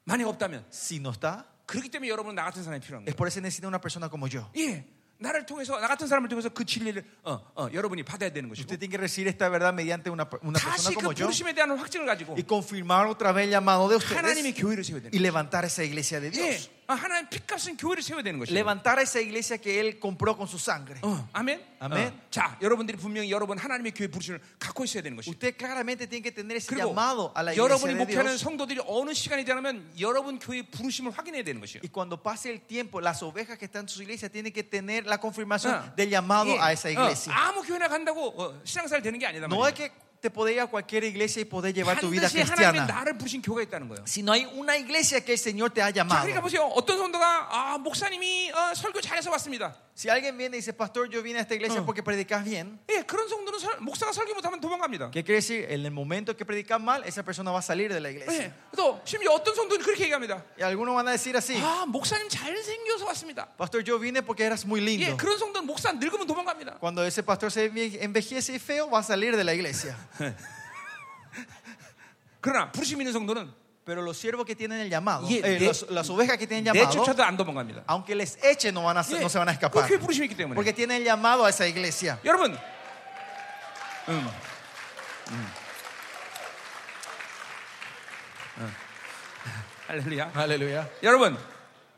만약 없다면 Si no está, 그렇기 때문에 여러분 나 같은 사람이 필요한 es 거예요. por eso necesita una persona como yo. 예, 나를 통해서 나 같은 사람을 통해서 그 진리를 어, 어, 여러분이 받아야 되는 것이고 Usted tiene que recibir esta verdad mediante una, una 다시 persona 그 como yo. 부르심에 대한 확증을 가지고 y confirmar otra vez el llamado de 하나님의 ustedes 교회를 세워야 되는 y levantar esa iglesia de 거예요. 예, Dios. 아, 하나님 핏값은 교회를 세워야 되는 것이에요. Eh, Levantar esa iglesia que Él compró con su sangre. 어, 아멘. 아멘. 어. 자, 여러분들이 분명히 여러분 하나님의 교회 부르심을 갖고 있어야 되는 것이에요. Usted claramente tiene que tener ese 그리고 llamado a la iglesia de 여러분이 목회하는 Dios. 성도들이 어느 시간이 되면 여러분 교회 부르심을 확인해야 되는 것이에요. Y cuando pase el tiempo, las ovejas que están en su iglesia tienen que tener la confirmación 어. del llamado 예, a esa 어, iglesia. 아무 교회나 간다고 어, 신앙생활 되는 게 아니다 No es 말이에요. que te podés ir a cualquier iglesia y podés llevar tu vida 반드시 하나님의 cristiana, 나를 부르신 교회가 있다는 거예요. sino hay una iglesia que el Señor te ha 자, llamado. 그러니까 보세요. 어떤 성도가 아, 목사님이 어, 설교 잘해서 왔습니다. Si alguien viene y dice, Pastor, yo vine a esta iglesia porque predicas bien, 예, 그런 성도는 설- 목사가 설교 못하면 도망갑니다. ¿qué quiere decir? En el momento que predicas mal, esa persona va a salir de la 예, iglesia. 또 심지어 어떤 성도는 그렇게 얘기합니다. Y algunos van a decir así, 아, 목사님 잘생겨서 왔습니다. pastor, yo vine porque eras muy 예, lindo. 그런 성도는 목사 늙으면 도망갑니다. Cuando ese pastor se envie- envejece y feo, va a salir de la iglesia. 그러나 부르심 있는 성도는 Pero los siervos que tienen el llamado, Yeah, eh, de- los- las ovejas que tienen llamado, 내쫓아도 안 도망갑니다. aunque les echen, no, van a, 예, no se van a 그 escapar. 교회 부르심이 있기 때문에. Porque tienen el llamado a esa iglesia. 여러분, 음, 음. 어. 할렐루야. Aleluya. 여러분,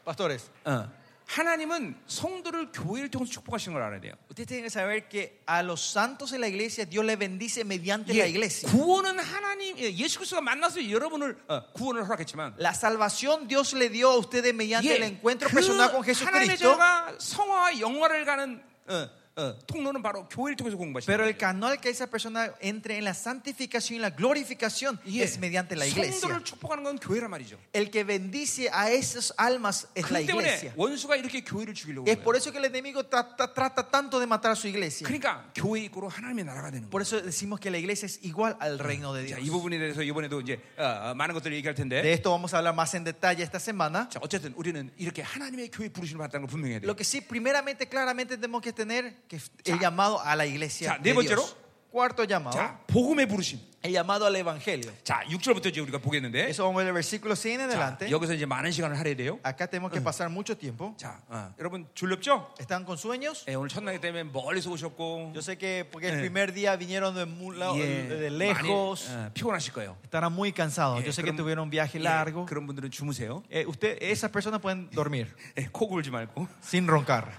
Pastores, 어, 하나님은 성도를 교회를 통해서 축복하시는 걸 알아야 돼요. ustedes tienen que saber que a los santos en la iglesia, Dios les bendice mediante la 예, iglesia. 구원은 하나님 예, 예수 그리스도가 만나서 여러분을 어, 구원을 허락했지만 La salvación Dios le dio a ustedes mediante 예, el encuentro 그 personal con 하나님의 Jesucristo. 자녀가 성화와 영화를 가는 어, 어, 통로는 바로 교회를 통해서 공부하시는 Pero el 거예요. canal que esa persona entre en la santificación y la glorificación 예, es mediante la iglesia. 성도를 축복하는 건 교회란 말이죠. El que bendice a esas almas es la 그렇기 때문에 iglesia. 원수가 이렇게 교회를 죽이려고 Es 하는 por 거예요. eso que el enemigo trata, trata tanto de matar a su iglesia. 그러니까 교회 입구로 하나님의 나라가 되는 Por 거예요. eso decimos que la iglesia es igual al reino de Dios. 자, 네. 이 부분에 대해서 이번에도 이제 어, 어, 많은 것들을 얘기할 텐데 De esto vamos a hablar más en detalle esta semana. 자, 어쨌든 우리는 이렇게 하나님의 교회 부르심을 받다는 걸 분명해야 돼요. Lo que sí, primeramente, claramente tenemos que tener que 자. el llamado a la iglesia. 자, 네 De 번째로. 어? Dios. Cuarto llamado. 자, 복음의 부르심. el llamado al Evangelio. 자, 6절부터 이제 우리가 보겠는데. Eso vamos a ver el versículo 100 en 자, adelante. 여기서 이제 많은 시간을 할애돼요. Acá tenemos que pasar mucho tiempo. 자, 아, 어, 여러분 졸렵죠? ¿Están con sueños? 예, 오늘 첫날이기 때문에 멀리서 오셨고 Yo sé que porque el Eh. primer día vinieron de, mu- la- 예, de 많이 lejos, 어, 피곤하실 거예요. estarán muy cansados. 예, Yo sé que 그럼- tuvieron un viaje 예, largo. 그런 분들은 주무세요. Eh, usted, esas personas pueden dormir 예, 코 굴지 말고. sin roncar.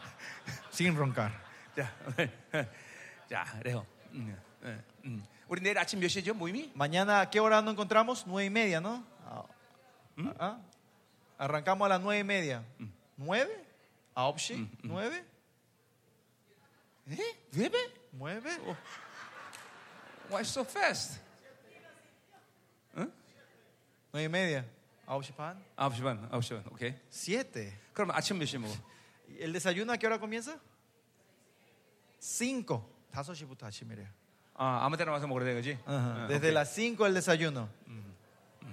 Sin roncar. 자, 자, 그래요. 음, 예, 음. 우리 내일 아침 몇 시죠 모임이? Mañana, ¿a qué hora nos encontramos? Nueve y media, ¿no? Ah, ah. Arrancamos a las nueve y media. ¿Nueve? ¿A Opshi? ¿Nueve? ¿Eh? 예? 예배? ¿Nueve? Why so fast? Nueve y media. ¿A Opshi Pan? 9시 반, 9시 반, 오케이. Siete. 그럼 아침 몇 시에 먹어? ¿Y ¿El desayuno a qué hora comienza? Cinco. 다섯 시부터 아침이래요. 아, 아무 때나 와서 먹으라 되겠지? Ajá. 어, Desde 오케이. las 5 el desayuno.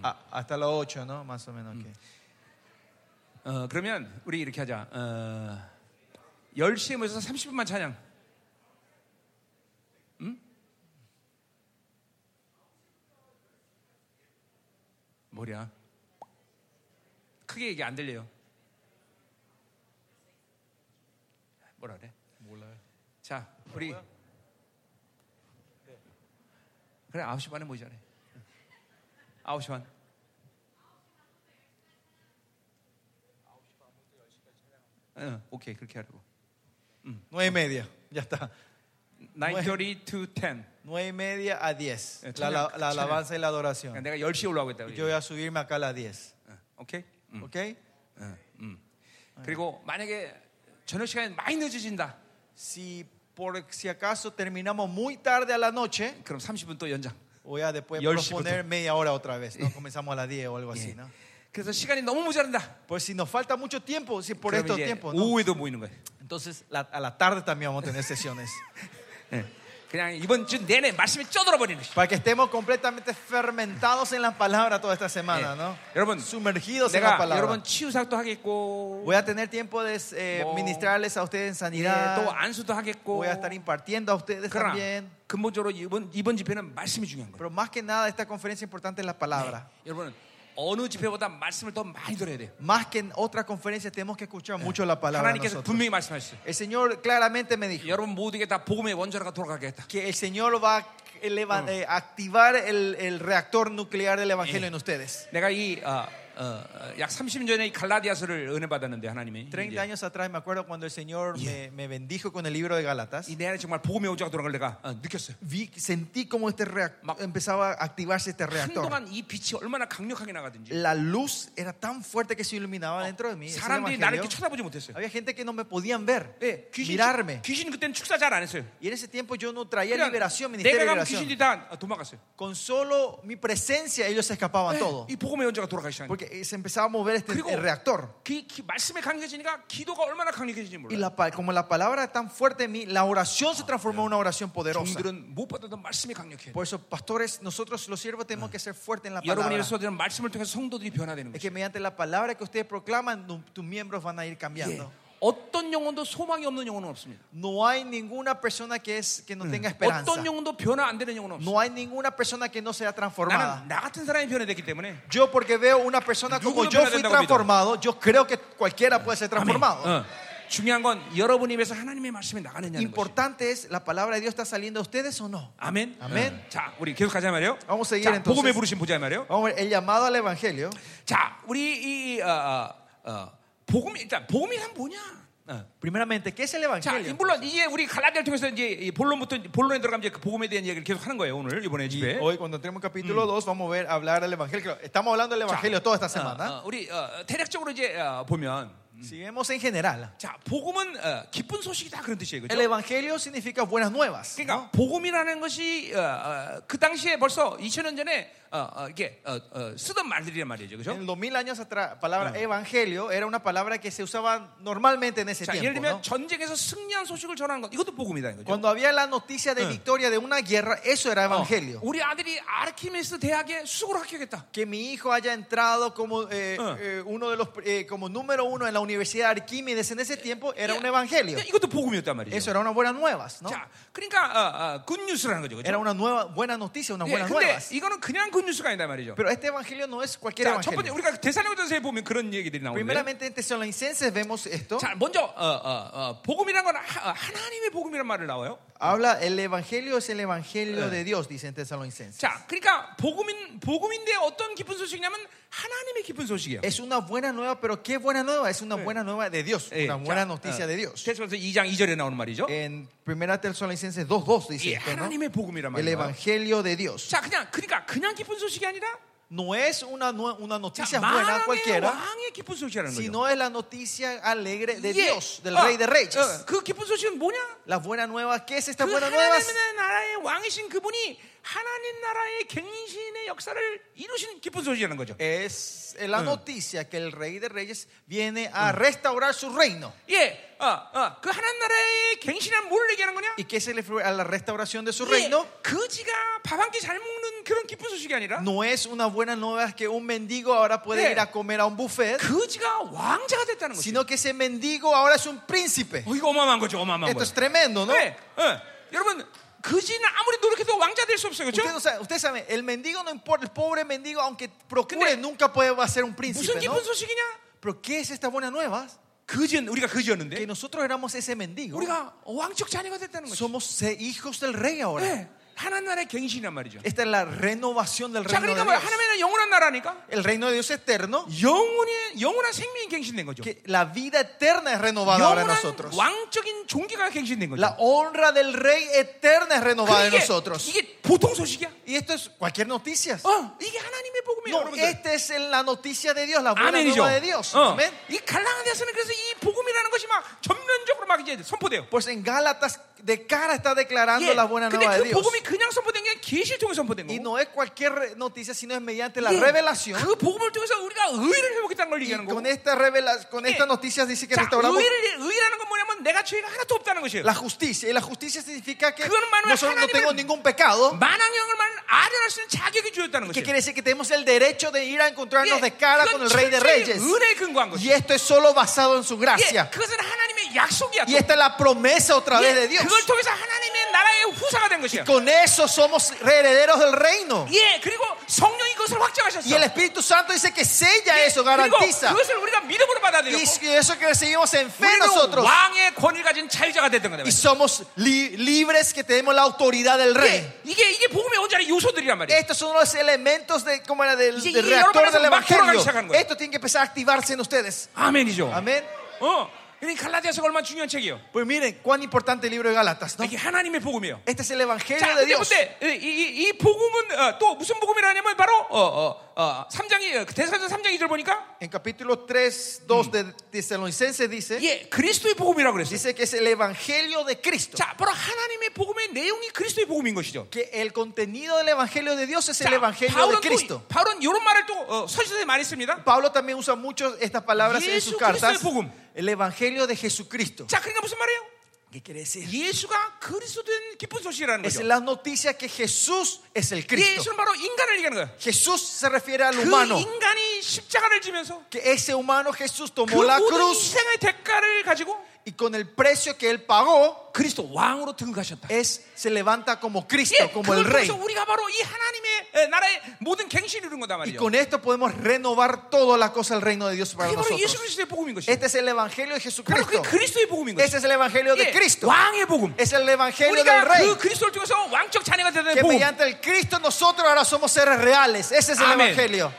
A- hasta las 8, ¿no? Más o menos. ok. 어, 그러면 우리 이렇게 하자. 어, 10시에 모여서 30분만 찬양. 음? 응? 뭐야? 크게 얘기 안 들려요. 뭐라 그래? 자, 우리 그래 9시 반에 모이자래. 9시 반. 응, 오케이 그렇게 하려고. 9 y media. Ya está. 9:30 to 10. 9 y media a 10. Eh, La, la- 찬양, la 찬양. alabanza y la 그러니까 adoración. 내가 10시에 올라오겠다. Y Yo voy a subirme acá a las 10. 응, 오케이. 응, ¿Ok? 응, 응. 그리고 만약에 저녁 시간이 많이 늦어진다. Si por si acaso terminamos muy tarde a la noche, 그럼 30분 또 연장. voy a después Y hoy sí, proponer porque- media hora otra vez. ¿no? Comenzamos a las 10 o algo así, 예. ¿no? 그래서 시간이 너무 모자란다. Pues si nos falta mucho tiempo, si por 그럼 estos 이제 tiempos, ¿no? 오후에도 모이는 거예요. entonces la- a la tarde también vamos a tener sesiones. 예. 그냥 이번 주 내내 말씀이 쪄들어 버리는 거예요. Para que estemos completamente fermentados en las palabras toda esta semana, 예. ¿no? 여러분, Sumergidos en la 내가 여러분 palabra. 치유사도 하겠고, Voy a tener tiempo de eh, Mo- ministrarles a ustedes en 예, sanidad. 또 안수도 하겠고. Voy a estar impartiendo a ustedes 그러나 también. 근본적으로 이번 이번 집회는 말씀이 중요한 거예요. Pero más que nada, esta conferencia importante es la palabra. 여러분은 어느 집회보다 말씀을 더 많이 들어야 돼요. Más que en otras conferencias, tenemos que escuchar mucho la palabra. 하나님께서 nosotros. 분명히 말씀하셨어요. El Señor claramente me dijo 여러분 모두에게 다 복음의 원자로가 돌아가겠다. que el Señor va a eleva- eh, activar el, el reactor nuclear del Evangelio Eh. en ustedes. 내가 이 아, 어, 약 30년 전에 이 갈라디아서를 은혜 받았는데 하나님이 30 años atrás, me acuerdo cuando el Señor me, me bendijo con el libro de Galatas. 이내 안에 정말 복음의 원자가 돌아갈 내가 어, 느꼈어요. vi, sentí como este reac- Mac- empezaba a activarse este reactor. 한동안 이 빛이 얼마나 강력하게 나가든지 La luz era tan fuerte que se iluminaba dentro de mí. ese 사람들이 나를 evangelio. 이렇게 쳐다보지 못했어요. Había gente que no me podían ver, 예, 귀신 mirarme. 귀신 그때는 축사 잘 안 했어요. Y en ese tiempo yo no traía 그냥 liberación, ministerio 내가 de 가면 liberación. 귀신들이 다 어, 도망갔어요. Con solo mi presencia ellos se escapaban todo. 예, 이 복음의 원자가 돌아가기 시작한 Porque eh, se empezaba a mover este 그리고- el reactor. 그, 그 말씀에 강력해지니까 기도가 얼마나 강력해지는지 Y 몰라요. la, pa- como la palabra es tan fuerte en mí, la oración se transformó en una oración poderosa. 종들은 못 받아도 말씀이 강력해요. Por eso, pastores, nosotros los siervos tenemos que ser fuertes en la 여러분이 palabra. 예수님 말씀을 통해서 성도들이 변화되는 Es 거예요. que mediante la palabra que ustedes proclaman, tu- tus miembros van a ir 예. cambiando. 어떤 영혼도 소망이 없는 영혼은 없습니다. No hay ninguna persona que, es, que no tenga esperanza. 어떤 영혼도 변화 안 되는 영혼은 없습니다. No hay ninguna persona que no sea 나는 transformada. 나 같은 사람이 변화됐기 때문에 Yo porque veo una persona como Ninguno yo puede fui tener la vida. transformado, yo creo que cualquiera puede ser 아멘. transformado. 어. 중요한 건 여러분 입에서 하나님의 말씀이 나가느냐는 거죠. Importante es, ¿la palabra de Dios está saliendo de ustedes o no? 아멘. 아멘. 어. 자, 우리 계속 가자 말이에요. Vamos a seguir 자, entonces. 복음의 부르심 보자 말이에요. Vamos a ver, el llamado al Evangelio. 자, 우리 이 어, 어, 어, 복음 일단 복음이란 뭐냐? 어. Primeramente, ¿qué es el 자, Evangelio? 이 물론 이제 우리 갈라디아를 통해서 이제 이 본론부터 이제 본론에 들어가면 이제 그 복음에 대한 이야기를 계속 하는 거예요 오늘 이번에 Y 집에. hoy cuando entremos en capítulo 2 vamos a ver hablar del Evangelio. Claro, Estamos hablando del Evangelio toda esta semana. 어, 우리 어, 대략적으로 이제 어, 보면 Si vemos en general, 자 복음은 어, 기쁜 소식이다 그런 뜻이에요, el 그렇죠? Evangelio significa buenas nuevas. 그러니까 복음이라는 것이 어, 어, 그 당시에 벌써 2000년 전에 어, 어, 이게 어, 어, 쓰던 말들이란 말이죠, 그렇죠? En los mil años atrás, palabra evangelio era una palabra que se usaba normalmente en ese 자, 예를 tiempo. 들면 ¿no? 전쟁에서 승리한 소식을 전하는 것 이것도 복음이다, 그죠? 어, Cuando había la noticia de victoria de una guerra, eso era evangelio. 우리 아들이 아르키메스 대학에 수석으로 합격했다. Que mi hijo haya entrado como, eh, Ah. eh, uno de los, eh, como número uno en la Universidad de Arquímedes en ese tiempo era un evangelio. 그러니까 이것도 복음이었단 말이죠. Eso era una buena nuevas, ¿no? 자, 그러니까 어, 어, 굿뉴스라는 거죠. Era 그렇죠? una nueva, buena noticia, una 예, buena 근데 nuevas. 이거는 그냥 굿뉴스가 아니다 말이죠. Pero este evangelio no es cualquier 자, 첫 번째 evangelio. 우리가 대사령전서에 보면 그런 얘기들이 나오는데. Primeramente en Tesalonicenses vemos esto. 자, 먼저 어, 어, 어, 복음이란 건 하, 어, 하나님의 복음이란 말을 나와요. Habla, el evangelio es el evangelio de Dios, dice en Tesalonicenses. 자, 그러니까 복음인 복음인데 어떤 기쁜 소식이냐면 하나님의 기쁜 소식이에요. Es una buena nueva, pero ¿qué buena nueva? Es una buena nueva de Dios, 예, una buena 자, noticia 어, de Dios. 테스로서 2장 2절에 나오는 말이죠. En Primera Tesalonicenses 2.2 예, dice esto, ¿no? 하나님의 복음이란 El 말이에요. evangelio de Dios. 자, 그냥 그러니까 그냥 기쁜 소식이 아니라 No es una, nue- una noticia 자, buena 망의 cualquiera. 왕의 기쁜 소식이라는 거죠. sino es la noticia alegre de 이게, Dios, del 어, Rey de Reyes. 어, 그 기쁜 소식은 뭐냐? La buena nueva, ¿qué es esta 그 buena nueva? 하나님의 나라의 왕이신 그분이 하나님 나라의 갱신의 역사를 이루신 기쁜 소식이라는 거죠. 예. Es la noticia que el Rey de Reyes viene a restaurar su reino. 예, 어, 어, 그 하나님 나라의 갱신한 뭘 얘기하는 거냐? ¿Y qué se refiere a la restauración de su 예, reino? 그지가 밥 한 끼 잘 먹는 그런 기쁜 소식이 아니라 No es una buena nueva que un mendigo ahora puede Sí. ir a comer a un buffet, 그지가 왕자가 됐다는 거죠. sino que ese mendigo ahora es un príncipe. 어, 이거 어마어마한 거죠, 어마어마한 Esto 거예요. es tremendo, ¿no? 네, 어, 여러분 그지는 아무리 노력해도 왕자 될 수 없어요, 그렇죠? Usted, no sabe, usted sabe, el mendigo no importa, el pobre mendigo, aunque procure, nunca puede ser un 무슨 príncipe, ¿no? 기쁜 소식이냐? Pero ¿qué es esta buena nueva? 그지 우리가 그지였는데 Que nosotros éramos ese mendigo. 우리가 왕적 자녀가 됐다는 거죠. Somos eh, hijos del rey ahora. 네, 하나님 나라의 갱신이란 말이죠. Esta es la renovación del 자, reino de 그러니까 뭐야? Dios. 하나님의 나라 영원한 나라니까 El reino de Dios es eterno. 영원의 영원한 생명이 갱신된 거죠. Que la vida eterna es renovada ahora en 영원한 nosotros. 왕적인 종기가 갱신된 거죠. La honra del rey eterna es renovada en 그게 nosotros. 이게 보통 소식이야. Y esto es cualquier noticia. 어, 이게 하나님의 복음이에요, 예, No, 네, 여러분들. esta es el- la noticia de Dios, la buena 아멘이죠. nueva de Dios. 어. Amén. 이 갈라디아서는 그래서 이 복음이라는 것이 막 전면적으로 막 이제 선포돼요. Pues en Gálatas de cara está declarando 예, la buena 근데 nueva de 그 Dios. 복음이 그냥 선포된 게 계시를 통해 선포된 Y 거고. no es cualquier re- noticia, sino es mediante la 예, revelación. 그 복음을 통해서 우리가 의를 회복했다는 걸 Y 얘기하는 거고. con esta revela- con 예. estas noticias dice que 자, restauramos 의를 의라는 건 뭐냐면 내가 죄가 하나도 없다는 것이에요. La justicia. Y la justicia significa que 그건 말하면 nosotros no 하나님은- tengo ningún pecado. 만왕형을 말 아련할 수 있는 자격이 주었다는 Que 것이에요. 예. quiere decir que tenemos el derecho de ir a encontrarnos de cara con el 그건 Rey de 철저히 Reyes. 은혜에 근거한 것이에요. Y esto es solo basado en su 예, gracia. 그것은 하나님의 약속이야. 또. Y esta es la promesa otra vez de 예, Dios. 그걸 통해서 하나님의 나라의 후사가 된 것이야. Con eso somos herederos del reino. 예, 그리고 성령이 그것을 확정하셨어. Y el Espíritu Santo dice que sella eso, 그리고 garantiza. 그것을 우리가 믿음으로 받아들였고 Y es- y eso que recibimos en fe 우리는 nosotros. 왕의 권위를 가진 자유자가 됐던 거다. Y 말이야. somos li- libres que tenemos la autoridad del rey. 예, 이게 이게 복음의 원자의 요소들이란 말이야. Estos son los elementos de, como era del, 이제 del 이게 reactor 여러분에서 del 막 돌아가기 Evangelio. 시작하는 거예요. Esto tiene que empezar a activarse en ustedes. 아멘이죠. Amén. 어, 이 갈라디아서가 얼마나 중요한 책이에요. Pues miren, cuán importante el libro de Gálatas, ¿no? 이게 하나님의 복음이에요. Este es el Evangelio 자, de 근데 Dios. 근데 이, 이, 이 복음은 어, 또 무슨 복음이라냐면 바로 어, 어, 어, 3장이 대사전 3장 2절 보니까 En capítulo 3, 2 de Tesalonicenses dice, 예, 그리스도의 복음이라고 그랬어요. dice que es el Evangelio de Cristo. 자, 바로 하나님의 복음의 내용이 그리스도의 복음인 것이죠. Que el contenido del Evangelio de Dios es el 자, Evangelio de 바울은 Cristo. 또, 바울은 이런 말을 또 어, 서신서에 많이 씁니다. Pablo también usa mucho estas palabras en Jesucristo sus cartas. es 복음. El Evangelio de Jesucristo. 자, 그러니까 무슨 말이에요? ¿Qué quiere decir? 예수가 그리스도된 기쁜 소식이라는 Es 거죠. la noticia que Jesús es el Cristo. 예수는 바로 인간을 얘기하는 거예요. Jesús se refiere al 그 humano. 인간이 십자가를 지면서 que ese humano Jesús 그 tomó la 모든 cruz 희생의 대가를 가지고 y con el precio que él pagó 그리스도 왕으로 등극하셨다. es se levanta como Cristo, 예, como el 그걸 rey. 통해서 우리가 바로 이 하나님의 에, 나라의 모든 갱신을 이룬 거다 Y 말이에요. con esto podemos renovar toda la cosa del reino de Dios para 그게 바로 예수 nosotros. 그리스도의 복음인 것이에요. Este es el evangelio de 바로 그게 Jesucristo. 그리스도의 복음인 Este 것이에요. es el evangelio de 예, Cristo. 왕의 복음. Es el evangelio del 우리가 rey. 그 그리스도를 통해서 왕적 자녀가 되는 Que 복음. mediante el Cristo nosotros ahora somos seres reales. Ese es el Amén. evangelio.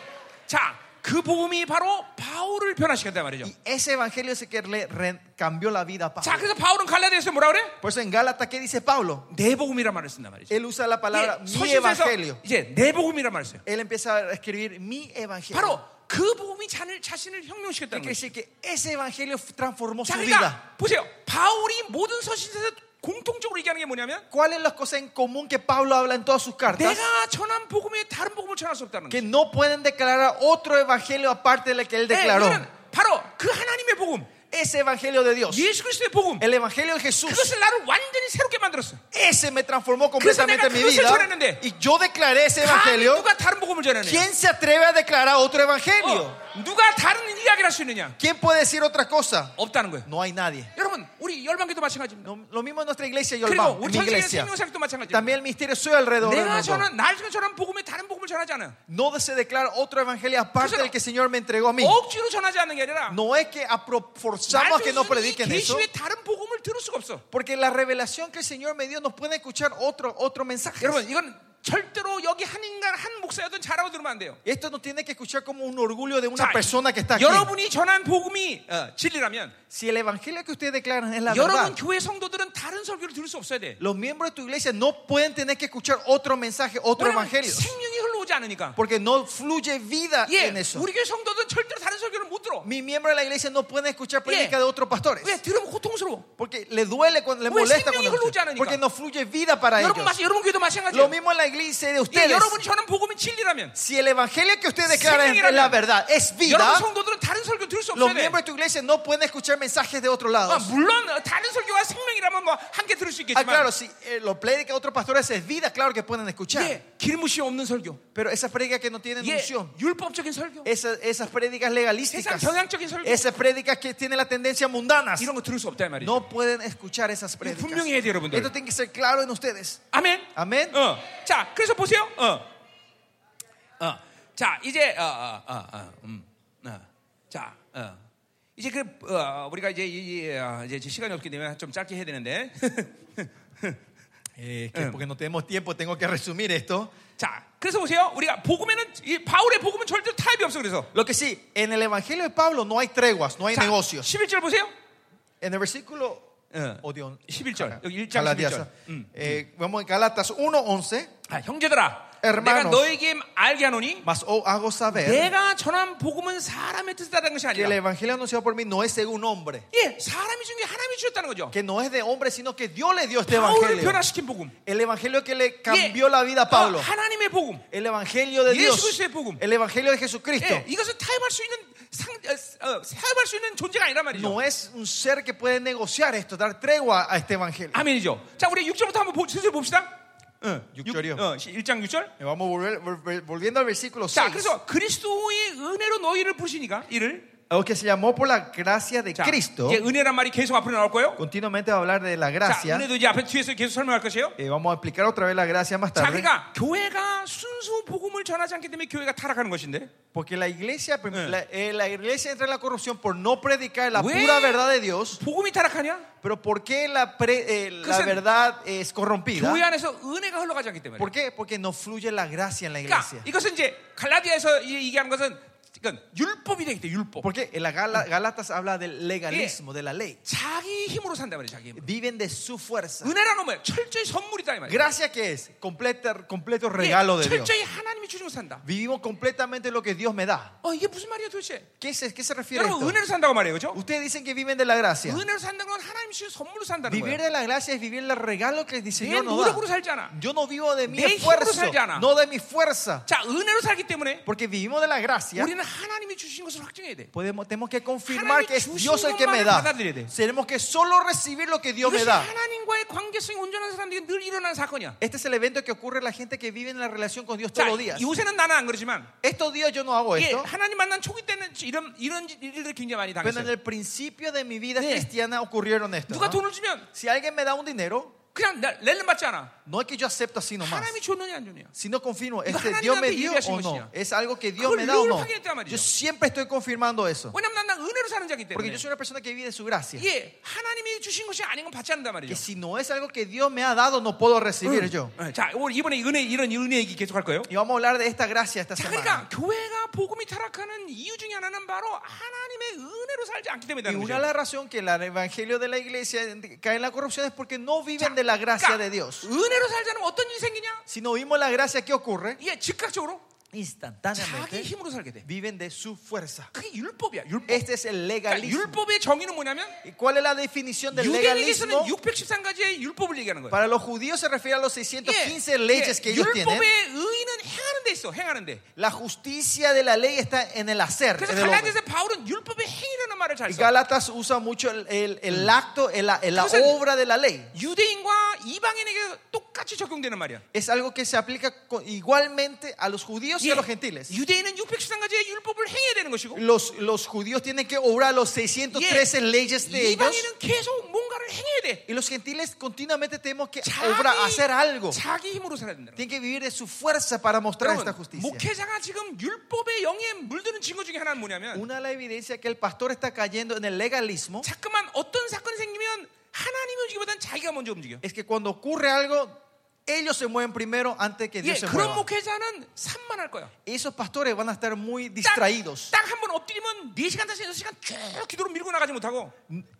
자, 그 복음이 바로 바울을 변화시켰단 말이죠. Y ese evangelio es el que le re- cambió la vida a 자, Pablo. 그래서 바울은 갈라디아서 뭐라 그래? Por eso en Gálatas, ¿qué dice Pablo? 내 복음이란 말을 쓴단 말이죠. Él usa la palabra 예, mi 서신서에서 evangelio. 이제 내 복음이란 말을 써요. Él empieza a escribir mi evangelio. 바로 그 복음이 자를, 자신을 Quiere 혁명시켰다는 거예요. decir que ese evangelio transformó su 자, vida. 그러니까 보세요. 바울이 모든 서신에서 공통적으로 얘기하는 게 뭐냐면 ¿Cuál es la cosa en común que Pablo habla en todas sus cartas? 내가 전한 복음에 다른 복음을 전할 수 없다는 Que 거예요. no pueden declarar otro evangelio aparte de la que él Eh, declaró. 이거는 바로 그 하나님의 복음, Ese evangelio de Dios, 예수 그리스도의 복음, el evangelio de Jesús, 그것을 나를 완전히 새롭게 만들었어. ese me transformó completamente en mi 그래서 내가 그것을 vida. 전했는데, Y yo declaré ese 감히 evangelio. 누가 다른 복음을 전하냐? Oh. ¿Quién se atreve a declarar otro evangelio? 어, 누가 다른 이야기를 할 수 있느냐? ¿Quién puede decir otra cosa? 없다는 거예요. No hay nadie. 여러분, 우리 열방교도 마찬가지입니다. No- lo mismo en nuestra iglesia y 그리고 Olbán, en 우리 mi 천생의 iglesia. 생명사역도 마찬가지예요. También el misterio suyo alrededor del 내가 mundo. 전한 날 지금 전한 복음에 다른 복음을 전하지 않아요. No se declara otro evangelio aparte 그래서 del que el Señor me entregó a mí. 억지로 전하지 않는 게 아니라 No es que apro- forzamos a que no 말씀이 prediquen eso. 계시의 다른 복음을 들을 수가 없어. Porque la revelación que el Señor me dio nos puede escuchar otro, otro mensaje. 여러분, 이건 절대로 여기 한 인간 한 목사였던 자라고 들으면 안 돼요. Esto no tiene que escuchar como un orgullo de una 자, persona que está aquí. 여러분이 전한 복음이 어, 진리라면 Si el evangelio que ustedes declaran es la 여러분 verdad, 교회 성도들은 다른 설교를 들을 수 없어야 돼. los miembros de tu iglesia no pueden tener que escuchar otro mensaje, otro 왜냐면 evangelio. 생명이 흘러오지 않으니까. Porque no fluye vida 예, en eso. 우리 교회 성도들은 절대로 다른 설교를 못 들어. Mi miembro de la iglesia no puede escuchar Yeah. prédica de otros pastores. 왜 들으면 고통스러워. Porque le duele, cuando, le Porque molesta 생명이 cuando 흘러오지 않으니까. Porque no fluye vida para ellos. 여러분 마치 여러분 교회도 Lo 마찬가지예요. mismo en la iglesia de 예, ustedes. 여러분이 전한 복음이 진리라면 Si el evangelio que ustedes declaran es 생명이라면 la verdad, es vida, 여러분 성도들은 다른 설교 들을 수 los 없어야 돼. miembros de tu iglesia no pueden escuchar mensajes de otro 아, lado. 물론 다른 설교가 생명이라면 뭐 한 개 들을 수 Ah, 있겠지만 claro, si eh, lo predica otros pastores es vida, claro que pueden escuchar. 예, 길무시 없는 설교. Pero esas prédicas que no tienen 예, unción, 율법적인 설교. esas, esas prédicas 세상 legalísticas, 경향적인 설교. esas prédicas que tienen la tendencia mundanas, 이런 거 들을 수 없다 이 말이죠. no pueden escuchar esas prédicas. 분명히 해야 돼요, 여러분들. Esto tiene que ser claro en ustedes. 아멘. 아멘. 어. 자, 그래서 보세요. 어. 어. 자, 이제 어, 어, 어, 어, 음. 어. 자, 어. 이제 그 어, 우리가 이제 이, 이, 어, 이제 시간이 없기 때문에 좀 짧게 해야 되는데. Eh, que porque no tenemos tiempo, tengo que resumir esto. 자, 그래서 보세요. 우리가 복음에는 이 바울의 복음은 절대로 타협이 없어 그래서. Lo que sí, en el Evangelio de Pablo no hay treguas, no hay 자, negocios. 11절 보세요. En el versículo oh, 어. o de on- 11절. 여기 1장 Galatas. 11절. Eh, vamos en Galatas 1.11. 아, 형제들아. Hermanos. 예. 내가 너에게 알게 하노니 Mas os hago saber 내가 전한 복음은 사람의 뜻에 따른 것이 que el 아니라 Evangelio anunciado por mí no es según hombre, 예, 사람이 준 게 하나님이 주셨다는 거죠. que no es de hombre, sino que Dios le dio este 바울을 Evangelio. 변화시킨 복음. El Evangelio que le 예, cambió la Ah, vida a Pablo. 어, 하나님의 복음. El Evangelio de Yes, Dios. Cristo의 복음. El Evangelio de Jesucristo. 예, 이것은 타협할 수 있는 상, 어, 어, 타협할 수 있는 존재가 아니란 말이죠. No es un ser que puede negociar esto, dar tregua a este Evangelio. Ah, 아멘이죠. 자, 우리 6절부터 한번 보, 슬슬 봅시다. 육절이요. 어, 1장 6절. Eh, Vamos a volver- vol- vol- volviendo al versículo 자, 6. 그래서 그리스도의 은혜로 너희를 부르시니까 이를 Algo que se llamó por la gracia de 자, Cristo. 이제 은혜란 말이 계속 앞으로 나올 거예요. Continuamente va a hablar de la 자, gracia. 은혜도 이제 앞에 뒤에서 계속 설명할 것이에요. Eh, vamos a explicar otra vez la gracia más 자, tarde. 그러니까 교회가 순수 복음을 전하지 않기 때문에 교회가 타락하는 것인데 Porque la iglesia, prim- Eh. la, eh, la iglesia entra en la corrupción por no predicar la Güey. pura verdad de Dios. 복음이 타락하냐? Pero ¿por qué la, pre- eh, la Entonces, verdad es corrompida? 교회 안에서 은혜가 흘러가지 않기 때문에. ¿Por qué? Porque no fluye la gracia en la iglesia. 그러니까 이것은 이제 갈라디아에서 이- 얘기하는 것은 그러니까 율법이 되기 때문에 율법. Porque en la Gala- Galatas habla del legalismo, de la ley. 자기 힘으로 산단 말이에요, 자기 힘. Viven de su fuerza. 은혜라는 건 뭐예요? 철저히 선물이다 이 말이에요. Gracia que es completa, completo 예, regalo de Dios. 철저히 하나님이 주신 거 산다. Vivimos completamente lo que Dios me da. 어, 이게 무슨 말이에요, 도대체? ¿Qué se, qué se refiere 여러분 esto? 은혜로 산다고 말이에요, 그렇죠? Ustedes dicen que viven de la gracia. 은혜로 산다는 건 하나님 주신 선물로 산다는 Vivir 거예요. de la gracia es vivir el regalo que el 내 Señor nos 노력으로 da. 살지 않아. Yo no vivo de mi 내 힘으로 esfuerzo, 살지 않아. no de mi fuerza. 자, 은혜로 살기 때문에 Porque vivimos de la gracia. 우리는 하나님이 주신 것을 확증해야 돼. Podemos, tenemos que confirmar que es 주신 Dios el que me 것만을 da. 받아들여야 돼. Tenemos que solo recibir lo que Dios me 이것이 da. 하나님과의 관계성이 온전한 사람들이 늘 일어나는 사건이야. Este es el evento que ocurre en la gente que vive en la relación con Dios 자, todos los días. 요새는 나는 안 그러지만 Estos días yo no hago 예, esto. 하나님 만난 초기 때는 이런 이런 일들이 굉장히 많이 Pero en 당했어요. el principio de mi vida 네. cristiana ocurrieron esto. 누가 ¿no? 돈을 주면 Si alguien me da un dinero, 그냥 나- 렐름 받지 않아. no es que yo acepto así nomás. 하나님이 줬느냐 안 줬느냐. Si no confirmo, 이거 este 하나님한테 Dios me dio 얘기하신 o 것이냐? no. Es algo que Dios 그걸 me da o 늘 no. 확인했단 말이죠. Yo siempre estoy confirmando eso. 왜냐면 난 은혜로 사는 자기 Porque 때문에. yo soy una persona que vive de su gracia. 예, 하나님이 주신 것이 아닌 건 받지 않는단 Que 말이죠. si no es algo que Dios me ha dado, no puedo recibir yo. 예, 자, 오늘 이번에 이 은혜 이런 은혜 얘기 계속 할 거예요. Y vamos a hablar de esta gracia esta 자, 그러니까 semana. 교회가 복음이 타락하는 이유 중에 하나는 바로 하나님의 은혜로 살지 않기 Y 때문이라는 una 거죠. de las razones que el evangelio de la iglesia cae en la corrupción es porque no viven de la gracia de 그러니까 Dios. 은혜로 살지 않으면 어떤 일이 생기냐? Si no vimos la gracia, ¿qué ocurre? 예, 즉각적으로 자기 Instantáneamente 힘으로 살게 돼. viven de su fuerza. 그게 율법이야. 율법. Este es el 그러니까 legalismo. 율법의 정의는 뭐냐면 ¿Y cuál es la definición del 유대에게서는 legalismo? 613가지의 율법을 얘기하는 거예요. Para los judíos se refiere a los 예, 615 leyes 예, que ellos tienen. 율법의 의는 행하는 데 있어 행하는데. La justicia de la ley está en el hacer. 그래서 그러니까 en el obrar. 갈라디아서 바울은 율법의 행위라는 말을 잘 Y 써. Gálatas usa mucho el, el- el acto, el- la- la Entonces- obra de la ley. 유대인과 이방인에게 똑같이 적용되는 말이야. Es algo que se aplica co- igualmente a los judíos y a los 예, gentiles. 유대인은 613가지의 율법을 행해야 되는 것이고 Los, los judíos tienen que obrar los 613 leyes de ellos. 이방인은 계속 뭔가를 행해야 돼. Y los gentiles continuamente tenemos que obrar, hacer algo. 자기, 자기 힘으로 살아야 된다. Tienen que vivir de su fuerza para mostrar esta 여러분, justicia. 목회자가 지금 율법의 영에 물드는 증거 중에 하나는 뭐냐면 Una de las evidencias que el pastor está cayendo en el legalismo 자꾸만 어떤 사건이 생기면 하나님이 움직이보다는 자기가 먼저 움직여. es que cuando ocurre algo, ellos se mueven primero antes que 예, Dios se 그런 mueva. 목회자는 산만할 거야. Esos pastores van a estar muy distraídos. 딱 한 번 엎드리면 4시간 다시 6시간 쭉 기도로 밀고 나가지 못하고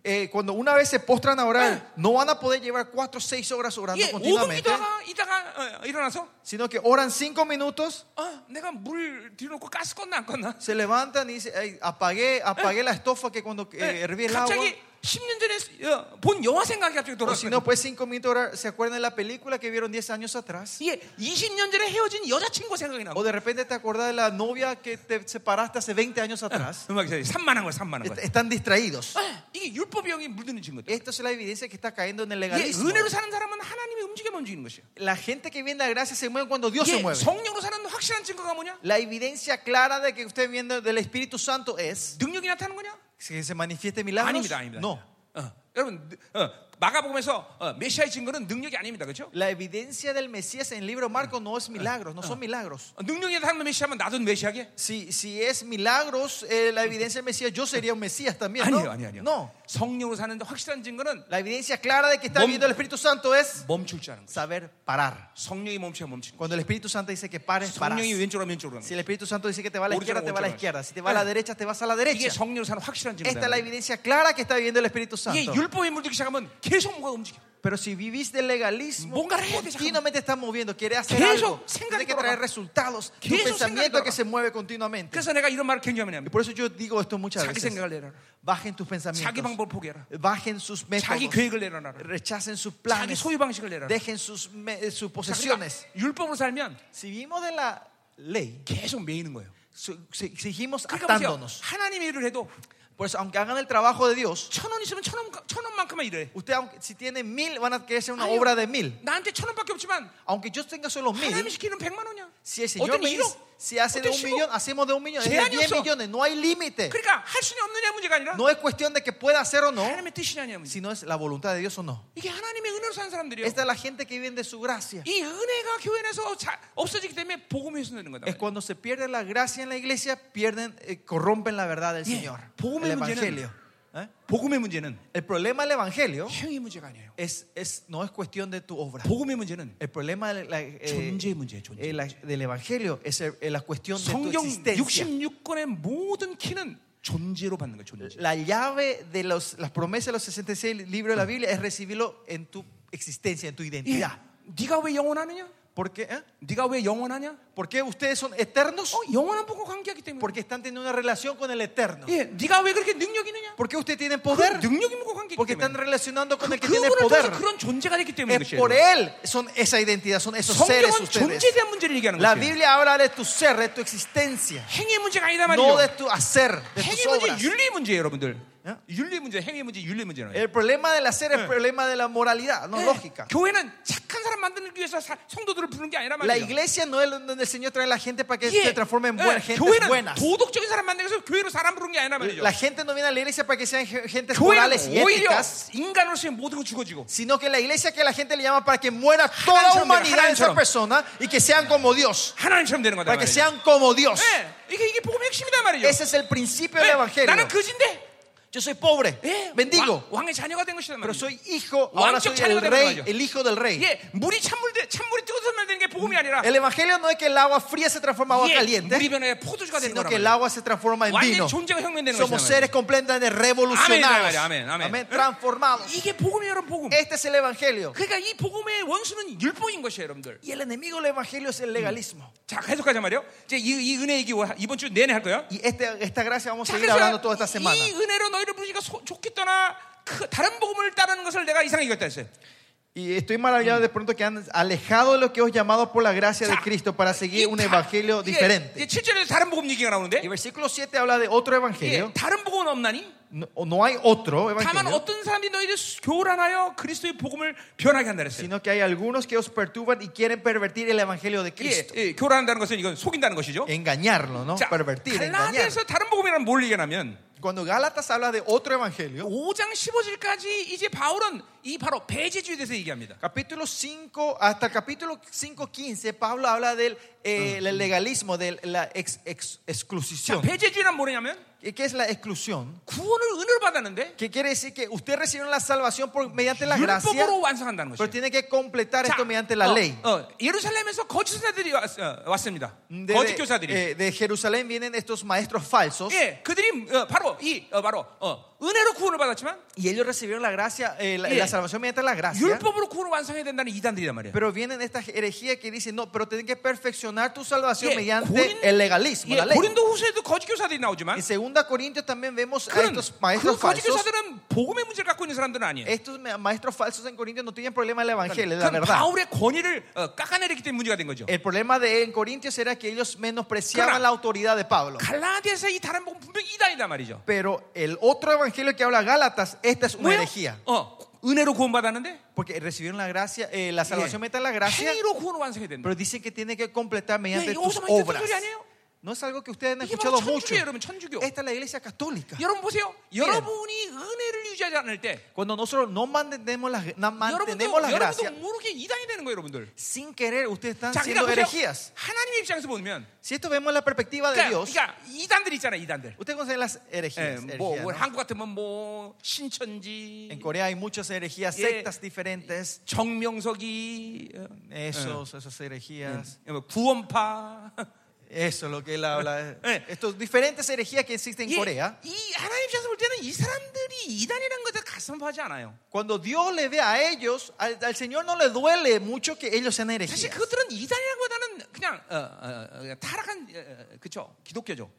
Eh, cuando una vez se postran a orar, no van a poder llevar 4 o 6 horas orando 예, 5분 continuamente, 기도하다가 이따가 어, 일어나서 sino que oran 5 minutos, 어, 내가 물 들여놓고 가스 껐나 안 껐나? se levantan y dicen, "Ay, apagué, apagué la estofa que cuando eh, 예, herví el agua. 갑자기 10년 전에 어, 본 영화 생각이 갑자기 O si no, 돌아왔어요. pues 5 minutos orar, ¿se acuerdan de la película que vieron 10 años atrás? 예, 20년 전에 헤어진 여자친구 생각이 나고 O de repente te acordás de la novia que te separaste hace 20 años atrás. 음악이 저기 산만한 거야, 산만한 Est- 거야. Están distraídos. 예, 이게 율법의 영이 물드는 증거다. Esto es la evidencia que está cayendo en el 예, legalismo. 은혜로 사는 사람은 하나님이 움직이면 움직이는 것이야. La gente que viene a gracia se mueve cuando Dios se 예, mueve. 성령으로 사는 확실한 증거가 뭐냐? La evidencia clara de que usted viene del Espíritu Santo es 능력이 나타나는 거냐? que se manifieste milagros. 아닙니다, 아닙니다. No. 어, 여러분, 느- 어, 마가복음에서 어, 메시아의 증거는 능력이 아닙니다, 그렇죠? La evidencia del Mesías en el libro Marco no es milagros, no son milagros. 어, 능력이 나타나는 메시아면 나도 메시아게? Si, si es milagros, eh, la evidencia del Mesías, yo sería un Mesías también. 아니에요, No, 아니에요, 아니에요. no. 성령으로 사는 확실한 증거는 La evidencia clara de que está Mom- viviendo el Espíritu Santo es 멈출 줄 아는 거야. saber parar. 성령이 멈춰야 멈추는 거야. Cuando el Espíritu Santo dice que pares, paras. 성령이 Si 왼쪽으로 하면 왼쪽으로 가는 거야. el Espíritu Santo dice que te va a la izquierda, Original, te va a la original. izquierda. Si te va a la Eh. derecha, te vas a la 이게 derecha. 성령으로 사는 확실한 Esta es la 증거다. evidencia clara que está viviendo el Espíritu 이게 Santo. 율법에 물들기 시작하면 계속 뭔가 움직여. Pero si vivís del legalismo, 뭔가를 해야 돼, continuamente estás moviendo, quieres hacer 계속 algo, 생각이 tienes que 돌아가. traer resultados, tu 계속 pensamiento 생각이 que se mueve continuamente. 그래서 내가 이런 말을 굉장히 많이 Y 합니다. por eso yo digo esto muchas 자기 veces. 생각을 내려라. Bajen tus 자기 pensamientos, 방법을 포기해라. bajen sus 자기 métodos, 계획을 내려놔라. rechacen sus 자기 planes, 소유 방식을 내려놔라. dejen sus, me- eh, sus 자, 그러니까 posesiones. 율법으로 살면 Si vivimos de la ley, 계속 매이는 거예요. su- se- seguimos 그러니까 보세요. atándonos. 하나님 일을 해도 Por eso, aunque hagan el trabajo de Dios, 천 원 있으면 천, 원, 천 원만큼만 일해. usted aunque, si tiene mil, van a querer hacer una Ay, obra de mil. 나한테 천 원밖에 없지만 Aunque yo tenga solo mil, 하나님 시키는 백만 원이야. Si el Señor 어떤 me 일억, dice, si hace de 어떤 un 십억. millón, hacemos de un millón, es de 제한이 10 없어. millones, no hay límite. 그러니까 할 수냐 없느냐 문제가 아니라 No es cuestión de que pueda hacer o no, 하나님의 뜻이냐냐 문제. sino es la voluntad de Dios o no. 이게 하나님의 은혜로 사는 사람들이에요. Esta es la gente que viene de su gracia. 이 은혜가 교회 내에서 자- 없어지기 때문에 복음이 훼손되는 거다. Es cuando se pierde la gracia en la iglesia, pierden, eh, corrompen la verdad del Yeah. Señor. 예. 복음의 El 문제는- evangelio. 예? ¿eh? 복음의 문제는 El problema del evangelio 행위 문제가 아니에요. es, es, no es cuestión de tu obra. 복음의 문제는 El problema de la- eh, 존재의 문제예요. 존재. eh, la- del evangelio es el- eh, la cuestión de tu 성경 existencia. 66권의 모든 키는 존재로 받는 거 존재. La llave de los, las promesas de los 66 libros de la Biblia es recibirlo en tu existencia, en tu 예. identidad. 네가 왜 영원하느냐? ¿Por qué, eh? 네가 왜 영원하냐? 어, ¿Por qué ustedes son eternos? 영원한 복과 관계하기 때문에. Porque están teniendo una relación con el eterno. 예, 네가 왜 그렇게 능력 있느냐? ¿Por qué ustedes tienen 그 poder? 능력 있는 과 관계하기 Porque están 때문에. relacionando con el que tiene 그분을 poder. 통해서 그런 존재가 되기 때문에 Es 그것이에요. por él son esa identidad, son esos seres 성경은 존재에 ustedes. 대한 문제를 얘기하는 La 거예요. Biblia habla de tu ser, de tu existencia, 행위 문제가 아니다 no 말이에요. de tu hacer, de 행위 tus 문제 obras. 윤리 문제예요, 여러분들. 예? 윤리 문제, 행위 문제, 윤리 문제는. 아니에요. El problema del hacer es el problema de la moralidad, no 예, lógica. 교회는 착한 사람 만드는 위해서 사- 성도들을 부르는 게 아니라 La 말이에요. iglesia no es donde el Señor trae a la gente para que 예, se transforme en 예, buena, gentes 교회는 buenas. 도덕적인 사람 만드는 위해서 교회로 사람 부르는 게 아니라 말이죠. La gente no viene a la iglesia para que sean ge- gentes morales y 교회는 오히려 éticas, 인간으로서의 모든 거 죽어지고 sino que la iglesia que la gente le llama para que muera toda Haram처럼, humanidad de esa haram처럼. persona y que sean como Dios, 하나님처럼 되는 거다 para que 말이죠. sean como Dios. 예, 이게 이게 복음의 핵심이다 말이죠. Ese es el principio 예, del evangelio. 나는 거진데 Yo soy pobre, 예, 왕- bendigo, 왕의 자녀가 된 것이다 pero 말이죠. soy hijo, ahora soy 왕적 el 자녀가 되는 rey, 거죠. el hijo del rey. 예, 물이 찬물 돼, 찬물이 뜨거워서 만드는 게 복음이 아니라 El evangelio no es que el agua fría se transforma en agua 예, 물이 caliente, 변해 포도주가 되는 sino 거라 que el 말이야. agua se transforma en 완전히 vino. 존재가 혁명되는 Somos 것이다 seres completamente revolucionados. Amén, amén, amén. 말이야. transformados. 이게 복음이에요 여러분 복음 Este es el evangelio. 그러니까 이 복음의 원수는 율법인 것이에요 여러분들 Y el enemigo del evangelio es el legalismo. 자 계속하자 말이요 이제 이, 이 은혜 얘기 와- 이번 주 내내 할 거예요 Y este- esta gracia vamos a 자 seguir hablando toda esta 그래서 semana. 이 은혜로 너희를 부르니까 소- 좋겠더나 그 다른 복음을 따르는 것을 내가 이상하게 했다 했어요 Y estoy maravillado de pronto que han alejado de lo que os llamado por la gracia de 자, Cristo para seguir 이 un 다- evangelio 이게- 이게 diferente. 7절에서 다른 복음 얘기가 나오는데 Y versículo 7 habla de otro 이게 evangelio. 다른 복음은 없나니? No, no hay otro 다만 evangelio, 어떤 사람들이 너희를 교란하여 그리스도의 복음을 변하게 한다 그랬어요. sino que hay algunos que os perturban y quieren pervertir el evangelio de 예, Cristo. 예, 교란한다는 것은 이건 속인다는 것이죠. Engañarlo, ¿no? 자, Pervertir, engañar. 갈라디아서 다른 복음이란 뭘 얘기하냐면 Cuando Gálatas habla de otro evangelio, 5장 15절까지 이제 바울은 이 바로 배제주의에 대해서 얘기합니다. Capítulo 5 hasta el capítulo 5.15 Pablo habla del eh, el legalismo, de la ex- ex- 자, exclusión. 배제주의란 뭐냐면 ¿Qué qué es la exclusión? 구원을 은혜로 받았는데 Que quiere decir que usted recibió la salvación por, mediante la gracia, 율법으로 완성한다는 pero 것이에요. tiene que completar 자, esto mediante la 어, ley. 어, 예루살렘에서 거짓 교사들이 왔, 습니다 De, 거짓 교사들이. eh, de Jerusalén vienen estos maestros falsos 예, 그들이 어, 바로 이 어, 바로 어, 은혜로 구원을 받았지만 y ellos recibieron la gracia, eh, la, Yeah. la salvación mediante la gracia. 율법으로 구원을 완성해야 된다는 이단들이란 말이에요. Pero vienen estas herejías que dicen, no, pero tienen que perfeccionar tu salvación 예, mediante 고린- el legalismo, 예, la ley. 고린도 후서에도 거짓 교사들이 나오지만 En 2 Corintios también vemos a 그런 estos maestros 그 거짓 falsos. 교사들은 복음의 문제를 갖고 있는 사람들은 아니에요. Estos ma- maestros falsos en Corintios no tienen problema del evangelio, es la 그건 verdad. 바울의 권위를 어, 깎아내리기 때문에 문제가 된 거죠. El problema de en Corintios era que ellos menospreciaban Claro. la autoridad de Pablo. 갈라디아서 이 다른 복음 분명 이단이란 말이죠. Pero el otro evangelio que habla Gálatas, esta es una 왜요? herejía. 어, 은혜로 구원받았는데 Porque recibieron la gracia, eh, la salvación 예, meta la gracia, 행위로 구원을 완성해야 된다. pero dicen que tiene que completar mediante 예, tus 여기서 말했던 obras. 소리 아니에요? No es algo que ustedes han 이게 바로 escuchado mucho. 천주교 여러분 천주교. Esta es la iglesia católica. 여러분 보세요. 여러분이 은혜를 유지하지 않을 때 Cuando nosotros no mantenemos la, no 여러분도 mantenemos la 여러분도 gracia, 모르게 이단이 되는 거예요, 여러분들. sin querer ustedes están 자, siendo 그러니까 보세요. herejías. 하나님 의 입장에서 보면 Si esto vemos la perspectiva de 그러니까, Dios, 그러니까 이단들 있잖아, 이단들. Usted conoce las herejías. 예, 뭐, herejía, 뭐 ¿no? 한국 같으면 뭐 신천지, En Corea hay muchas herejías, Yeah. sectas diferentes. 정명석이, 어, Eh. Esos, esas herejías. 예, 뭐 구원파. Eso es lo que él habla. Eh. Estos diferentes herejías que existen en 예, Corea. 이 하나님 입장에서 볼 때는 이 사람들이 이단이라는 것에 가슴파지 않아요. Cuando Dios le ve a ellos, al, al Señor no le duele mucho que ellos sean 사실 herejías. 그들은 이단이라기보다는 그냥 어, 어, 어, 그냥 타락한 어, 어, 그쵸 기독교죠.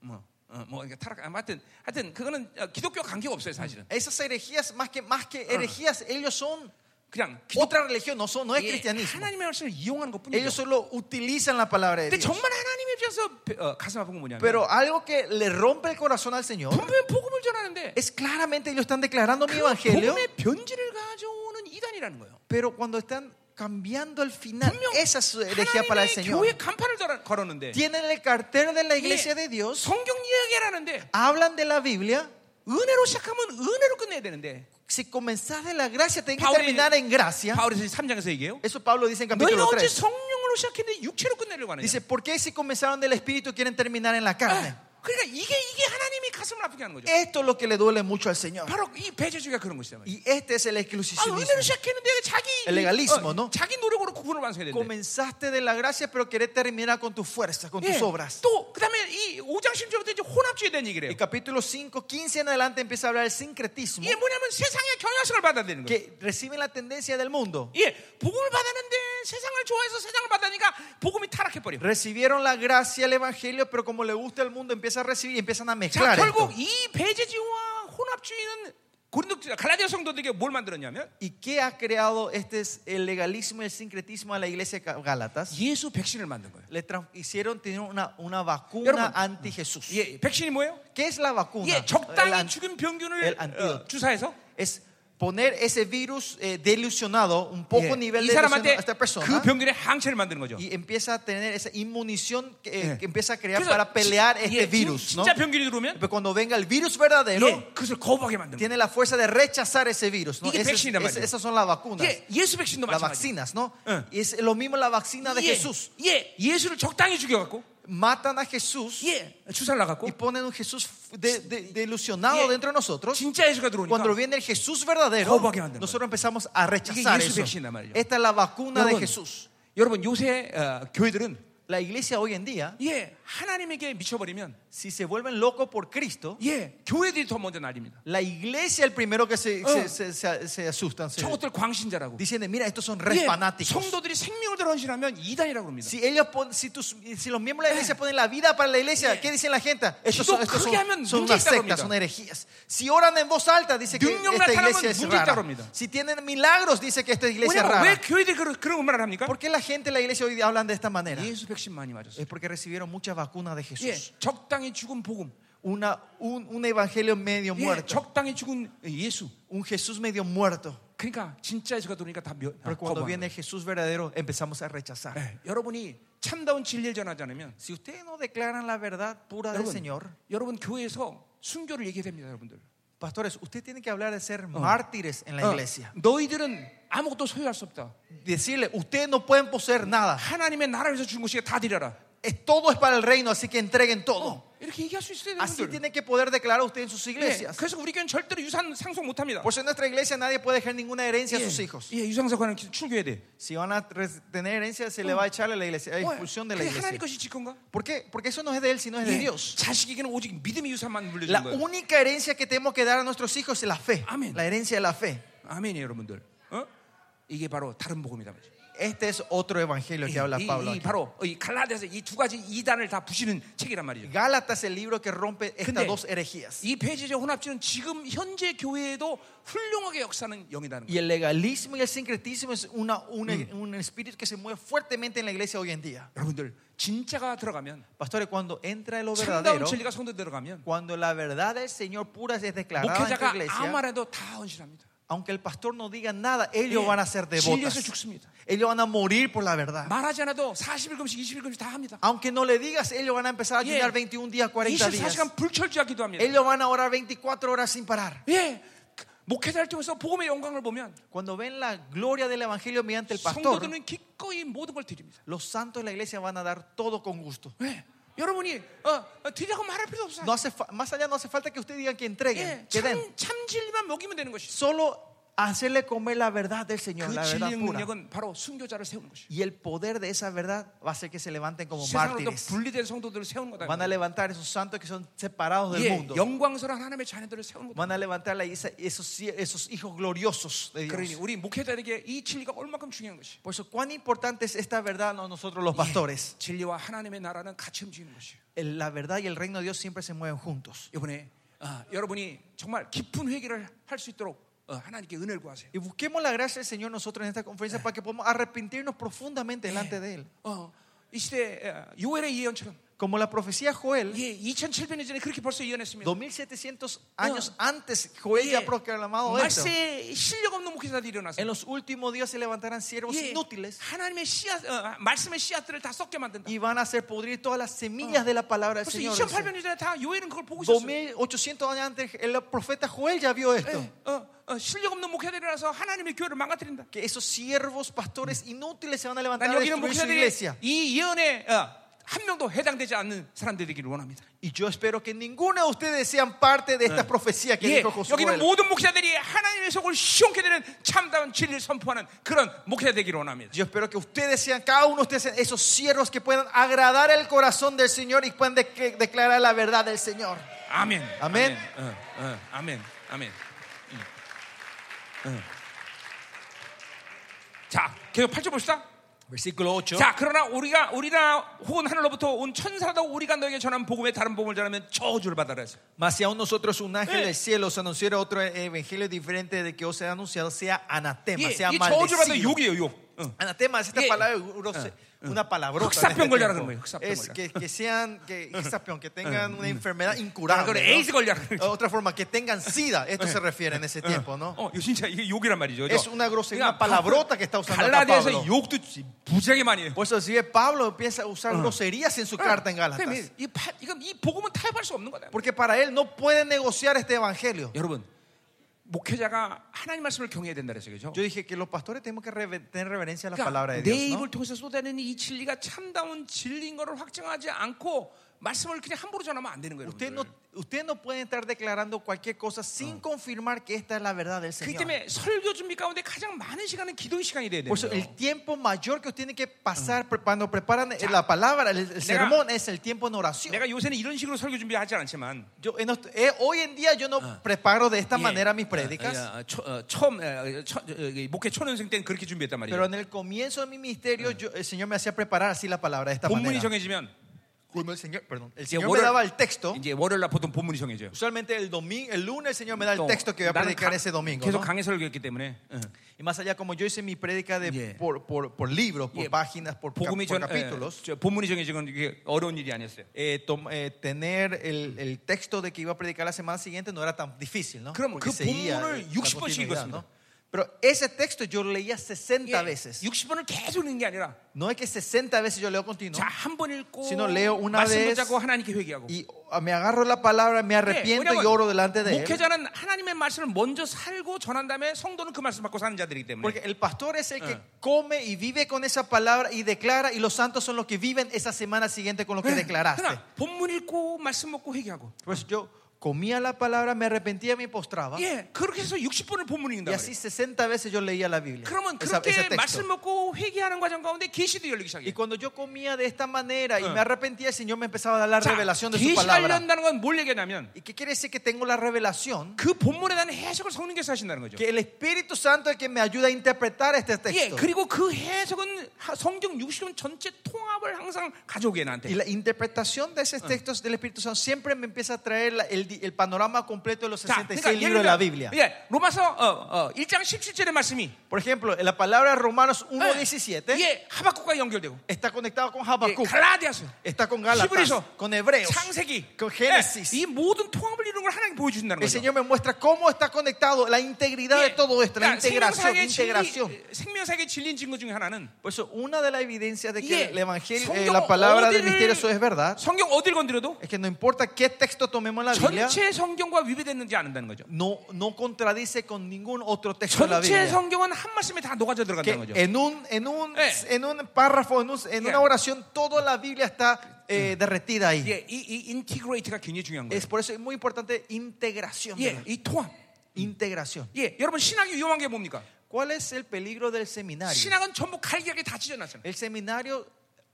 뭐, 어, 뭐 그러니까 타락. 하여튼 하여튼 그거는 어, 기독교 관계가 없어요 사실은. Esas herejías, más que, más que Ah. herejías, ellos son 그냥 기독 otra religión, no, son, no es 예, cristianismo. 하나님의 말씀을 이용하는 것뿐이죠. Ellos solo utilizan la palabra de 근데 Dios. 정말 하나님 입장에서 배- 어, 가슴 아픈 건 뭐냐면 Pero algo que le rompe el corazón al Señor 분명히 복음을 전하는데 es claramente ellos están declarando mi 그 evangelio. 복음의 변질을 가져오는 이단이라는 거예요. Pero cuando están cambiando el final, 분명 esa es su herejía para el 하나님의 Señor. 교회 간판을 걸어- 걸었는데 Tienen el cartel de la iglesia 예, de Dios, 성경 이야기라는데 hablan de la Biblia. 은혜로 시작하면 은혜로 끝내야 되는데 Si comenzás de la gracia, tenés que Pablo- terminar en gracia. 바울이 3장에서 얘기해요. Eso Pablo dice en 너희는 capítulo 3. 어째 성령으로 시작했는데 육체로 끝내려고 하느냐? Dice, ¿por qué si comenzaron del Espíritu quieren terminar en la carne? 아, 그러니까 이게 이게 하나님이 가슴을 아프게 하는 거죠. Esto es lo que le duele mucho al Señor. 바로 이 배제주의가 그런 것이다 말이에요. Y este es el 아, 은혜로 exclusivismo. 시작했는데 자기 El legalismo, 어, ¿no? 자기 노력으로 구분을 완성해야 되는데. Comenzaste de la gracia, pero querés terminar con tu fuerza, con tus obras. 예. 또 그다음에 이 5장 10절부터 이제 혼합주의에 대한 얘기를 El 해요. capítulo 5, 15 en adelante empieza a hablar del sincretismo, 이게 그러니까 뭐냐면 세상의 경향성을 받아들이는 거예요. que reciben la tendencia del mundo. 예, 복음을 받았는데 세상을 좋아해서 세상을 받으니까 복음이 타락해 버려. Recibieron la gracia, el evangelio, pero como le gusta al mundo, empieza a recibir y empiezan a 자, mezclar. 결국 esto. 이 배제주의와 혼합주의는 고린도 갈라디아 성도들에게 뭘 만들었냐면 ¿Y qué ha creado este es el legalismo y el sincretismo a la iglesia de Gálatas? 예수 백신을 만든 거예요. Le tra- hicieron tener una, una vacuna Hermano. anti Jesús. 예, 백신이 뭐예요? ¿Qué es la vacuna? 예, El 적당히 an- 죽은 el 병균을 antídoto. 어, 주사해서 es poner ese virus eh, delusionado, un poco 예, nivel 이 de delusión a 사람한테 esta 그 persona. 병균의 항체를 만드는 거죠. Y empieza a tener esa inmunición que, eh, 예. que empieza a crear 그래서 para pelear 지- este 예, virus. 진- ¿no? 진짜 병균이 들어오면 Pero cuando venga el virus verdadero, 예, 그것을 거부하게 만든 거예요. tiene la fuerza de rechazar ese virus. ¿no? 이게 Ese- 백신이란 ese- 말이에요. esas son las vacunas. 예, 예수 백신도 Las 마찬가지. vacunas, ¿no? Ah. 응. Y es lo mismo la vacuna de 예, Jesús. 예, 예수를 적당히 죽여갖고 Matan a Jesús 예, 주사를 놔갖고 y ponen un Jesús de- de- delusionado 예, dentro de nosotros. 진짜 예수가 들어오니까 Cuando viene el Jesús verdadero, 거부하게 만드는 nosotros empezamos a rechazar 이게 예수 eso. 백신이란 말이죠. Esta es la vacuna de 여러분, Jesús. 여러분 요새 어, 교회들은 La iglesia hoy en día 예, 하나님에게 미쳐버리면 Si se vuelven locos por Cristo, 예 교회들이 더 먼저 날립니다. la iglesia es el primero que se, se, Ah. se- se- se asustan. se- 저것들 광신자라고. diciendo, mira, estos son re 예, fanáticos. 성도들이 생명을 들어 헌신하면 이단이라고 합니다. Si, ellos pon- si, tus- si los miembros de la iglesia ponen la vida para la iglesia, ¿qué dicen la gente? Estos son, 기도 estos son- 크게 하면 son 문제 una 있다 secta, 그럽니다. son herejías. Si oran en voz alta, dice que 능력 esta 나타나면 iglesia es 문제 있다 rara. 그럽니다. Si tienen milagros, dice que esta iglesia es 왜냐면 왜 rara. 교회들이 그런, 그런 음란을 합니까? ¿Por qué la gente de la iglesia hoy día hablan de esta manera? 예수 백신 많이 맞았어요. Es porque recibieron muchas vacunas de Jesús. 예, 적당히 죽은 복음, Una, un, un evangelio medio 예, muerto. 적당히 죽은 예수. un Jesús medio muerto. 그러니까 진짜 예수가 들어오니까 다 며, 아, Pero cuando 거부하는 viene el Jesús verdadero, empezamos a rechazar. 거예요. 예, 여러분이 참다운 진리를 전하지 않으면 Si ustedes no declaran la verdad pura del 여러분, Señor, 여러분 교회에서 순교를 얘기해야 됩니다, 여러분들. pastores, ustedes tienen que hablar de ser mártires en la 어, iglesia. 너희들은 아무것도 소유할 수 없다. Decirle, ustedes no pueden poseer nada. 하나님의 나라에서 준 것이 다 드려라. Es- todo es para el reino, así que entreguen todo. 어, 이렇게 얘기할 수 있어야 Así 되는데. tienen que poder declarar ustedes en Eh, sus iglesias. 그래서 우리 교회는 절대로 유산 상속 못합니다. Por eso en nuestra iglesia nadie puede dejar ninguna herencia a sus hijos. 예, 유상사관은 출교해야 돼. Si van a re- tener herencia, se le va a echar a la iglesia, a 어, expulsión de la 그게 하나님 iglesia. 것이 지건가? ¿Por qué? Porque eso no es de él, sino es de 예, Dios. 자식에게는 오직 믿음의 유산만 물려준 La 거예요. única herencia que tenemos que dar a nuestros hijos es la fe. Amén. La herencia de la fe. 아멘이 여러분들. 어? 이게 바로 다른 복음이다. 말이죠. Este es otro evangelio que habla 이, Pablo. 이 aquí. 바로 이 갈라디아서 이 두 가지 이단을 다 부시는 책이란 말이죠. Gálatas es el libro que rompe estas 근데 dos herejías. 이 폐지적 혼합주의는 지금 현재 교회에도 훌륭하게 역사는 영이라는 거예요. Y el legalismo y el sincretismo es una, un, un espíritu que se mueve fuertemente en la iglesia hoy en día. 여러분들 진짜가 들어가면 Pastores, cuando entra lo 참다운 verdadero, 진리가 성도 들어가면 cuando la verdad del Señor pura es declarada en tu 목회자가 아무 iglesia, 말해도 다 헌신합니다. aunque el pastor no diga nada, ellos van a ser 예, 진리에서 devotos. 죽습니다. Ellos van a morir por la verdad. 말하지 않아도 41금식, 21금식 다 합니다. Aunque no le digas, ellos van a empezar a 예. ayunar 21 días, 40 días. 24시간 불철주야 기도합니다. Ellos van a orar 24 horas sin parar. 예, 그 목회자를 통해서 복음의 영광을 보면 Cuando ven la gloria del evangelio mediante el pastor, 성도들은 기꺼이 모든 걸 드립니다. los santos de la iglesia van a dar todo con gusto. 예, 여러분이 어, 어, 드리라고 말할 필요 No 없어요. hace fa- más allá no hace falta que usted diga que entreguen, 예, que den. 참, 참 진리만 먹이면 되는 것이. Solo hacerle comer la verdad del Señor, 그 la verdad 진리의 pura. 능력은 바로 순교자를 세우는 것이. Y el poder de esa verdad va a hacer que se levanten como 세상으로부터 mártires. 분리된 성도들을 세우는 거다. Van a levantar esos santos que son separados del 예, mundo. 영광스러운 하나님의 자녀들을 세우는 거다. Van a levantar la- esa- esos, esos hijos gloriosos de 그러니 Dios. 우리 목회자에게 이 진리가 얼마큼 중요한 것이. Por eso, cuán importante es esta verdad a nosotros los pastores. 진리와 하나님의 나라는 같이 움직이는 것이. El- La verdad y el reino de Dios siempre se mueven juntos. 이번에 아, 여러분이 정말 깊은 회개를 할 수 있도록 어, 하나님께 은혜를 구하세요. Y busquemos la gracia del Señor nosotros en esta conferencia para que podamos arrepentirnos profundamente delante de Él. 어, 이 시대 어, 요엘의 예언처럼 Como la profecía de Joel, 예, 2,700년 전에 그렇게 벌써 예언했습니다. 예. 2700 años antes Joel ya ha 아, proclamado esto. 말세 실력 없는 목회자들이 En 일어났어요. los últimos días se levantarán siervos 예, inútiles 하나님의 씨앗, 어, 말씀의 씨앗들을 다 썩게 만든다. y van a hacer pudrir todas las semillas de la palabra del 벌써 Señor. 2,800년 전에 다 요엘은 그걸 보고 있었어요. 2800 años antes el profeta Joel ya vio esto. 예, 어, 어, 실력 없는 목회자들이 일어나서 하나님의 교회를 망가뜨린다. Que esos siervos pastores inútiles se van a levantar 난 a 여기는 destruir su 목회자들이 iglesia. 이 예언에 어, 한 명도 해당되지 않는 사람들이기를 원합니다. Y yo espero que ninguno de ustedes sean parte de esta profecía que 예, dijo Josué. 여기는 모든 목사들이 하나님의 속을 시원케 되는 참다운 진리를 선포하는 그런 목사 되기를 원합니다. Yo espero que ustedes sean, cada uno de ustedes, sean esos siervos que puedan agradar el corazón del Señor y puedan de- declarar la verdad del Señor. 아멘. 아멘. 아멘. 어, 어, 아멘. 아멘. 음. 음. 자, 계속 8절 봅시다. Versículo 8. 자, 그러나 우리가 우리나 혹은 하늘로부터 온 천사도 우리가 너에게 전한 복음의 다른 복음을 전하면 저주를 받아라 해서. Mas si aún nosotros un ángel Eh. del cielo os anunciara otro e-, evangelio diferente de que os he anunciado, sea anatema, 예, sea 이 저주를 받는 maldecido. 욕이에요, 욕. 어. Anatema es esta Eh. palabra, grose- una palabrota. en Hexapión este gollar, tiempo. hermano, hexapión Es gollar. que, que sean, que, hexapión, que tengan una enfermedad 아, 그래, incurable. 에이즈 ¿no? 걸려. Otra forma, que tengan sida. Esto se refiere en ese tiempo, ¿no? 어, 이거 진짜 이게 욕이란 말이죠. 그러니까 Es una grosería, una palabrota que está usando acá 갈라디아서 Pablo. 욕도 부지하게 많이 해요. Por eso si ve, Pablo empieza a usar groserías en su Ah, carta en Gálatas. 그러니까 이, 파, 이건 이 복음은 타협할 수 없는 거다. Porque para él no puede negociar este evangelio. 여러분 목회자가 하나님 말씀을 경외해야 된다 그랬어요, 그죠? Yo dije que los pastores tenemos que rever- tener reverencia a la palabra 그러니까 de 내 Dios. ¿no? 입을 통해서 쏟아내는 이 진리가 참다운 진리인 것을 확증하지 않고 말씀을 그냥 함부로 전하면 안 되는 거예요. Usted no, 여러분들. usted no puede estar declarando cualquier cosa sin confirmar que esta es la verdad del 그렇기 Señor. 때문에 설교 준비 가운데 가장 많은 시간은 기도의 시간이 돼야 돼요. Por eso el tiempo mayor que usted tiene que pasar pre- cuando preparan la palabra, el, el sermón, es el tiempo en oración. 내가 요새는 이런 식으로 설교 준비하지 않지만 Yo, en ost- eh, hoy en día yo no preparo de esta 예, manera mis 어, prédicas, 어, 어, 초- 어, 처음 어, 어, 처- 어, 이 목회 초년생 때는 그렇게 준비했단 말이에요. pero en el comienzo de mi ministerio yo- el Señor me hacía preparar así la palabra de esta manera. 본문이 정해지면 Cuando el Señor, perdón, el 이제 Señor me daba el 월요일 texto. 이제 월요일날 보통 본문이 정해져요. Usualmente el domingo, el lunes el Señor me da el 또 texto que voy a 나는 predicar 강- ese domingo. 계속 ¿no? 강해 설교했기 때문에 어, 응. Y más allá, como yo hice mi prédica de, Yeah. por, por, por libros, por Yeah. páginas, por, cap- 복음이 por 전 capítulos, 예, 저 본문이 정해지면 이게 어려운 일이 아니었어요. eh, tom- eh, tener el, el texto de que iba a predicar la semana siguiente no era tan difícil, ¿no? 그럼 그 seguía 본문을 la 60 번씩 continuidad, 읽었습니다. ¿no? Pero ese texto yo lo leía 60 veces. 60번을 예, 계속 읽는 게 아니라 No es que 60 veces yo leo continuo. 자 한 번 읽고 네. Si no leo una 말씀 vez 붙잡고 하나님께 회개하고 Y me agarro la palabra, me 예, arrepiento y 왜냐면 oro delante de él. 목회자는 하나님의 말씀을 먼저 살고 전한 다음에 성도는 그 말씀 받고 사는 자들이기 때문에 Porque el pastor es el que Ah. come y vive con esa palabra y declara, y los santos son los que viven esa semana siguiente con lo que Eh, declaraste. 그러나 본문 읽고 말씀 먹고 회개하고 Pues yo comía la palabra, me arrepentía, me postraba. 예 그렇게 해서 60번을 어? 본문 Y 읽는다 así 말이에요. 60 veces yo leía la Biblia. 그러면 esa- ese 그렇게 texto. 말씀 먹고 회개하는 과정 가운데 계시도 열리기 시작해요. Y cuando yo comía de esta manera y Ah. me arrepentía, el Señor me empezaba a dar la revelación de su 계시가 palabra. 열린다는 건 뭘 얘기냐면 ¿Y qué quiere decir que tengo la revelación? 그 본문에 대한 해석을 성령께서 하신다는 거죠. Que el Espíritu Santo es el que me ayuda a interpretar este 예, texto. 그리고 그 해석은 하- 성경 60권 전체 통합을 항상 가져오게 Y 나한테. la interpretación de esos textos del Espíritu Santo siempre me empieza a traer la- el, di- el panorama completo de los 66 libros de la Biblia. 그러니까 예, 로마서 어, 어, 1장 17절의 말씀이 Por ejemplo, en la palabra Romanos 예, 1.17 예, 하박국과 연결되고 está conectado con 예, Habacuc, 갈라디아서 está con Gálatas, 히브리서, con Hebreos, 창세기 con Génesis. 예, 이 모든 통합을 이루는 걸 하나님 보여주신다는 El 거죠. 예. Señor me muestra cómo está conectado la integridad de todo esto, la integración, integración. 생명사의 진리인 증거 중에 하나는 Por eso, una de las evidencias de que 이게 el evangelio, eh, 성경 la palabra del 어디를- misterioso es verdad, 성경 어딜 건드려도 es que no importa qué texto tomemos en la Biblia, 전체 성경과 위배됐는지 안다는 거죠. no, no contradice con ningún otro texto de la 전체 Biblia. 성경은 한 말씀에 다 녹아져 들어간다는 Que 거죠. en un, en un, Eh. en un párrafo, en, un- en Yeah. Mm. una oración, toda la Biblia está eh, derretida ahí. 예, 이, 이 인티그레이트가 굉장히 중요한 거예요. Es por eso es muy importante integración. 예, ¿verdad? 이 통합. Integración. 예, 여러분 신학이 위험한 게 뭡니까? ¿Cuál es el peligro del seminario? 신학은 전부 칼기하게 다 찢어놨잖아요. El seminario,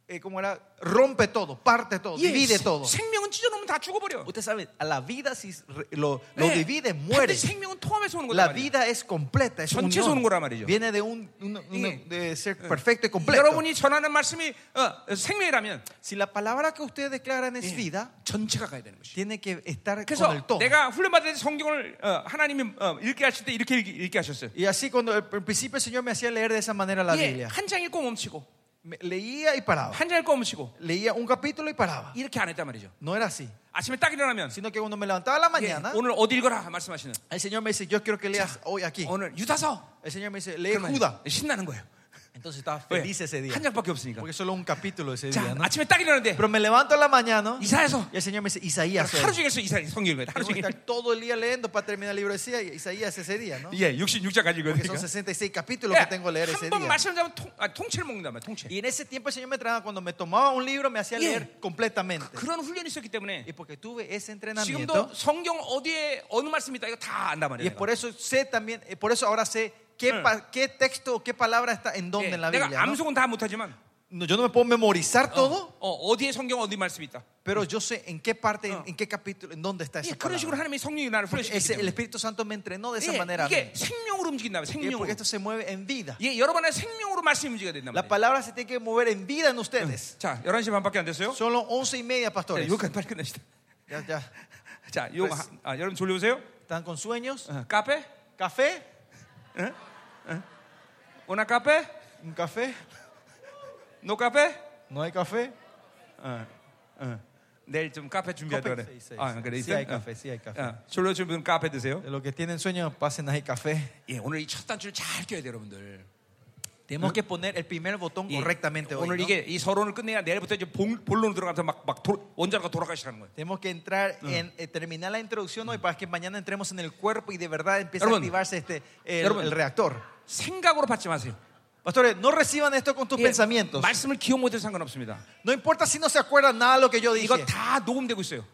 eh, como era, rompe todo, parte 어, todo, divide 세- todo. 예, 생명은 찢어놓으면 다네 죽어버려. Usted sabe, a la vida si re- lo, lo 예, divide, muere. 반드시 생명은 통합에서 오는 La 거다. 말이에요. vida es completa, es 전체에서 unión. 오는 거란 말이죠. Viene de un, un- un- 예. de ser perfecto y completo. 여러분이 전하는 말씀이 어, 생명이라면 Si la palabra que ustedes declaran es vida, 전체가 가야 되는 것이죠. tiene que estar con el 그래서 todo. 내가 훈련받을 때 성경을 어, 하나님이 어, 읽게 하실 때 이렇게 읽- 읽게 하셨어요. Y así cuando al principio el Señor me hacía leer de esa manera la 예, Biblia, 한 장 읽고 멈추고 me- leía y paraba. 한 장 읽고 멈추고 Leía un capítulo y paraba. 이렇게 안 했단 말이죠. No era así, 아침에 딱 일어나면 sino que cuando me levantaba a la 예, mañana, 오늘 어디 읽어라 말씀하시는 el Señor me dice, yo quiero que leas hoy aquí. 오늘 유다서 El Señor me dice, lee 예. 그러면 Judá. 신나는 거예요. Entonces estaba 왜? feliz ese día. 한 장밖에 없으니까. Porque solo un capítulo ese 자, día, ¿no? 아침에 딱 일어나는데 Pero me levanto a la mañana 이사야서 y el Señor me dice, Isaías. hoy. 하루 종일 써 이사야 성경 읽어요. 하루 Tengo que 종일. estar todo el día leyendo para terminar el libro de Isaías, Isaías ese día, ¿no? 예, 66장까지 Porque son 읽어요. 66 capítulos que tengo que leer ese 한번 día. 말씀 잡으면 통, 아, 통째를 먹는단 말이야. 통째. Y en ese tiempo el Señor me traba, cuando me tomaba un libro, me hacía Yeah. leer completamente. 그런 훈련이 있었기 때문에 Y porque tuve ese entrenamiento, 지금도 성경 어디에 어느 말씀이 있다 이거 다 안단 y es 말이야. por eso sé también, eh, por eso ahora sé qué, Mm. pa- qué texto o qué palabra está en dónde 예, en la 내가 Biblia. ¿no? 암송은 다 못하지만 No, yo no me puedo memorizar 어, todo, 어, 어디에 성경 어디 말씀이 있다. 예, pero yo sé en qué parte, 어. en qué capítulo, en dónde está 예, esa 그런 식으로 palabra. 하나님의 성령이 나를 훈련시키기 Ese- el 때문에 Espíritu Santo me entrenó de esa manera. 예, a mí. 이게 생명으로 움직인다. Y es porque 생명으로. esto se mueve en vida. 예, 여러분의 생명으로 말씀이 움직여야 된단 La 말이야. palabra se tiene que mover en vida en ustedes. 자, 11시 반밖에 안 됐어요. Solo once y media, 자, pastores. 요까지 빨리 끝냅시다. Ya, ya. 자, 요 그래서- 아, 여러분 졸려오세요? ¿Están con sueños? 어, 카페? ¿Café? 오나 카페? ¿Un café? 노 카페? ¿No hay café? 어, 어. 내일 좀 카페 준비하자 커피 그래. 있어, 있어, 아, 있어. 그래. 씨, 있어? 아이 어. 카페, 씨, 아이 카페. 어, 졸려 주면 카페 드세요. Los que tienen sueños, pasen ahí café. 예, 오늘 이 첫 단추를 잘 껴야 돼요, 여러분들. Tenemos que poner el primer botón 예, correctamente hoy. 오늘 ¿no? 이게 이 서론을 끝내야 내일부터 이제 본, 본론으로 들어가서 막막 원자로가 돌아가기 시작하는 거예요. Tenemos que entrar en eh, terminar la introducción hoy para que mañana entremos en el cuerpo y de verdad empiece a 여러분, activarse este, el, 여러분. el reactor. 생각으로 받지 마세요. Pastores, no reciban esto con tus 예, pensamientos. 말씀을 기억 못해도 상관없습니다. No importa si no se acuerdan nada de lo que yo 이거 dije. 다 녹음되고 있어요.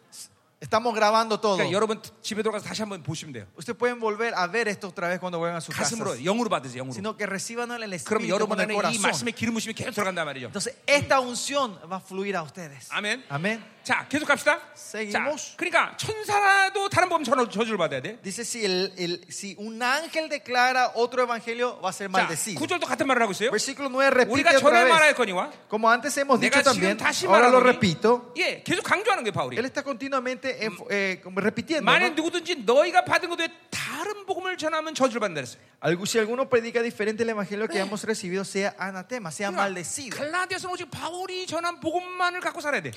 Estamos grabando todo. 그러니까 여러분 집에 들어가서 다시 한번 보시면 돼요. Ustedes pueden volver a ver esto otra vez cuando vuelvan a sus casas. 가슴으로 영으로 받으세요. 영으로. Sino que reciban el 그럼 Espíritu 여러분 con el 안에 이 corazón. 말씀의 기름 부심이 계속 들어간단 말이죠. Entonces, esta unción va a fluir a ustedes. 아멘. Amén. 자, 계속 갑시다. 자, Seguimos. 그러니까 천사라도 다른 범 저주를 받아야 돼. Dice: si, el, el- si un ángel declara otro evangelio, va a ser 자, maldecido. 구절도 같은 말을 하고 있어요. Versículo 9 repite 우리가 otra 전에 vez. 말하였거니와 Como antes hemos dicho 내가 지금 también, 다시 ahora lo 말하노니 repito. 예, 계속 강조하는 게 바울이. Él está continuamente eh, eh, como repitiendo. 만일 ¿no? 누구든지 너희가 받은 것에 다른 복음을 전하면 저주를 받는다 그랬어요. Algo- Si alguno predica diferente el evangelio que hemos recibido, sea anatema, sea maldecido. 그러니까 갈라디아서는 오직 바울이 전한 복음만을 갖고 살아야 돼.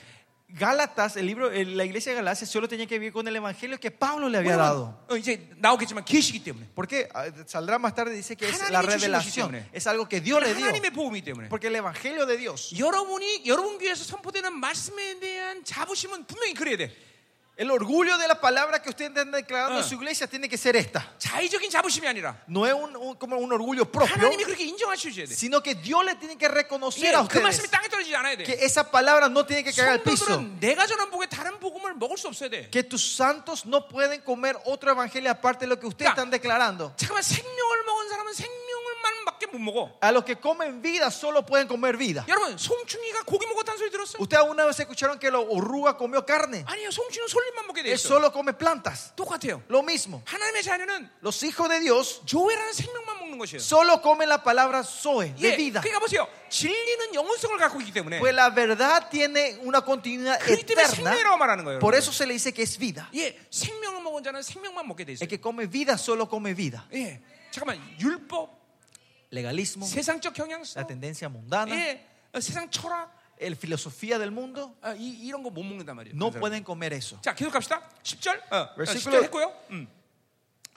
Gálatas, el libro, el- la iglesia de Galacia solo tenía que vivir con el evangelio que Pablo le había 왜냐면, dado. 어, 이제 나오겠지만 계시기 때문에. Porque ah, saldrá más tarde, dice que es la 하나님이 주신 것이기 revelación. 때문에. Es algo que Dios le dio. 하나님의 보험이기 때문에. Porque el evangelio de Dios, 여러분이 여러분 귀에서 선포되는 말씀에 대한 자부심은 분명히 그래야 돼. el orgullo de la palabra que ustedes están declarando Ah. en su iglesia tiene que ser esta. 자의적인 자부심이 아니라 No es un, un- como un orgullo propio, 하나님이 그렇게 인정하셔야 돼. sino que Dios le tiene que reconocer a 예, 그 말씀이 ustedes 땅에 떨어지지 않아야 que 돼. esa palabra no tiene que caer al piso. 성도들은 내가 전한 복에 다른 복음을 먹을 수 없어야 돼. que tus santos no pueden comer otro evangelio aparte de lo que ustedes Ya. están declarando. 잠깐만 생명을 먹은 사람은 생명을만밖에 못 먹어. A los que comen vida solo pueden comer vida. 여러분 송충이가 고기 먹었다는 소리 들었어? Ustedes alguna vez escucharon que la oruga comió carne. 아니요, 송충이는 예, 솔잎만 먹게 돼 Él 있어. solo come plantas. 똑같아요. Lo mismo. 하나님의 자녀는 Los hijos de Dios 조회라는 생명만 먹는 것이에요. solo comen la palabra Zoe, 예, de vida. 그러니까 보세요. 진리는 영원성을 갖고 있기 때문에 Pues la verdad tiene una continuidad 그렇기 때문에 eterna. 생명이라고 말하는 거예요. Por 여러분. eso se le dice que es vida. 예, 생명을 먹은 자는 생명만 먹게 돼 있어요. El que come vida solo come vida. 예, 뭐- 잠깐만 율법, Legalismo, 세상적 la 경향성, tendencia mundana, 예, 어, 세상 철학 la filosofía del mundo, 아, 이, 이런 거 못 먹는단 말이에요. no 그런 사람은. pueden comer eso. 자, 계속 갑시다. 10절. 어, Versículo- 10절 했고요. 음.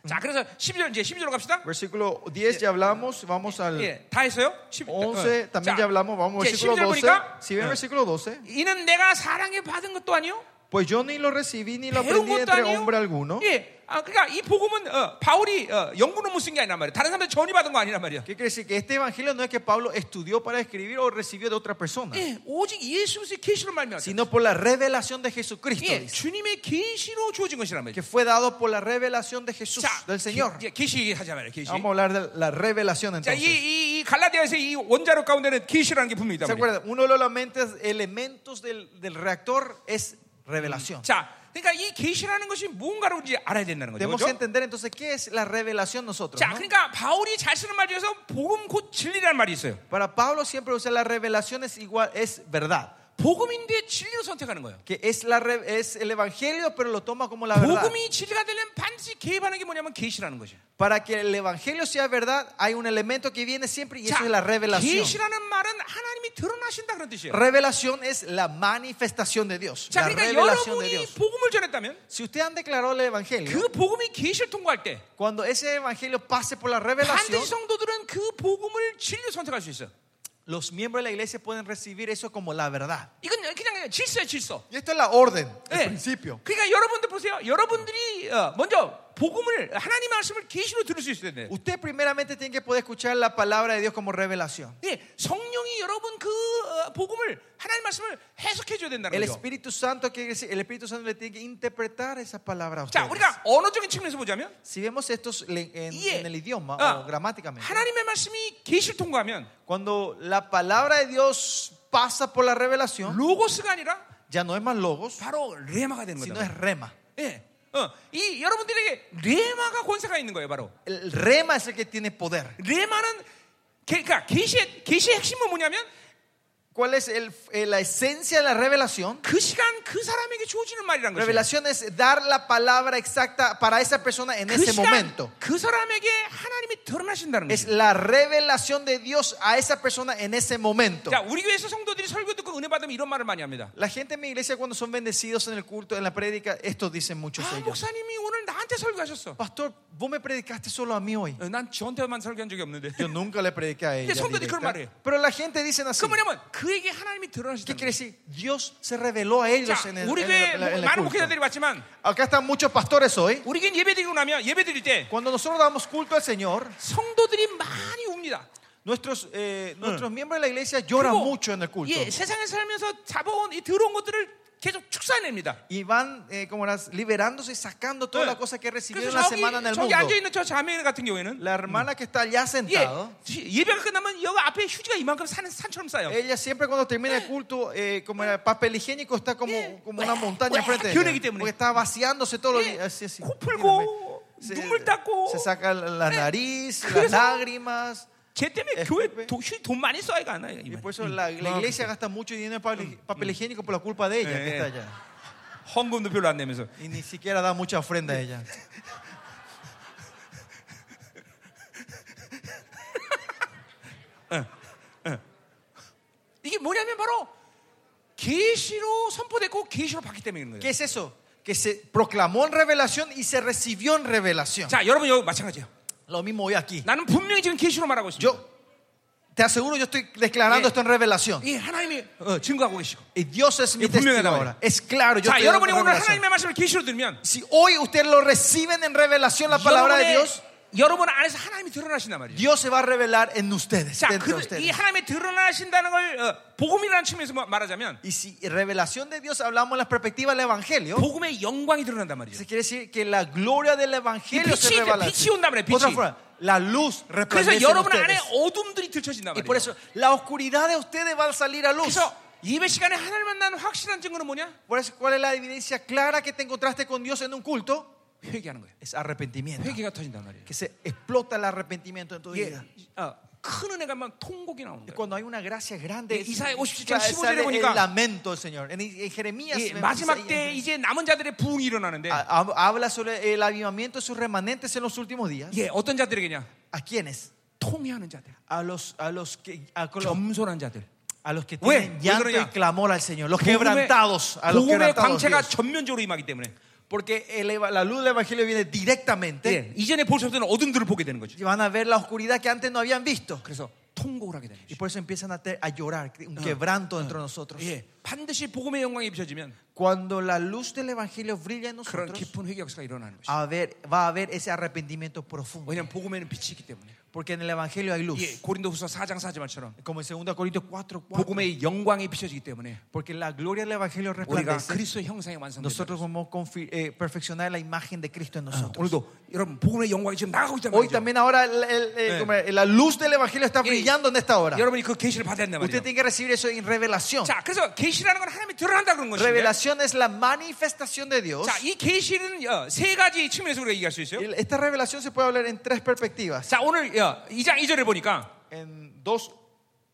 자, 그래서 12절 이제 12절로 갑시다. Versículo 10 ya hablamos, vamos al 예, 다 했어요. 10, Eh. 11 también ya hablamos, vamos al versículo 12. 12. 보니까 어. Si ven versículo 12, 이는 내가 사랑에 받은 것도 아니요. pues yo ni lo recibí ni lo 배운 aprendí 것도 entre 아니요. hombre alguno. 예, 아, 그러니까 이 복음은 어, 바울이 어, 연구는 못쓴 게 아니란 말이야. 다른 사람들 전이 받은 거 아니란 말이야. ¿Qué quiere decir? Que este evangelio no es que Pablo estudió para escribir o recibió de otra persona, 예, 오직 예수의 계시로 말미암아. sino por la revelación de Jesucristo, 예, dice, 주님의 계시로 주어진 것이란 말이야. que fue dado por la revelación de Jesús, del Señor. 기- 이제 계시 하자 말이야. 계시. Vamos a hablar de la revelación 자, entonces. 이, 이, 이 갈라디아에서 이 원자력 가운데는 계시라는 게 분명히 있단 ¿Se 말이야. acuerdan? Uno de los elementos, elementos del, del reactor es revelación. 자, 그러까 이 계시라는 것이 뭔가로 이제 알아야 된다는 거죠. Tenemos 그죠? que entender entonces qué es la revelación nosotros. 자, ¿no? 그러니까 바울이 잘 쓰는 말 중에서 복음 곧 진리라는 말이 있어요. Para Pablo siempre usa la revelación es igual es verdad, 복음인데 진리로 선택하는 거예요. que es la re- es el evangelio pero lo toma 아, como la verdad. 복음이 진리가 되려면 반드시 개입하는 게 뭐냐면 계시라는 것이에요. Para que el evangelio sea verdad hay un elemento que viene siempre y eso es la revelación. 계시라는 말은 하나님이 드러나신다 그런 뜻이에요. Revelación es la manifestación de Dios, 자, la 그러니까 revelación de 여러분이 Dios. 복음을 전했다면 Si ustedes han declarado el evangelio, 그 복음이 계시를 통과할 때 cuando ese evangelio pase por la revelación, 반드시 성도들은 그 복음을 진리로 선택할 수 있어요. los miembros de la iglesia pueden recibir eso como la verdad. Eh. 이건 그냥 질서야 질서. Y esto es la orden, el 예. 네, principio. 그러니까 여러분들 보세요. 여러분들이 어, 먼저 복음을 하나님 말씀을 계시로 들을 수 있어야 돼. Usted primeramente tiene que poder escuchar la palabra de Dios como revelación. 예, 성령이 여러분 그 어, 복음을 하나님 말씀을 해석해 줘야 된다는 El 거죠. Espíritu Santo quiere decir, el Espíritu Santo le tiene que interpretar esa palabra a 자, ustedes. 우리가 언어적인 측면에서 보자면 Si vemos estos le- en, 이게, en el idioma 어, o gramáticamente, 하나님의 말씀이 계시를 통과하면 cuando la palabra de Dios pasa por la revelación, 로고스가 아니라 ya no es más logos, 바로 레마가 되는 sino 거다. es rema. 예. 어, 이 여러분들에게 레마가 권세가 있는 거예요, 바로. El rema es el que tiene poder. 레마는 게- 그러니까 계시의 계시의 핵심은 뭐냐면 ¿Cuál es el- eh, la esencia de la revelación? 그 시간 그 사람에게 주어지는 말이란 거죠. Revelación es dar la palabra exacta para esa persona en 그 ese 시간 momento. 그 사람에게 하나님이 드러나신다는 Es 거죠. la revelación de Dios a esa persona en ese momento. 자, 우리 교회에서 성도들이 설교 듣고 은혜 받으면 이런 말을 많이 합니다. La gente en mi iglesia cuando son bendecidos en el culto, en la prédica, esto dicen muchos 아, ellos. 목사님이 오늘 나한테 설교하셨어. Pastor, vos me predicaste solo a mí hoy. 어, 난 저한테만 설교한 적이 없는데. Yo nunca le prediqué a ella. son de directa. discurso, María. Pero la gente dicen así. 그 뭐냐면 그에게 하나님이 ¿Qué 드러나신다는 quiere decir? Dios se reveló a ellos 자, en el, 우리 en el- 교회 뭐 en el 많은 culto. 목회자들이 왔지만 Acá están muchos pastores hoy. 우리 교회 예배 드리고 나면 예배 드릴 때 Cuando nosotros damos culto al Señor, 성도들이 많이 웁니다. Nuestros, eh, nuestros miembros de la iglesia lloran mucho en el culto. 예, 세상에 살면서 잡아온 이 들어온 것들을 계속 축사냅니다. Y van eh, como las, liberándose y sacando toda la cosa que recibieron la 저기, semana en el 저기 mundo. 앉아 있는 저 자매 같은 경우에는 La hermana que está allá 예, sentada, 지- 예배가 끝나면 여기 앞에 휴지가 이만큼 산, 산처럼 쌓여. ella siempre cuando termina el culto, eh, como el papel higiénico está como, como una montaña Bueno, enfrente de 기운이기 ella. 때문에. Porque está vaciándose todo los 예, días. Así, así. 코 Mírame. 풀고 Se, 눈물 닦고 se saca la- la nariz, 그래서- las lágrimas. 쟤 때문에 예, 교회 예. 도, 휴지 돈 많이 써야 가나 Y por eso la, la iglesia gasta mucho dinero en papel, papel higiénico por la culpa de ella Eh, que eh. está allá. 헌금도 별로 안 내면서 Y ni siquiera da mucha ofrenda a ella. 이게 뭐냐면 바로 계시로 선포됐고 계시로 받기 때문에 그런 ¿Qué 거예요. es eso? Que se proclamó en revelación y se recibió en revelación. 자, 여러분 여기 마찬가지예요. Lo mismo hoy aquí. 나는 분명히 지금 계시로 말하고 있습니다. Yo te aseguro, yo estoy declarando Eh. esto en revelación. 이 하나님이 어, 증거하고 계시고. Y Dios es mi Eh, 분명히 testigo 하단 ahora. Es claro, yo 자, estoy dando 여러분이 오늘 revelación. 하나님의 말씀을 계시로 들면 Si hoy ustedes lo reciben en revelación la palabra de 여러분의- Dios, 여러분 안에서 하나님이 드러나신단 말이에요. Dios se va a revelar en ustedes, 자, dentro de 그, 이 ustedes. 하나님이 드러나신다는 걸 어, 복음이라는 측면에서 뭐- 말하자면 Y si revelación de Dios hablamos en la perspectiva del evangelio, 복음의 영광이 드러난단 말이죠. se quiere decir que la gloria del evangelio Y se pichi- revela. pichi onda, hombre, pichi. Otra forma, la luz resplandece 그래서 en 그러니까 여러분 안에 ustedes. 어둠들이 들춰진단 Y por 말이에요. eso la oscuridad de ustedes va a salir a luz. 그래서 예배 시간에 하나님 만나는 확실한 증거는 뭐냐? Por eso, ¿cuál es la evidencia clara que te encontraste con Dios en un culto? 회개하는 거예요. Es arrepentimiento. 회개가 터진단 말이에요. Que se explota el arrepentimiento en tu 이게 vida. 어, 큰 은혜가 막 통곡이 나오는 거예요. Cuando hay una gracia grande, 예, 이사야 57장 sale 15 절에 el 보니까 lamento del Señor. En, en Jeremías, 이 vemos 예, 마지막 Isaías, 때 이제 남은 자들의 부흥이 일어나는데 ha- ha- habla sobre el avivamiento de sus remanentes en los últimos días. 예, 어떤 자들에게냐? ¿A quiénes? 통회하는 자들, A los, a los que, a con los, 겸손한 자들. a los que tienen Güey, güey, llanto y güey. clamor al Señor, los 복음의, quebrantados, a los 복음의 quebrantados. 광채가 Dios. 전면적으로 임하기 때문에 Porque el eva- la luz del Evangelio viene directamente 예, 이전에 볼 수 없던 어둠들을 보게 되는 거죠. y van a ver la oscuridad que antes no habían visto. 그래서 통곡을 하게 되는 Y 거죠. por eso empiezan a, te- a llorar, un quebranto dentro de nosotros. 예, 반드시 복음의 영광이 비춰지면 Cuando la luz del Evangelio brilla en 그런 nosotros, 깊은 회개 역사가 일어나는 것이죠. a ver, va a haber ese arrepentimiento profundo. 왜냐하면 복음에는 빛이 있기 때문에. Porque en el Evangelio hay luz. 예, 고린도후서 4장 4절처럼 Como en 2 Corintios 4, 4 복음의 영광이 비춰지기 때문에 porque la gloria del Evangelio 우리가 resplandece. 그리스도의 형상이 완성됩니다. Nosotros vamos a confi- eh, perfeccionar la imagen de Cristo en nosotros. 어, 오늘도 어, 여러분 복음의 영광이 지금 나가고 있단 Hoy 말이죠. también ahora el- el- eh, como la luz del Evangelio está 예, brillando en esta hora. 여러분이 그 계시를 받아야 된단 Usted 말이죠. tiene que recibir eso en revelación. 자, 그래서 계시라는 건 하나님이 드러난다 그런 것인데. Revelación es la manifestación de Dios. 자, 이 계시는 어, 세 가지 측면에서 우리가 얘기할 수 있어요. El- Esta revelación se puede hablar en tres perspectivas. 자, 오늘 어, 2장 2절에 보니까 En 2,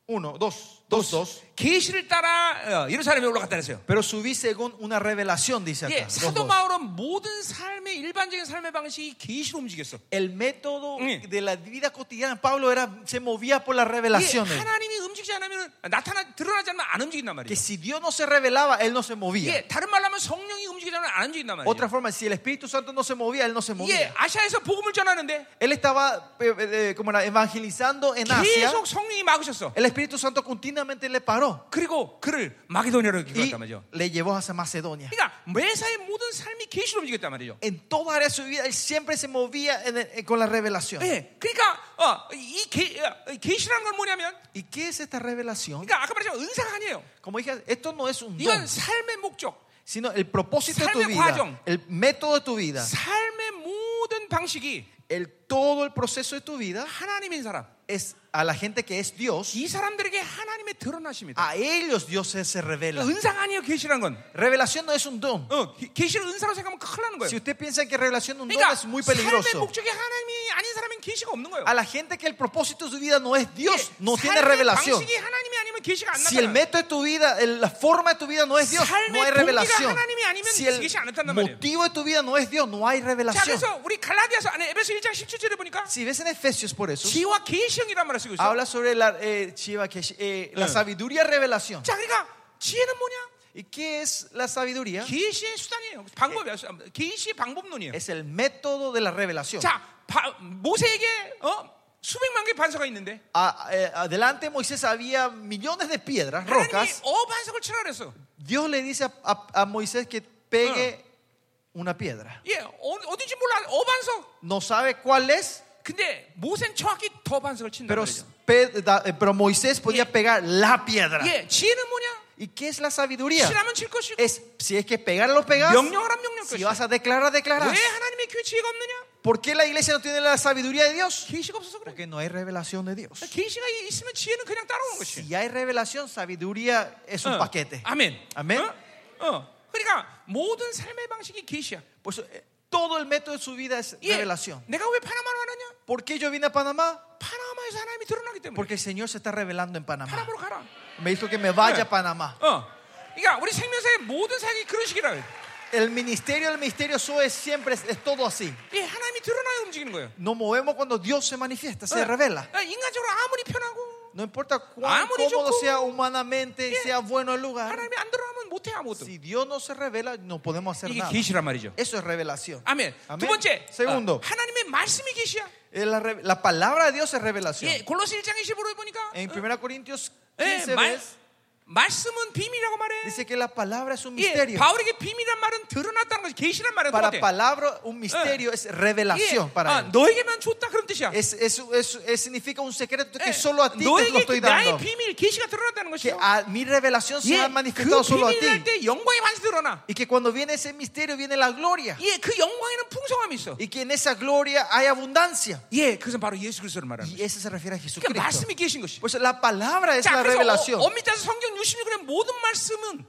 1, 2, 2, 2. 계시를 따라 어, 예루살렘에 올라갔다 그랬어요. Pero subí según una revelación, dice acá. 예, dos, 사도 dos. 바울은 모든 삶의 일반적인 삶의 방식이 계시로 움직였어. El método Mm. de la vida cotidiana, Pablo era, se movía por las 예, revelaciones. 하나님이 움직이지 않으면 나타나 드러나지 않으면 안 움직인단 Que 말이에요. si Dios no se revelaba, él no se movía. 예, 다른 말로 하면 성령이 움직이지 않으면 안 움직인단 말이에요. Otra forma, si el Espíritu Santo no se movía, él no se 예, movía. 아시아에서 복음을 전하는데 Él estaba eh, eh, como era, evangelizando en Asia. 계속 성령이 막으셨어. El Espíritu Santo continuamente le paró 그리고 그를 마게도니아로 이끌고 y 갔단 말이죠. le llevó hacia Macedonia. 그러니까 매사의 모든 삶이 계시로 움직였단 말이죠. En toda área de su vida, él siempre se movía en el- eh, con la revelación. 예, 그러니까 어, 이 계- 어, 이 계시라는 건 뭐냐면, ¿Y qué es esta revelación? 그러니까 아까 말했지만 은사가 아니에요. Como dije, esto no es un 이건 don. 삶의 목적, sino el propósito de tu 삶의 과정. vida, el método de tu vida, 삶의 모든 방식이 el todo el proceso de tu vida 하나님인 사람. es a la gente que es Dios, 이 사람들에게 하나님의 드러나십니다. a ellos Dios se, se revela. 그러니까 은사가 아니에요, 계시라는 건. Revelación no pues. es un don. 어, 게- 계시를 은사로 생각하면 큰일 나는 Si 거예요. usted piensa que revelación es un don 그러니까 es muy 삶의 peligroso. 목적이 하나님이 아닌 사람은 계시가 없는 거예요. A la gente que el propósito de su vida no es Dios, no tiene 삶의 revelación. 방식이 하나님이 아니면 계시가 안 Si el 나타나요. método de tu vida, el- la forma de tu vida no es Dios, no hay 삶의 revelación. 동기가 하나님이 아니면 Si el 이것이 안 된단 말이에요. motivo de tu vida no es Dios, no hay 자, revelación. 그래서 우리 갈라디아서 안에 에베소 1장 17절에 보니까 Si ves en Efesios por eso, 지와 계시형이란 말을 쓰고 있어요. habla sobre la, eh, Shiva Kesh- eh, la Eh. sabiduría revelación. 자, 그러니까 지혜는 뭐냐? ¿Y qué es la sabiduría? 계시의 수단이에요. 방법이야. 계시 방법론이에요. Es el método de la revelación. 자, 바- 모세에게 어? 수백만 개 반석이 있는데 A- eh, adelante Moisés había millones de piedras, 하나님이 rocas. 어 반석을 치라 그랬어. Dios le dice a, a- a Moisés que pegue una piedra. 예, 어, 어딘지 몰라. 어 반석. No sabe cuál es, 근데 모세는 정확히 더 반석을 친다 pero 말이죠. Pe- da- eh, pero Moisés podía Yeah. pegar la piedra. 예, 지혜는 뭐냐? ¿Y qué es la sabiduría? 실하면 질 것이고 Es, si es que pegar, lo pegas. 명령을 하면 명령 Si 것이고 vas a declarar, declaras. 왜 하나님의 교회 지혜가 없느냐? ¿Por qué la iglesia no tiene la sabiduría de Dios? 계시가 없어서 그래 Porque no hay revelación de Dios. 계시가 있으면 지혜는 그냥 따라오는 것이 Si hay revelación, sabiduría es un 어, paquete. 아멘 아멘. 어? 어. 그러니까 모든 삶의 방식이 계시야 Por eso, eh, todo el método de su vida es 예, revelación. 내가 왜 파나마로 하느냐? ¿Por qué yo vine a Panamá? 파나마에서 하나님이 드러나기 때문에 Porque el Señor se está revelando en Panamá. 파나마로 가라 Me dijo que me vaya Eh. a Panamá. 어. 그러니까 우리 생명사의 모든 사역이 그런 식이라 그래 El ministerio del misterio eso es siempre es, es todo así. 예, 하나님이 드러나야 움직이는 거예요 Nos movemos cuando Dios se manifiesta, se 어. revela. 어, 인간적으로 아무리 편하고 No importa cuán Amor y cómodo yucu. sea humanamente, Yeah. sea bueno el lugar. 하나님이 안 드러나면 못해 아무것도 Si Dios no se revela, no podemos hacer 이게 nada. 계시란 말이죠 Eso es revelación. 아멘. 아멘. 두 번째, Segundo. 어, 하나님의 말씀이 계시야. Eh, La, re- la palabra de Dios es revelación. 예, 골로새 1장 25를 보니까 En 어, 1 Corintios 예, 15 말, ves, 말씀은 비밀이라고 말해. dice que la palabra es un 예, misterio. 바울에게 비밀이란 말은 드러났다는 거지. 계시란 말은 Para 똑같아. palabra, un misterio es revelación 예, para 아, él. 너에게만 줬다 그런 뜻이야. Es, es- es- es- significa un secreto 예, que solo a ti te lo 너에게 estoy 나의 dando. 비밀 계시가 드러났다는 Que 것이야. a- mi revelación se 예, ha 그 manifestado solo a 비밀을 ti. 할때 영광이 반드시 드러나. Y que cuando viene ese misterio, viene la gloria. 예, 그 영광에는 풍성함이 있어. Y que en esa gloria hay abundancia. 예, 그것은 바로 예수 그리스도를 말하는 거야. Y ese se refiere a 그러니까 Jesucristo. 말씀이 계신 것이. Pues la palabra es 자, la 그래서 revelación. 어, 엄밀히 따서 성경 66권의 모든 말씀은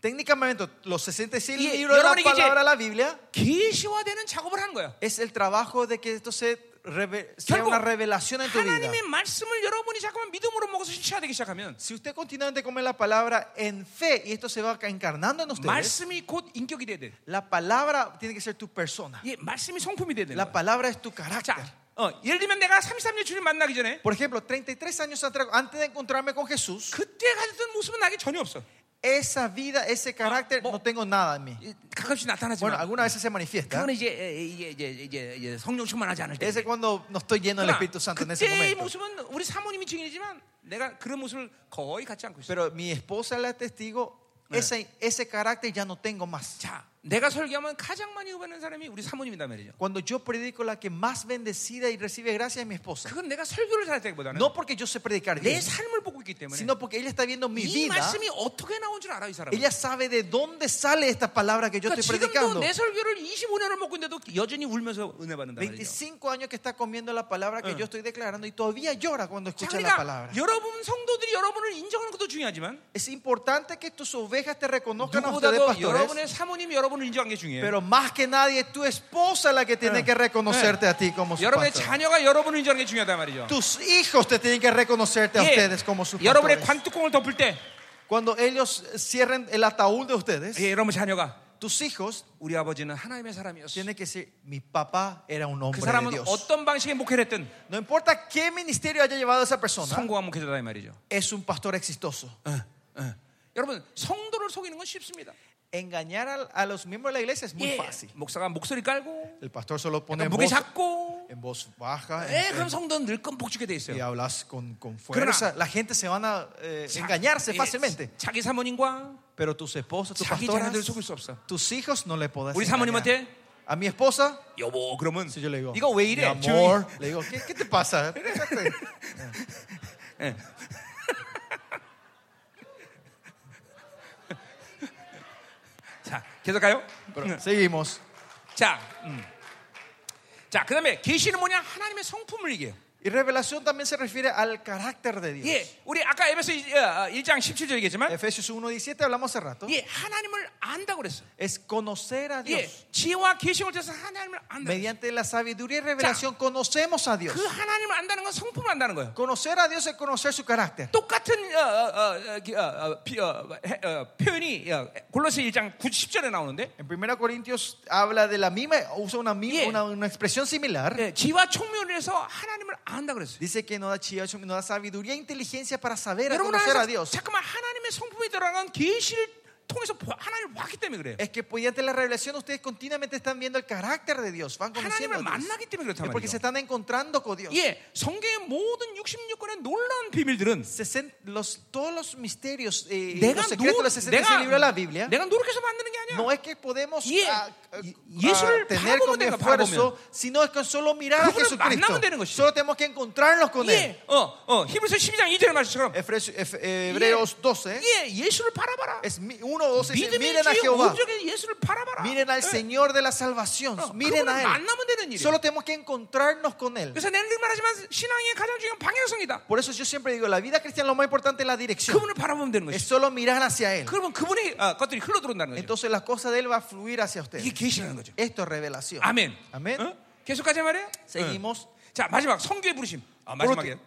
Técnicamente, los 66 Y- libros de la 여러분에게 이제- palabra de la Biblia 계시화되는 작업을 한 거야. es el trabajo de que esto se reve- sea 결국 una revelación en tu vida. 하나님의 말씀을 여러분이 자꾸만 믿음으로 먹어서 실체화되기 시작하면 Si usted continuamente come la palabra en fe y esto se va encarnando en ustedes, 말씀이 곧 인격이 돼야 돼. la palabra tiene que ser tu persona. 예, 말씀이 성품이 돼야 돼. La palabra es tu carácter. 자, 어, 예를 들면 내가 33년 주님 만나기 전에 Por ejemplo, 33 años atrás, antes de encontrarme con Jesús, 그때 가졌던 모습은 나에게 전혀 없어. esa vida, ese carácter, 뭐- no tengo nada en mí. 예, 가끔씩 Bueno, 나타나지만 algunas veces se manifiesta. 그건 이제 에, 이제 이제, 이제, 이제 성령 충만하지 않을 때. Ese es cuando no estoy lleno del 그러나 Espíritu Santo en ese 그때의 momento. 모습은 우리 사모님이 증인이지만 내가 그런 모습을 거의 갖지 않고 있어. Pero mi esposa la testigo, ese, ese carácter ya no tengo más. 자, 내가 설교하면 가장 많이 받는 사람이 우리 사모님이다 말이죠. Cuando yo predico, la que más bendecida y recibe gracia es mi esposa. 그건 내가 설교를 잘했다기보다는 No porque yo sé predicar 내 bien, 삶을 보고 있기 때문에 sino porque ella está viendo mi 이 vida. 말씀이 어떻게 나온 줄 알아 이 사람은. Ella sabe de dónde sale esta palabra que yo 그러니까 estoy 지금도 predicando. 내 설교를 25년을 먹고 있는데도 여전히 울면서 은혜 받는다 말이죠. 25 años que está comiendo la palabra que yo estoy declarando y todavía llora cuando 자, escucha la palabra. 그러니까 여러분 성도들이 여러분을 인정하는 것도 중요하지만 Es importante que tus ovejas te reconozcan a ustedes, 누구보다도 pastores. 여러분의 사모님이 여러분을 인정한 게 중요해요. ¿eh? Pero más que nadie, tu esposa es la que tiene Eh. que reconocerte a ti como su 여러분의 pastor. 자녀가 여러분을 인정하는 게 중요하단 말이죠. Tus hijos te tienen que reconocerte a 예, ustedes como sus 여러분의 pastores. 관뚜껑을 덮을 때 Cuando ellos cierren el ataúd de ustedes, 예, 여러분 자녀가 tus hijos 우리 아버지는 하나님의 사람이었어. tienen que decir, mi papá era un 그 hombre de 사람은 Dios. 어떤 방식의 목회를 했든 No importa qué ministerio haya llevado esa persona, 성공한 목회자다 이 말이죠. es un pastor exitoso. 여러분 성도를 속이는 건 쉽습니다. Engañar a, a los miembros de la iglesia es muy 예, fácil. 목사가 목소리 깔고 El pastor solo pone en 무게 voz, 잡고 en voz baja en- 예, 그럼 성도는 늘 끔복죽게 돼 y 있어요. hablas con, con Claro. fuerza. La gente se van a eh, engañarse 예, fácilmente. 자기 사모님과 Pero tus esposos, tus 자기 자녀들을 속일 pastores, 수 없어. tus hijos no le podés 우리 engañar. 사모님한테 A mi esposa, 여보 그러면 si yo le digo, 이거 왜 이래? "Mi amor, le digo, ¿qué, qué te pasa? 조용히- 자 계속 가요. Pero seguimos. 자, 음. 자 그다음에 계시는 뭐냐? 하나님의 성품을 얘기해요. Y revelación también se refiere al carácter de Dios. 예, 우리 아까 에베소 어, 1장 17절 얘기했지만, Efesios 1.17 hablamos hace rato. 예, 하나님을 안다고 그랬어. Es conocer a 예, Dios. 지혜와 계시를 통해서 하나님을 안다. Mediante la sabiduría y revelación conocemos a Dios. 그 하나님을 안다는 건 성품을 안다는 거예요. Conocer a Dios es conocer su carácter. 똑같은 어, 어, 어, 기- 어, 어, 비- 어, 해- 어, 표현이 어, 골로새 1장 90절에 나오는데 En 1 Corintios habla de la misma, usa una, mi- Yeah. una, una expresión similar. 예, 지와 총면을 해서 하나님을 안다 그랬어요. Dice que nos da, chía, nos da sabiduría e inteligencia para saber a 여러분 conocer a 하나님 Dios. 잠깐만 하나님의 성품이 들어간 계시를 통해서 보- 하나님을 봤기 때문에 그래요. Es que mediante la revelación ustedes continuamente están viendo el carácter de Dios, van conociendo 하나님을 a Dios. 만나기 때문에 Es 예, 그렇단 porque se 말이죠. están encontrando con Dios. 예, 성경의 모든 66권의 놀라운 비밀들은 60 los, todos los misterios, eh, 내가 los secretos de 노- los 66 libros de la 내가 Biblia, 내가 노력해서 만드는 게 아니야. no es que podemos 예, ah, ah, 예- 예수를 tener 바라보면 con mi 되는 거야, esfuerzo, sino es con solo mirar a 그분을 만나면 Jesucristo. 되는 것이지. Solo tenemos que encontrarnos con Él. 예, 어, 어, 히브리서 12장 2절의 말씀처럼 Efres- Ef- eh, 예, Hebreos 12, 예, 예수를 바라봐라. es mi- uno o doce dice, 믿음의 miren a 주여 Jehová, 오적에 예수를 바라봐라. miren al 예, Señor de la salvación, 어, miren 그분을 a Él. 만나면 되는 일이야. Solo tenemos que encontrarnos con Él. 그래서 내가 늘 말하지만 신앙의 가장 중요한 방향성이다. Por eso yo siempre digo, la vida cristiana lo más importante es la dirección. 그분을 바라보면 되는 Es 것이. solo mirar hacia Él. 그러면 그분의 어, 것들이 흘러 들어온다는 거죠. Entonces las cosas de Él va a fluir hacia usted. 이게 계시라는 거죠. Esto es revelación. 네. 아멘. Amén. 어? 계속하자 말이에요. Seguimos. 어. 자 마지막 성교의 부르심. 아, 마지막에. 응?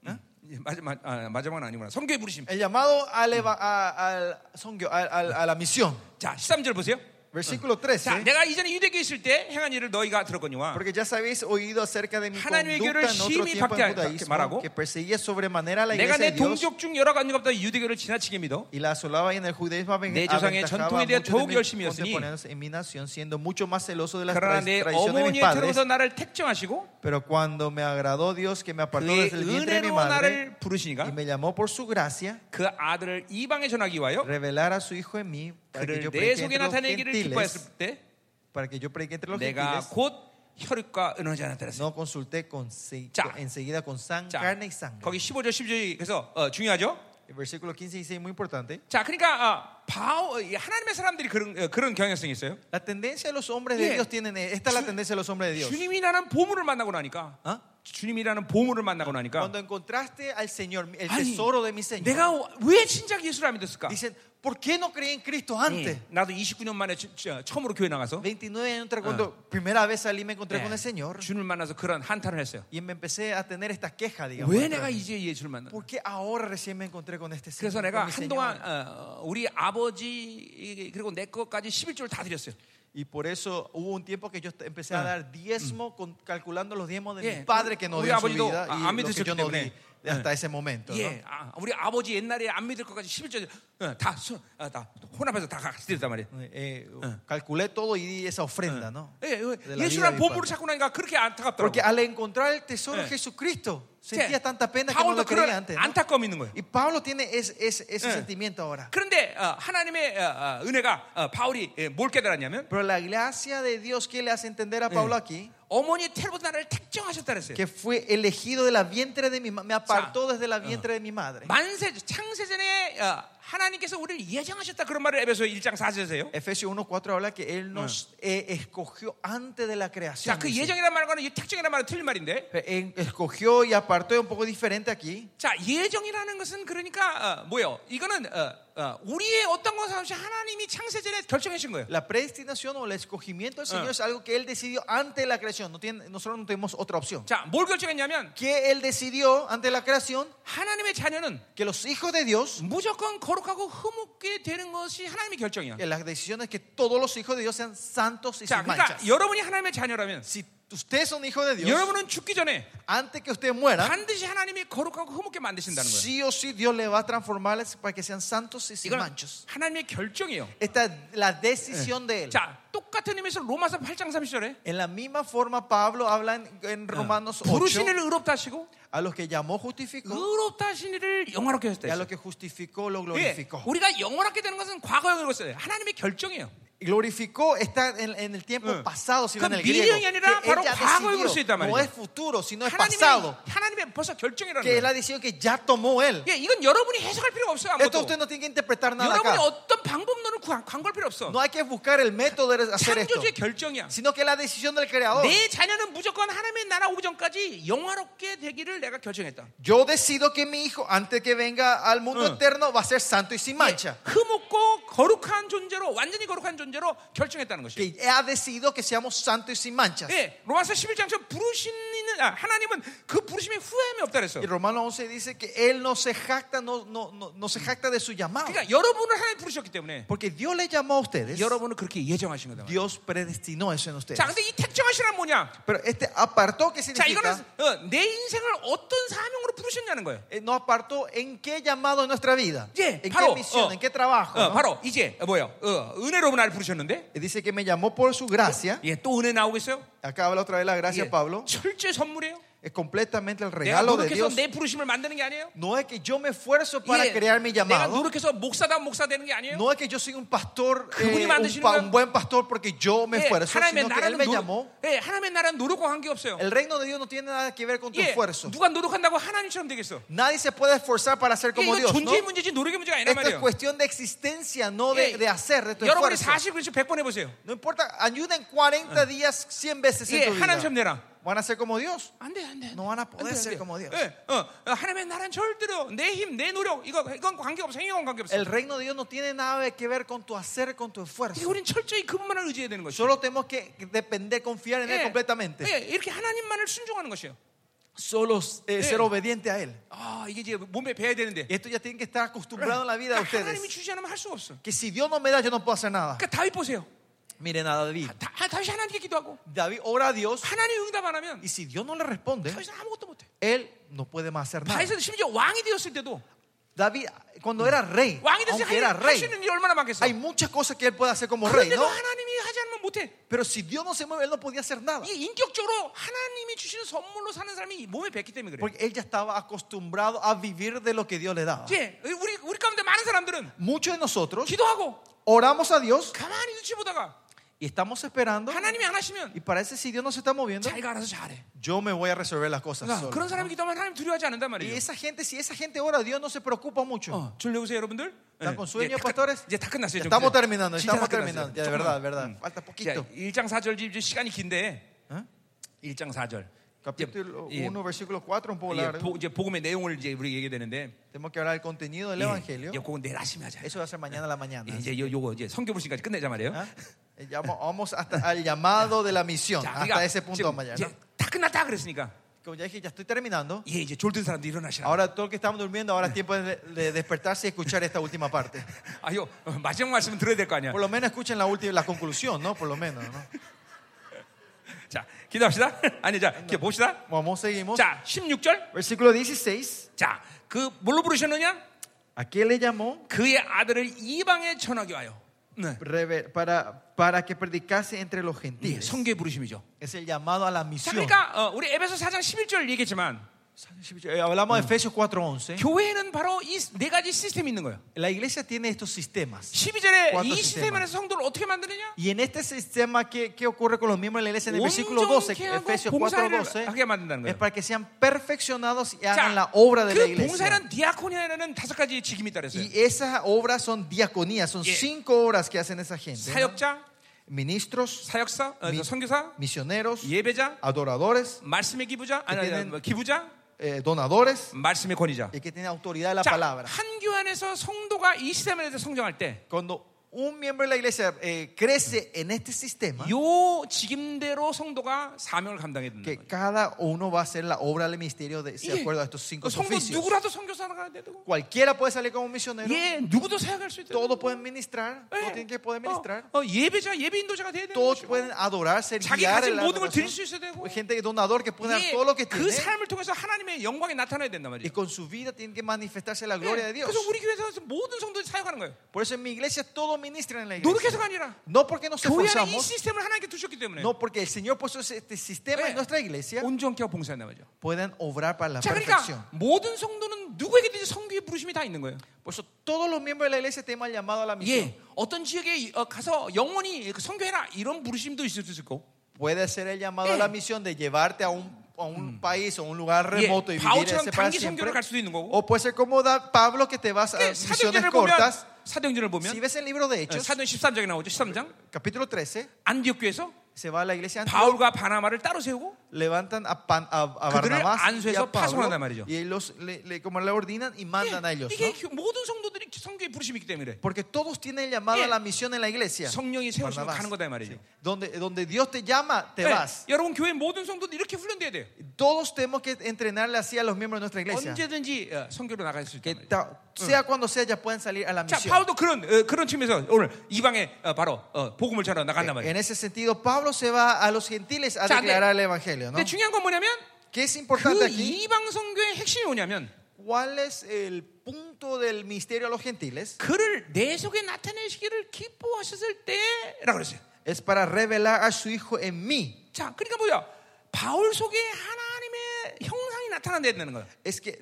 네. 예, 마지막 아, 마지막은 아니구나. 성교의 부르심. El llamado al eva- a, al songyo, al- al- a la misión. 자 13절 보세요. Versículo 자 13. 내가 이전에 유대교에 있을 때 행한 일을 너희가 들었거니와. Porque ya sabéis oído acerca de mi conducta 하나님의 교회를 en otro 심히 tiempo 박대하- en 말하고 judaísmo que perseguía sobremanera la iglesia 내가 de 내 Dios 동족 중 여러 관계보다 유대교를 지나치게 믿어. y la asolaba y en el judaísmo 내 조상의 aventajaba 전통에 대한 muchos de 더욱 mis 열심이었으니 contemporáneos en mi nación siendo mucho más celoso de las tra- 그러나 내 tradiciones de 어머니의 mis 태로부터 padres 나를 택정하시고 Pero cuando me agradó Dios que me apartó 그의 desde el vientre de mi 은혜로 madre 나를 y 부르시니가 me llamó por su gracia, 그 아들을 이방에 전하기 위하여 revelar a su hijo en mí para que 그를 yo 내 predique 속에 entre los 나타내기를 gentiles, 기뻐했을 때 para que yo predique entre los 내가 gentiles. 곧 혈육과 은원자 나타났어. No consulté con, se- 자. con- enseguida con san, 자, carne y sangre. 거기 15절 16절 그래서 어, 중요하죠. El versículo 15 dice muy importante. 자, 그러니까 아, 바오 이 하나님의 사람들이 그런 어, 그런 경향성이 있어요. La tendencia de los hombres 예. de Dios tienen eh, esta es la 주- tendencia de los hombres de Dios. 주님이라는 보물을 만나고 나니까 네, 어? 주님이라는 보물을 만나고 나니까 Cuando encontraste al Señor, el 아니, tesoro de mi Señor, 내가 왜 진작 예수를 안 믿었을까? dicen, ¿por qué no creí en Cristo 예, antes? 나도 29년 만에 주- 저- 처음으로 교회 나가서 29 años cuando primera vez salí me encontré con 예, el Señor. 주님을 만나서 그런 한탄을 했어요. Y me empecé a tener esta queja, digamos. 왜 dentro 내가 de mí. 이제 예수를 만나? ¿Por qué ahora recién me encontré con este 그래서 Señor? 내가 con mi 한동안 Señor? 어, 우리 아버지 그리고 내 것까지 11조를 다 드렸어요. Y por eso hubo un tiempo que yo te- empecé a dar diezmo con- calculando los diezmos de Ah. Mm. Yeah. mi padre que no Uy, dio en su abuelito, vida ah, y ah, me lo que dice yo que no tiene. di Ah. hasta ese momento. ¿no? Eh, 예, 아, 우리 아버지 옛날에 안 믿을 것까지 11조 어, 다, 수- 어, 다 혼합해서 다 같이 드렸단 말이에요. Eh, Ah. calculé todo y di esa ofrenda, ¿no? 예, De la vida de 예수란 mi 보물을 padre. 찾고 나니까 그렇게 안타깝더라고. Porque al encontrar el tesoro Eh. de Jesucristo, 이제 sentía tanta pena que no 파울도 lo 그런 creía antes. ¿no? 안타까움이 있는 거예요. Y Pablo tiene es- es- ese Eh. sentimiento ahora. 그런데 어, 하나님의 어, 어, 은혜가 어, 바울이 예, 뭘 깨달았냐면 Pero la gracia de Dios que le hace entender Eh. a Pablo aquí. 어머니의 태로부터 나를 택정하셨다 그랬어요. que fue elegido de la vientre de mi ma- me apartó 자, desde la vientre de mi madre. 만세 창세전에 어, 하나님께서 우리를 예정하셨다 그런 말을 에베소 1장 4절에서요. Efesios 1:4 habla que él nos eh, escogió antes de la creación. 자, 그 dice. 예정이란 말과는 이 택정이란 말은 틀린 말인데. Eh, escogió y apartó es un poco diferente aquí. 자, 예정이라는 것은 그러니까 어, 뭐예요? 이거는 어, 어, 우리의 어떤 것 없이 하나님이 창세전에 결정하신 거예요. La predestinación o el escogimiento del Señor es algo que él decidió antes de la creación. No tiene- nosotros no tenemos otra opción. 자, 뭘 결정했냐면 Que él decidió antes de la creación 하나님의 자녀는 que los hijos de Dios, 무조건 거룩하고 흠없게 되는 것이 하나님의 결정이야. que las decisiones que todos los hijos de Dios sean santos y 자, sin 그러니까 manchas. 예, 여러분이 하나님의 자녀라면 Si ustedes son hijos de Dios, 여러분은 죽기 전에 antes que ustedes mueran, 반드시 하나님이 거룩하고 흠없게 만드신다는 거예요. Sí o sí Dios le va a transformarles para que sean santos y sin 이건 manchos. 하나님의 결정이에요. Esta es la decisión de Él. 자, 똑같은 의미에서 로마서 8장 30절에 En la misma forma Pablo habla en, en Romanos 8 부르신 이를 의롭다 하시고 a los que llamó justificó 의롭다 하신 이를 영화롭게 y a los 하셨다. que justificó lo 예, glorificó. 우리가 영원하게 되는 것은 과거형으로 했어요. 하나님의 결정이에요. Y Glorificó está en, en el tiempo 예. pasado, sino en el 그 griego. 미래형이 que 아니라 바로 ella 과거형으로 decidió. 쓰였단 no 말이죠. es futuro, sino es 하나님의 pasado. 하나님의 벌써 결정이라는 예, Que es 거예요. la decisión que ya tomó Él. 예, 이건 여러분이 해석할 필요가 없어요. Esto 아무것도. usted no tiene que interpretar nada 여러분이 acá. 어떤 방법론을 구- 광고할 필요 없어. No hay que buscar el método de hacer esto, 창조주의 결정이야. sino que es la decisión del Creador. 내 자녀는 무조건 하나님의 나라 오기 전까지 영화롭게 되기를 내가 결정했다. Yo decido que mi hijo, antes que venga al mundo Eh. eterno, va a ser santo y sin 아, mancha. 흠없고 예, 거룩한 존재로 완전히 거룩한 존재로 결정했다는 예, 것이. Eh, Que ha decidido que seamos santos y sin mancha. 예, 로마서 11장처럼 부르신 있는 아, 하나님은 그 부르심에 후회함이 없다 그랬어. Y Romano 11 dice que él no se jacta, no, no, no, no se jacta de su llamado. 그러니까 여러분을 하나님 부르셨기 때문에 Porque Dios le llamó a ustedes. 여러분을 그렇게 예정하신 거다. 말이야. Dios predestinó eso en ustedes. 자, 근데 이 택정하시란 뭐냐? Pero este apartó, ¿qué 자, 이거는 significa? 어, 내 인생을 어떤 사명으로 부르셨냐는 거예요. Eh, No apartó en qué llamado en nuestra vida. Yeah, en paro, qué misión, oh. en qué trabajo. 어, ¿no? 바로 이제 어, 뭐예요? 어, 은혜로 나를 부르셨는데 Y Dice que me llamó por su gracia. 예, 또 은혜 나오겠어요? Acá habla otra vez la gracia, 예, Pablo. 철저히 선물이에요. Es completamente el 내가 regalo de 노력해서 Dios. 내 부르심을 만드는 게 아니에요. No es que yo me esfuerzo para 예, crear mi 내가 llamado. 노력해서 목사다 목사 되는 게 아니에요. No es que yo soy un pastor, 그분이 eh, un, 만드시는 pa- 건- un buen pastor porque yo me 예, esfuerzo, 하나님의 sino que Él 나라는 me 노력- llamó. 예, 하나님의 나라는 노력과 관계 없어요. El reino de Dios no tiene nada que ver con tu 예, esfuerzo. 누가 노력한다고 하나님처럼 되겠어? 예, Nadie se puede esforzar para ser 이게 como Dios. ¿no? 존재의 문제지 노력의 문제가 아니란 Esta es 말이에요. cuestión de existencia, no de, 예, de hacer, de tu 여러분이 esfuerzo. 40그릇씩 100번 해보세요. No importa, ayuden 40 días, 100 veces 예, en tu 하나님처럼 vida. 되라. Van a ser como Dios. 안 돼, 안 돼. No van a 안 poder 돼, 안 ser 돼. como Dios. 예, 어, 어, 하나님의 나라는 절대로 내 힘, 내 노력 이거 이건 관계 없어. 행위와 관계 없어. El reino de Dios no tiene nada que ver con tu hacer, con tu 이게 esfuerzo. 우린 철저히 그분만을 의지해야 되는 것이죠. Solo tenemos que depender, confiar en Él completamente. 예, 이렇게 하나님만을 순종하는 것이에요. Solo eh, Eh. ser obediente a Él. 아, 이게 이제 몸에 배야 되는데 Y esto ya tienen que estar acostumbrado en la vida de 하나님이 ustedes. 주지 않으면 할 수가 없어. Que si Dios no me da, yo no pue도 hacer nada. 그러니까 다윗 보세요. Miren a David. 다, 아, 다윗이 하나님께 기도하고 David ora a Dios 하나님 응답 안 하면 y si Dios no le responde, 다윗은 아무것도 못해. él no puede más hacer nada. 다윗은 심지어 왕이 되었을 때도 David, cuando era rey, 왕이 됐을 aunque era 때할수 rey, 있는 일이 얼마나 많겠어. hay 무chas cosas que él puede hacer como rey, 그런데도 ¿no? 하나님이 하지 않으면 못해. Pero si Dios no se mueve, él no podía hacer nada. 이 인격적으로 하나님이 주시는 선물로 사는 사람이 몸에 뱉기 때문에 그래. Porque él ya estaba acostumbrado a vivir de lo que Dios le daba. 이제 예, 우리 우리 가운데 많은 사람들은 Muchos de nosotros 기도하고 oramos a Dios 가만히 눈치 보다가 y estamos esperando. 하나님이 안 하시면 Y parece si Dios no se está moviendo, 자기가 알아서 잘해. yo me voy a resolver las cosas. 그러니까 solo. 그런 사람이 기도하면 하나님 두려워하지 않는단 Y 말이에요. esa gente, si esa gente ora, Dios no se preocupa mucho. 어, 졸려보세요 여러분들. ¿Están con sueño, 예, 다 끝- pastores? 이제 다 끝났어요. Ya 좀 estamos 그래. terminando, 진짜 estamos 다 끝났어요. terminando. Ya, de 조금만. verdad, verdad. 음. Falta 자, poquito. 1장 4절 지금 시간이 긴데 ¿Eh? 1장 4절. Capítulo 예, 1, versículo 4, un poco 예, largo. 보- 이제 복음의 내용을 이제 우리 얘기해야 되는데 Tenemos que hablar del contenido del evangelio. 예, 요거 내일 아침에 하자. Eso va a ser mañana a la mañana. 예, 이제 요, 요거 이제 성교 불신까지 끝내자 말이에요. ¿Ah? Eh, ya Vamos vamos hasta al llamado de la misión, 자, hasta ese punto 지금 mañana. 이제 다 끝났다 그랬으니까 Como ya dije, ya estoy terminando. 예, 이제 졸든 사람도 일어나시라. Ahora todo el que estamos durmiendo, ahora es tiempo de, de despertarse y escuchar esta última parte. 아, 요 어, 마지막 말씀은 들어야 될 거 아니야. Por lo menos escuchen la última, la conclusión, ¿no? Por lo menos, ¿no? 자, 기도합시다. 아니, 자, 이렇게 봅시다. Vamos, seguimos. 자, 16절. Versículo 16. 자, 그 뭘로 부르셨느냐? ¿A qué le llamó? 그의 아들을 이방에 전하게 하여. 네. Rever- para, para que predicase entre los 예, gentiles. 성계 부르심이죠. Es el llamado a la 자, misión. 그러니까 어, 우리 에베소 4장 11절 얘기했지만 Eh, Hablamos de Efesios 네. 4:11. 교회는 바로 이 네 가지 시스템이 있는 거예요. La iglesia tiene estos sistemas. 12절에 Cuatro 이 시스템 sistema. 안에서 성도를 어떻게 만드느냐? Y en este sistema, ¿qué, qué ocurre con los miembros de la iglesia? En el versículo 12, 온전케 하고 Efesios 봉사를 4:12, 하게 만든다는 거예요. es para que sean perfeccionados y 자, hagan la obra de la 그 iglesia. 봉사는 디아코니아라는 다섯 가지 직임이 따르세요. Y esas obras son diaconías, son Yeah. cinco obras que hacen esa 네. gente: ¿no? 사역자, ministros, 사역사, 어, 미- 선교사, misioneros, 예배자, adoradores, 말씀의 기부자, 아니, 아니, 그때는- 뭐, 기부자, eh, donadores, 말씀의 권위자. y que tienen autoridad de la 자, palabra. 한 교회 안에서 성도가 이 시스템에 대해서 성장할 때, Cuando un miembro de la iglesia eh, crece en este sistema, 요 직임대로 성도가 사명을 감당해야 된다. que cada uno va a hacer la obra del ministerio de, de acuerdo a estos cinco 그러니까 성도 oficios. 누구라도 성교사가 돼야 되고, Cualquiera puede salir como misionero, 예, 누구도 사역할 수 있다. todos pueden ministrar, 예. todos tienen que oh, poder ministrar, 어, 어, 예배자, 예배 인도자가 돼야 되는 todos 것이고, pueden adorar, ser 자기 guiar en 가진 la 모든 걸 adoración. 드릴 수 있어야 되고, gente que donador que puede dar 예, todo lo que 그 tiene 삶을 통해서 하나님의 영광이 나타나야 된단 말이에요. y con su vida tienen que manifestarse la gloria 예, de Dios. 그래서 우리 교회에서 모든 성도들이 사역하는 거예요. Por eso en mi iglesia todos ministran en la iglesia. 노력해서가 아니라 No porque nos 교회 안에 이 esforzamos, 시스템을 하나님께 두셨기 때문에 예. no porque el Señor puso ese- este sistema 예, en nuestra iglesia, 온전케 하고 봉사한다 말이죠. puedan obrar para la 자, perfección. 그러니까 모든 성도는 누구에게든지 성교의 부르심이 다 있는 거예요. Por eso todos los miembros de la iglesia tenemos el llamado a la misión. 예, 어떤 지역에 어, 가서 영원히 그 성교해라 이런 부르심도 있을 수 있을 거고. Puede ser el llamado a Eh. la misión de llevarte a un, a un país o un lugar 예, remoto y vivir 바오처럼 ese para 단기 성교를 siempre. 갈 수도 있는 거고. O puede ser como da Pablo que te vas a 예, misiones 사도행전을 보면 cortas. 사도행전을 Si 보면 예, ves el libro de Hechos, 사도행 13장에 나오죠. 13장 capítulo 13, 안디옥 교에서 se va a la iglesia de Antioquía, 바울과 바나마를 따로 세우고 예. levantan a, Pan- a, a 그들을 Barnabás y 안수해서 a Pablo 파송한단 말이죠. y ellos le, le- como le ordenan y 예, mandan a ellos. ¿no? 이게 교- 모든 성도들이 성경의 부르심이 있기 때문에 그래. Porque todos tienen el llamado Yeah. a la misión en la iglesia. 성령이 세우시면 Barnabas. 가는 거다 이 말이죠. Sí. Donde, donde Dios te llama, te 네, vas. 여러분 교회 모든 성도들 이렇게 훈련돼야 돼. Todos tenemos que entrenarle así a los miembros de nuestra iglesia. 언제든지 어, 성교로 나갈 수 Que 있다. ta- sea cuando Mm. sea, ya pueden salir a la 자, misión. 파울도 그런 어, 그런 측면에서 오늘 이방에 어, 바로 어, 복음을 전하러 나간단 말이에요. E, En ese sentido, Pablo se va a los gentiles a 자, 근데- declarar el evangelio. ¿no? 근데 중요한 건 뭐냐면 ¿Qué es importante 그 aquí? 이방 성교의 핵심이 뭐냐면 ¿Cuál es el punto del misterio a los gentiles? 그를 내 속에 나타내시기를 기뻐하셨을 때라고 그랬어요. Es para revelar a su hijo en mí. 자, 그러니까 뭐야? 바울 속에 하나님의 형상이 나타난다 되는 거예요. Es que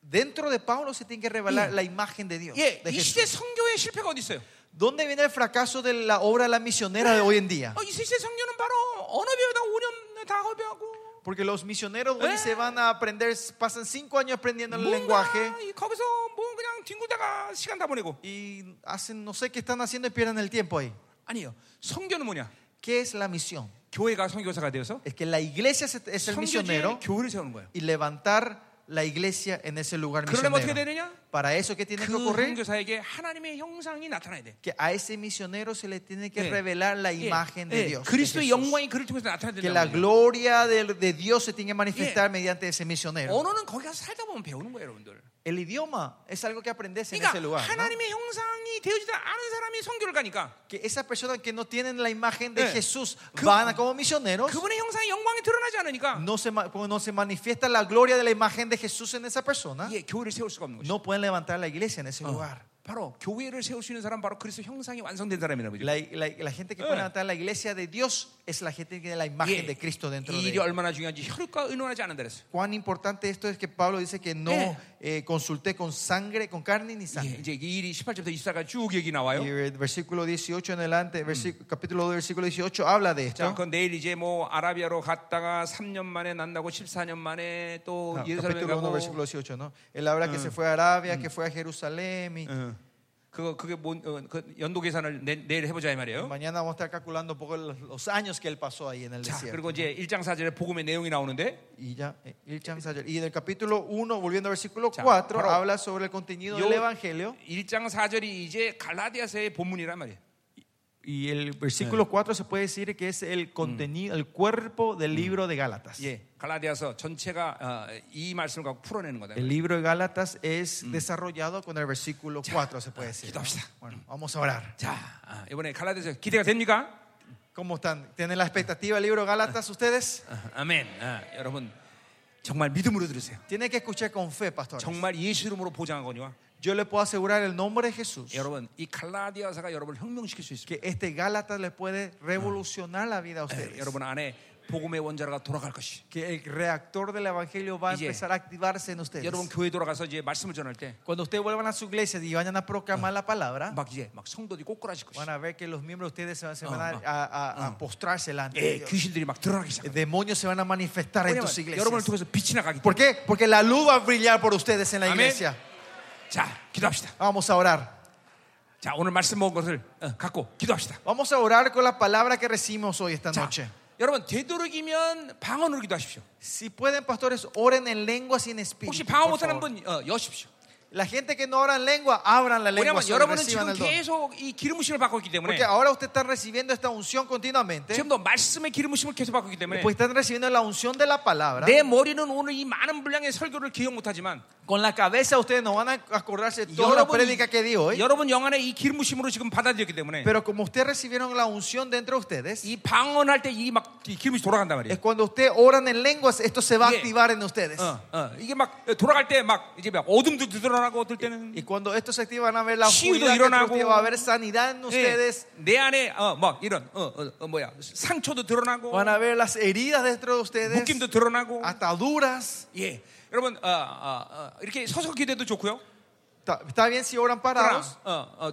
dentro de Pablo se tiene que revelar la imagen de Dios. 예, de 이 Jesús. 시대 성교의 실패가 어디 있어요? ¿Dónde viene el fracaso de la obra la misionera de hoy en día? 어, 이 시대 성교는 바로 언어 배우다 5년 다 허비하고 Porque los misioneros hoy se van a aprender, pasan cinco años aprendiendo el lenguaje 뭔가 이- 거기서 뭐 그냥 뒹굴다가 시간 다 보내고 y hacen, no sé qué están haciendo y pierden el tiempo ahí. 아니에요. 성교는 뭐냐? ¿Qué es la misión? 교회가 성교사가 되어서 Es que la iglesia es- es el 성교지에 misionero 교회를 세우는 거예요. y levantar la iglesia en ese lugar 그러려면 어떻게 misionero. 되느냐? Para eso, ¿qué tiene 그 que ocurrir? 선교사에게 하나님의 형상이 나타나야 돼. Que a ese misionero se le tiene que 예. revelar la 예, imagen 예, de Dios. de 그리스도의 Jesús. 영광이 그를 통해서 나타나야 Que la 된다. gloria de, de Dios se tiene que manifestar mediante ese misionero. 언어는 거기 가서 살다 보면 배우는 거예요, 여러분들. El idioma es algo que aprendes en ese 그러니까 lugar. ¿no? 하나님의 형상이 되어지지 않은 사람이 성교를 가니까 Que esas personas que no tienen la imagen de 예. Jesús 그- van a como misioneros. 그분의 형상의 영광이 드러나지 않으니까 No se, ma- como no se manifiesta la gloria de la imagen de Jesús en esa persona. 예, 교회를 세울 수가 없는 거죠. No pueden levantar la iglesia en ese lugar. 바로 교회를 세울 수 있는 사람 바로 그리스도 형상이 완성된 사람이라고 죠 La, la- la gente que 예. puede levantar la iglesia de Dios es la gente que tiene la imagen de Cristo dentro 이 de 일이 ellos. 얼마나 중요한지 혈육과 의논하지 않는다 그랬어요. Cuán importante esto es que Pablo dice que no 예. eh, consulté con sangre, con carne ni 예, sangre. 이제 이 일이 예. 18절부터 24가 쭉 얘기 나와요. Y el versículo 18 en adelante, versículo, capítulo 2, versículo 18 habla de 자, esto. 그 내일 이제 뭐 아라비아로 갔다가 3년 만에 난다고 14년 만에 또 Ah, 예루살렘 capítulo 1, 가고 versículo 18, ¿no? Él habla que se fue a Arabia, que fue a Jerusalén. Y 응. 그거 그게 뭔 어, 그 연도 계산을 내, 내일 해보자 이 말이에요. Mañana vamos a estar calculando un poco los, los años que él pasó ahí en el 자, desierto. 그리고 이제 1장 4절에 복음의 내용이 나오는데 Y ya, eh, el chansayo. Y en el capítulo 1, volviendo al versículo Ya, 4, pero- habla sobre el contenido Yo- del evangelio. 1장 4절이 이제 갈라디아서의 본문이란 말이에요. Y el versículo 4 se puede decir que es el contenido, el cuerpo del libro de Gálatas. 예, 갈라디아서 전체가 어, 이 말씀을 갖고 풀어내는 거다. El libro de Gálatas es Mm. desarrollado con el versículo 4, se puede decir. ¿no? 기도합시다. Bueno, vamos a orar. 자, 아, 이번에 갈라디아서 기대가 됩니까? ¿Cómo están? ¿Tienen la expectativa el libro de Gálatas ustedes? 아, 아멘. 아, 여러분 정말 믿음으로 들으세요. Tienen que escuchar con fe, pastor. 정말 예수 이름으로 보장하거니와 Yo le puedo asegurar el nombre de Jesús 여러분 이 갈라디아서가 여러분을 혁명시킬 수 있습니다. que este Gálatas les puede revolucionar la Eh, 네, vida a ustedes. 여러분 안에 복음의 원자로가 돌아갈 것이. Que el reactor del evangelio va a Oye. empezar a activarse en ustedes. 여러분 교회 돌아가서 이제 말씀을 전할 때 막 Cuando ustedes vuelvan a su iglesia y vayan a Ah. proclamar la palabra, 이제 막 성도들이 꼬꾸라질 것이. van a ver que los miembros de ustedes se van, se van a, Ah, Eh, a- a- a postrarse delante de 예, Dios. 귀신들이 막 드러나기 시작. Demonios se van a manifestar en 왜냐면 tus iglesias. 여러분을 통해서 네, 빛이 나가기 ¿Por 때문에. qué? Porque la luz va a brillar por ustedes en la Amén. iglesia. 자, 기도합시다. Vamos a orar. 자, 오늘 말씀 먹은 것을 어, 갖고 기도합시다. Vamos a orar con la palabra que recibimos hoy esta 자, noche. 여러분 되도록이면 방언으로 기도하십시오. Si pueden, pastores, oren en lengua sin 혹시 espíritu. 방언 por 못하는 favor. 분 어, 여십시오. La gente que no ora en lengua, abran la lengua. 왜냐하면 solo 여러분은 reciban 지금 el don. 계속 이 기름 부심을 받고 있기 때문에 Porque ahora usted está recibiendo esta unción continuamente. 지금도 말씀의 기름 부심을 계속 받고 있기 때문에 Pues están recibiendo la unción de la palabra. 내 머리는 오늘 이 많은 분량의 설교를 기억 못하지만 Con la cabeza ustedes no van a acordarse de toda la 여러분, prédica que di hoy. 여러분 영안에 이 기름 부심으로 지금 받아들였기 때문에 Pero como ustedes recibieron la unción dentro de ustedes, 이 방언할 때 이 막 기름이 돌아간단 말이에요. es cuando ustedes oran en lenguas, esto se va a Bien. activar en ustedes. 어, 어. 이게 막 돌아갈 때 막 이제 막 어둠도 드러나고 어떨 때는 Y cuando esto se activa, van a ver la Sí, oscuridad, que 일어나고. otro día va a Eh. haber sanidad en 예, ustedes. 내 안에 어, 막 이런 어, 어, 어, 뭐야 상처도 드러나고 아. Van a ver las heridas dentro de ustedes, 묶임도 드러나고 ataduras. 예 여러분 어, 어, 어, 이렇게 서서 기대도 좋고요. Está, está bien si oran 그러나 parados,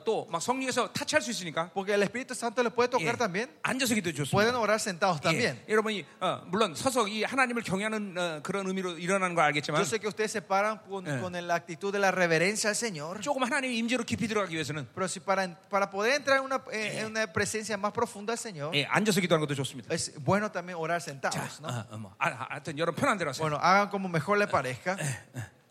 또 막 성령에서 타치할 수 있으니까 porque el Espíritu Santo les puede 예, tocar también. 앉아서 기도 Pueden 좋습니다. orar sentados también. 예, 여러분이 어, 물론 서서 이 하나님을 경외하는 어, 그런 의미로 일어나는 걸 알겠지만 Yo sé que ustedes se paran con, Eh. con la actitud de la reverencia al Señor. 조금 하나님의 임재로 깊이 들어가기 위해서는 Pero si para, para poder entrar en una, eh, en una presencia más profunda del Señor, 예, 앉아서 기도하는 것도 좋습니다. es bueno también orar 자, sentados. ¿no? 어, 어, 뭐, 아, 아, 하여튼 여러분 편한 대로 하세요. Bueno, hagan como mejor les parezca.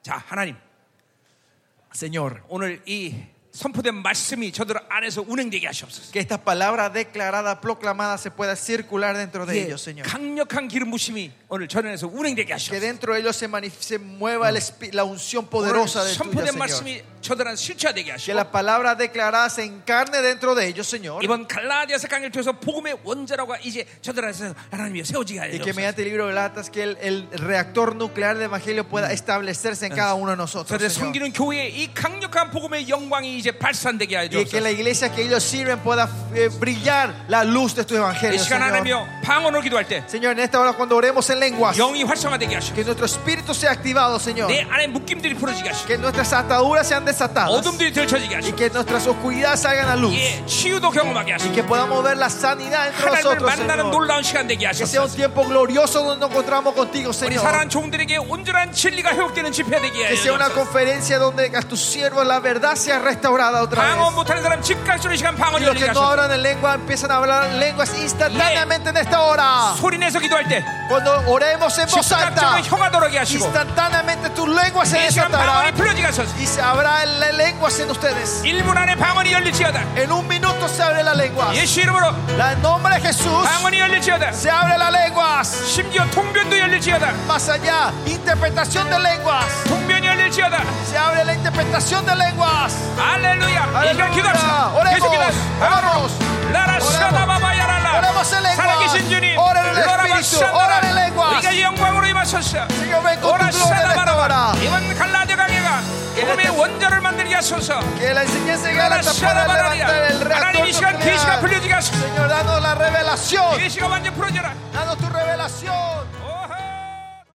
자, 하나님 Eh. Señor, 오늘 이 선포된 말씀이 저들 안에서 운행되게 하시옵소서. Que esta palabra declarada, proclamada, se pueda circular dentro de 예, ellos, Señor. 강력한 기름 부심이 오늘 저 안에서 운행되게 Que 하시옵소서. dentro de ellos se, manif- se mueva el espi- la unción 오늘 poderosa de tuya, 선포된 Señor. 말씀이 저들 안에 실체화되게 Que 하시고 la palabra declarada se encarne dentro de ellos, Señor. 이번 갈라디아서 강의를 통해서 복음의 원자로가 이제 저들 안에서 하나님이 세워지게 Y que 하시옵소서. mediante el libro de Latas, que el, el reactor nuclear del Evangelio pueda establecerse en cada uno de nosotros. 저들 Señor. 섬기는 교회에 이 강력한 복음의 영광이 이제 발산되게 Y que la 하시옵소서. iglesia que ellos sirven pueda eh, brillar la luz de tu 이 Evangelio, 시간 Señor. 하나며 방언으로 기도할 때 Señor, en esta hora cuando oremos en lenguas, 영이 활성화되게 하시고 que nuestro espíritu sea activado, Señor. 내 안에 묶임들이 풀어지게 하시고 Que nuestras ataduras sean desatadas. 어둠들이 들쳐지게 Y 하시고 que nuestras oscuridades salgan a luz. 예, 치유도 경험하게 하시고 Y que podamos ver la sanidad entre 하나님을 nosotros, 만나는 Señor. 놀라운 시간 되게 Que sea 하셨어. un tiempo glorioso donde nos encontramos contigo, 우리 Señor. 사랑하는 종들에게 온전한 진리가 회복되는 집회 되게 Que sea una 하셨어. conferencia donde a tus siervos la verdad sea restaurada otra 방언 vez. 못하는 사람 즉각적으로 이 시간 Y 방언이 los 열리게 que no 하셨어. hablan en lengua empiezan a hablar en lenguas instantáneamente en esta hora. 소리내서 기도할 때 Cuando oremos en voz alta, 즉각적으로 혀가 돌아게 하시고 instantáneamente tus lenguas se 이 시간 방언이 desatarán 풀어지게 하셨어. y se habrá el- lenguas en ustedes. 1분 안에 방언이 열릴지어다. En un minuto se abre la lengua. 예수 이름으로 La en nombre de Jesús 방언이 열릴지어다. se abre las lenguas. 심지어 통변도 열릴지어다. Más allá, interpretación de lenguas. 통변이 열릴지어다. Se abre la interpretación de lenguas. 알렐루야. 이 시간 Aleluya. 기도합시다. 계속 기도합시다. Oremos, oramos. 라라 샤다바바야라라 Oremos en lenguas. 살아계신 주님 Ora en el 로라바 Espíritu. Ora en 샤다라 lenguas. 우리가 영광으로 임하소서 Señor, ven con 오라 tu gloria en esta hora. 샤다바라바라 이번 갈라디아 강해가 복음의 원자를 만들게 하소서 Que la enseñanza de 라라 Gálatas pueda levantar 샤다바라야 el 하나님 reactor 이 시간 그 계시가 nuclear. 풀려지게 하소서 Señor, danos la revelación. 계시가 완전 풀어져라 Danos tu revelación.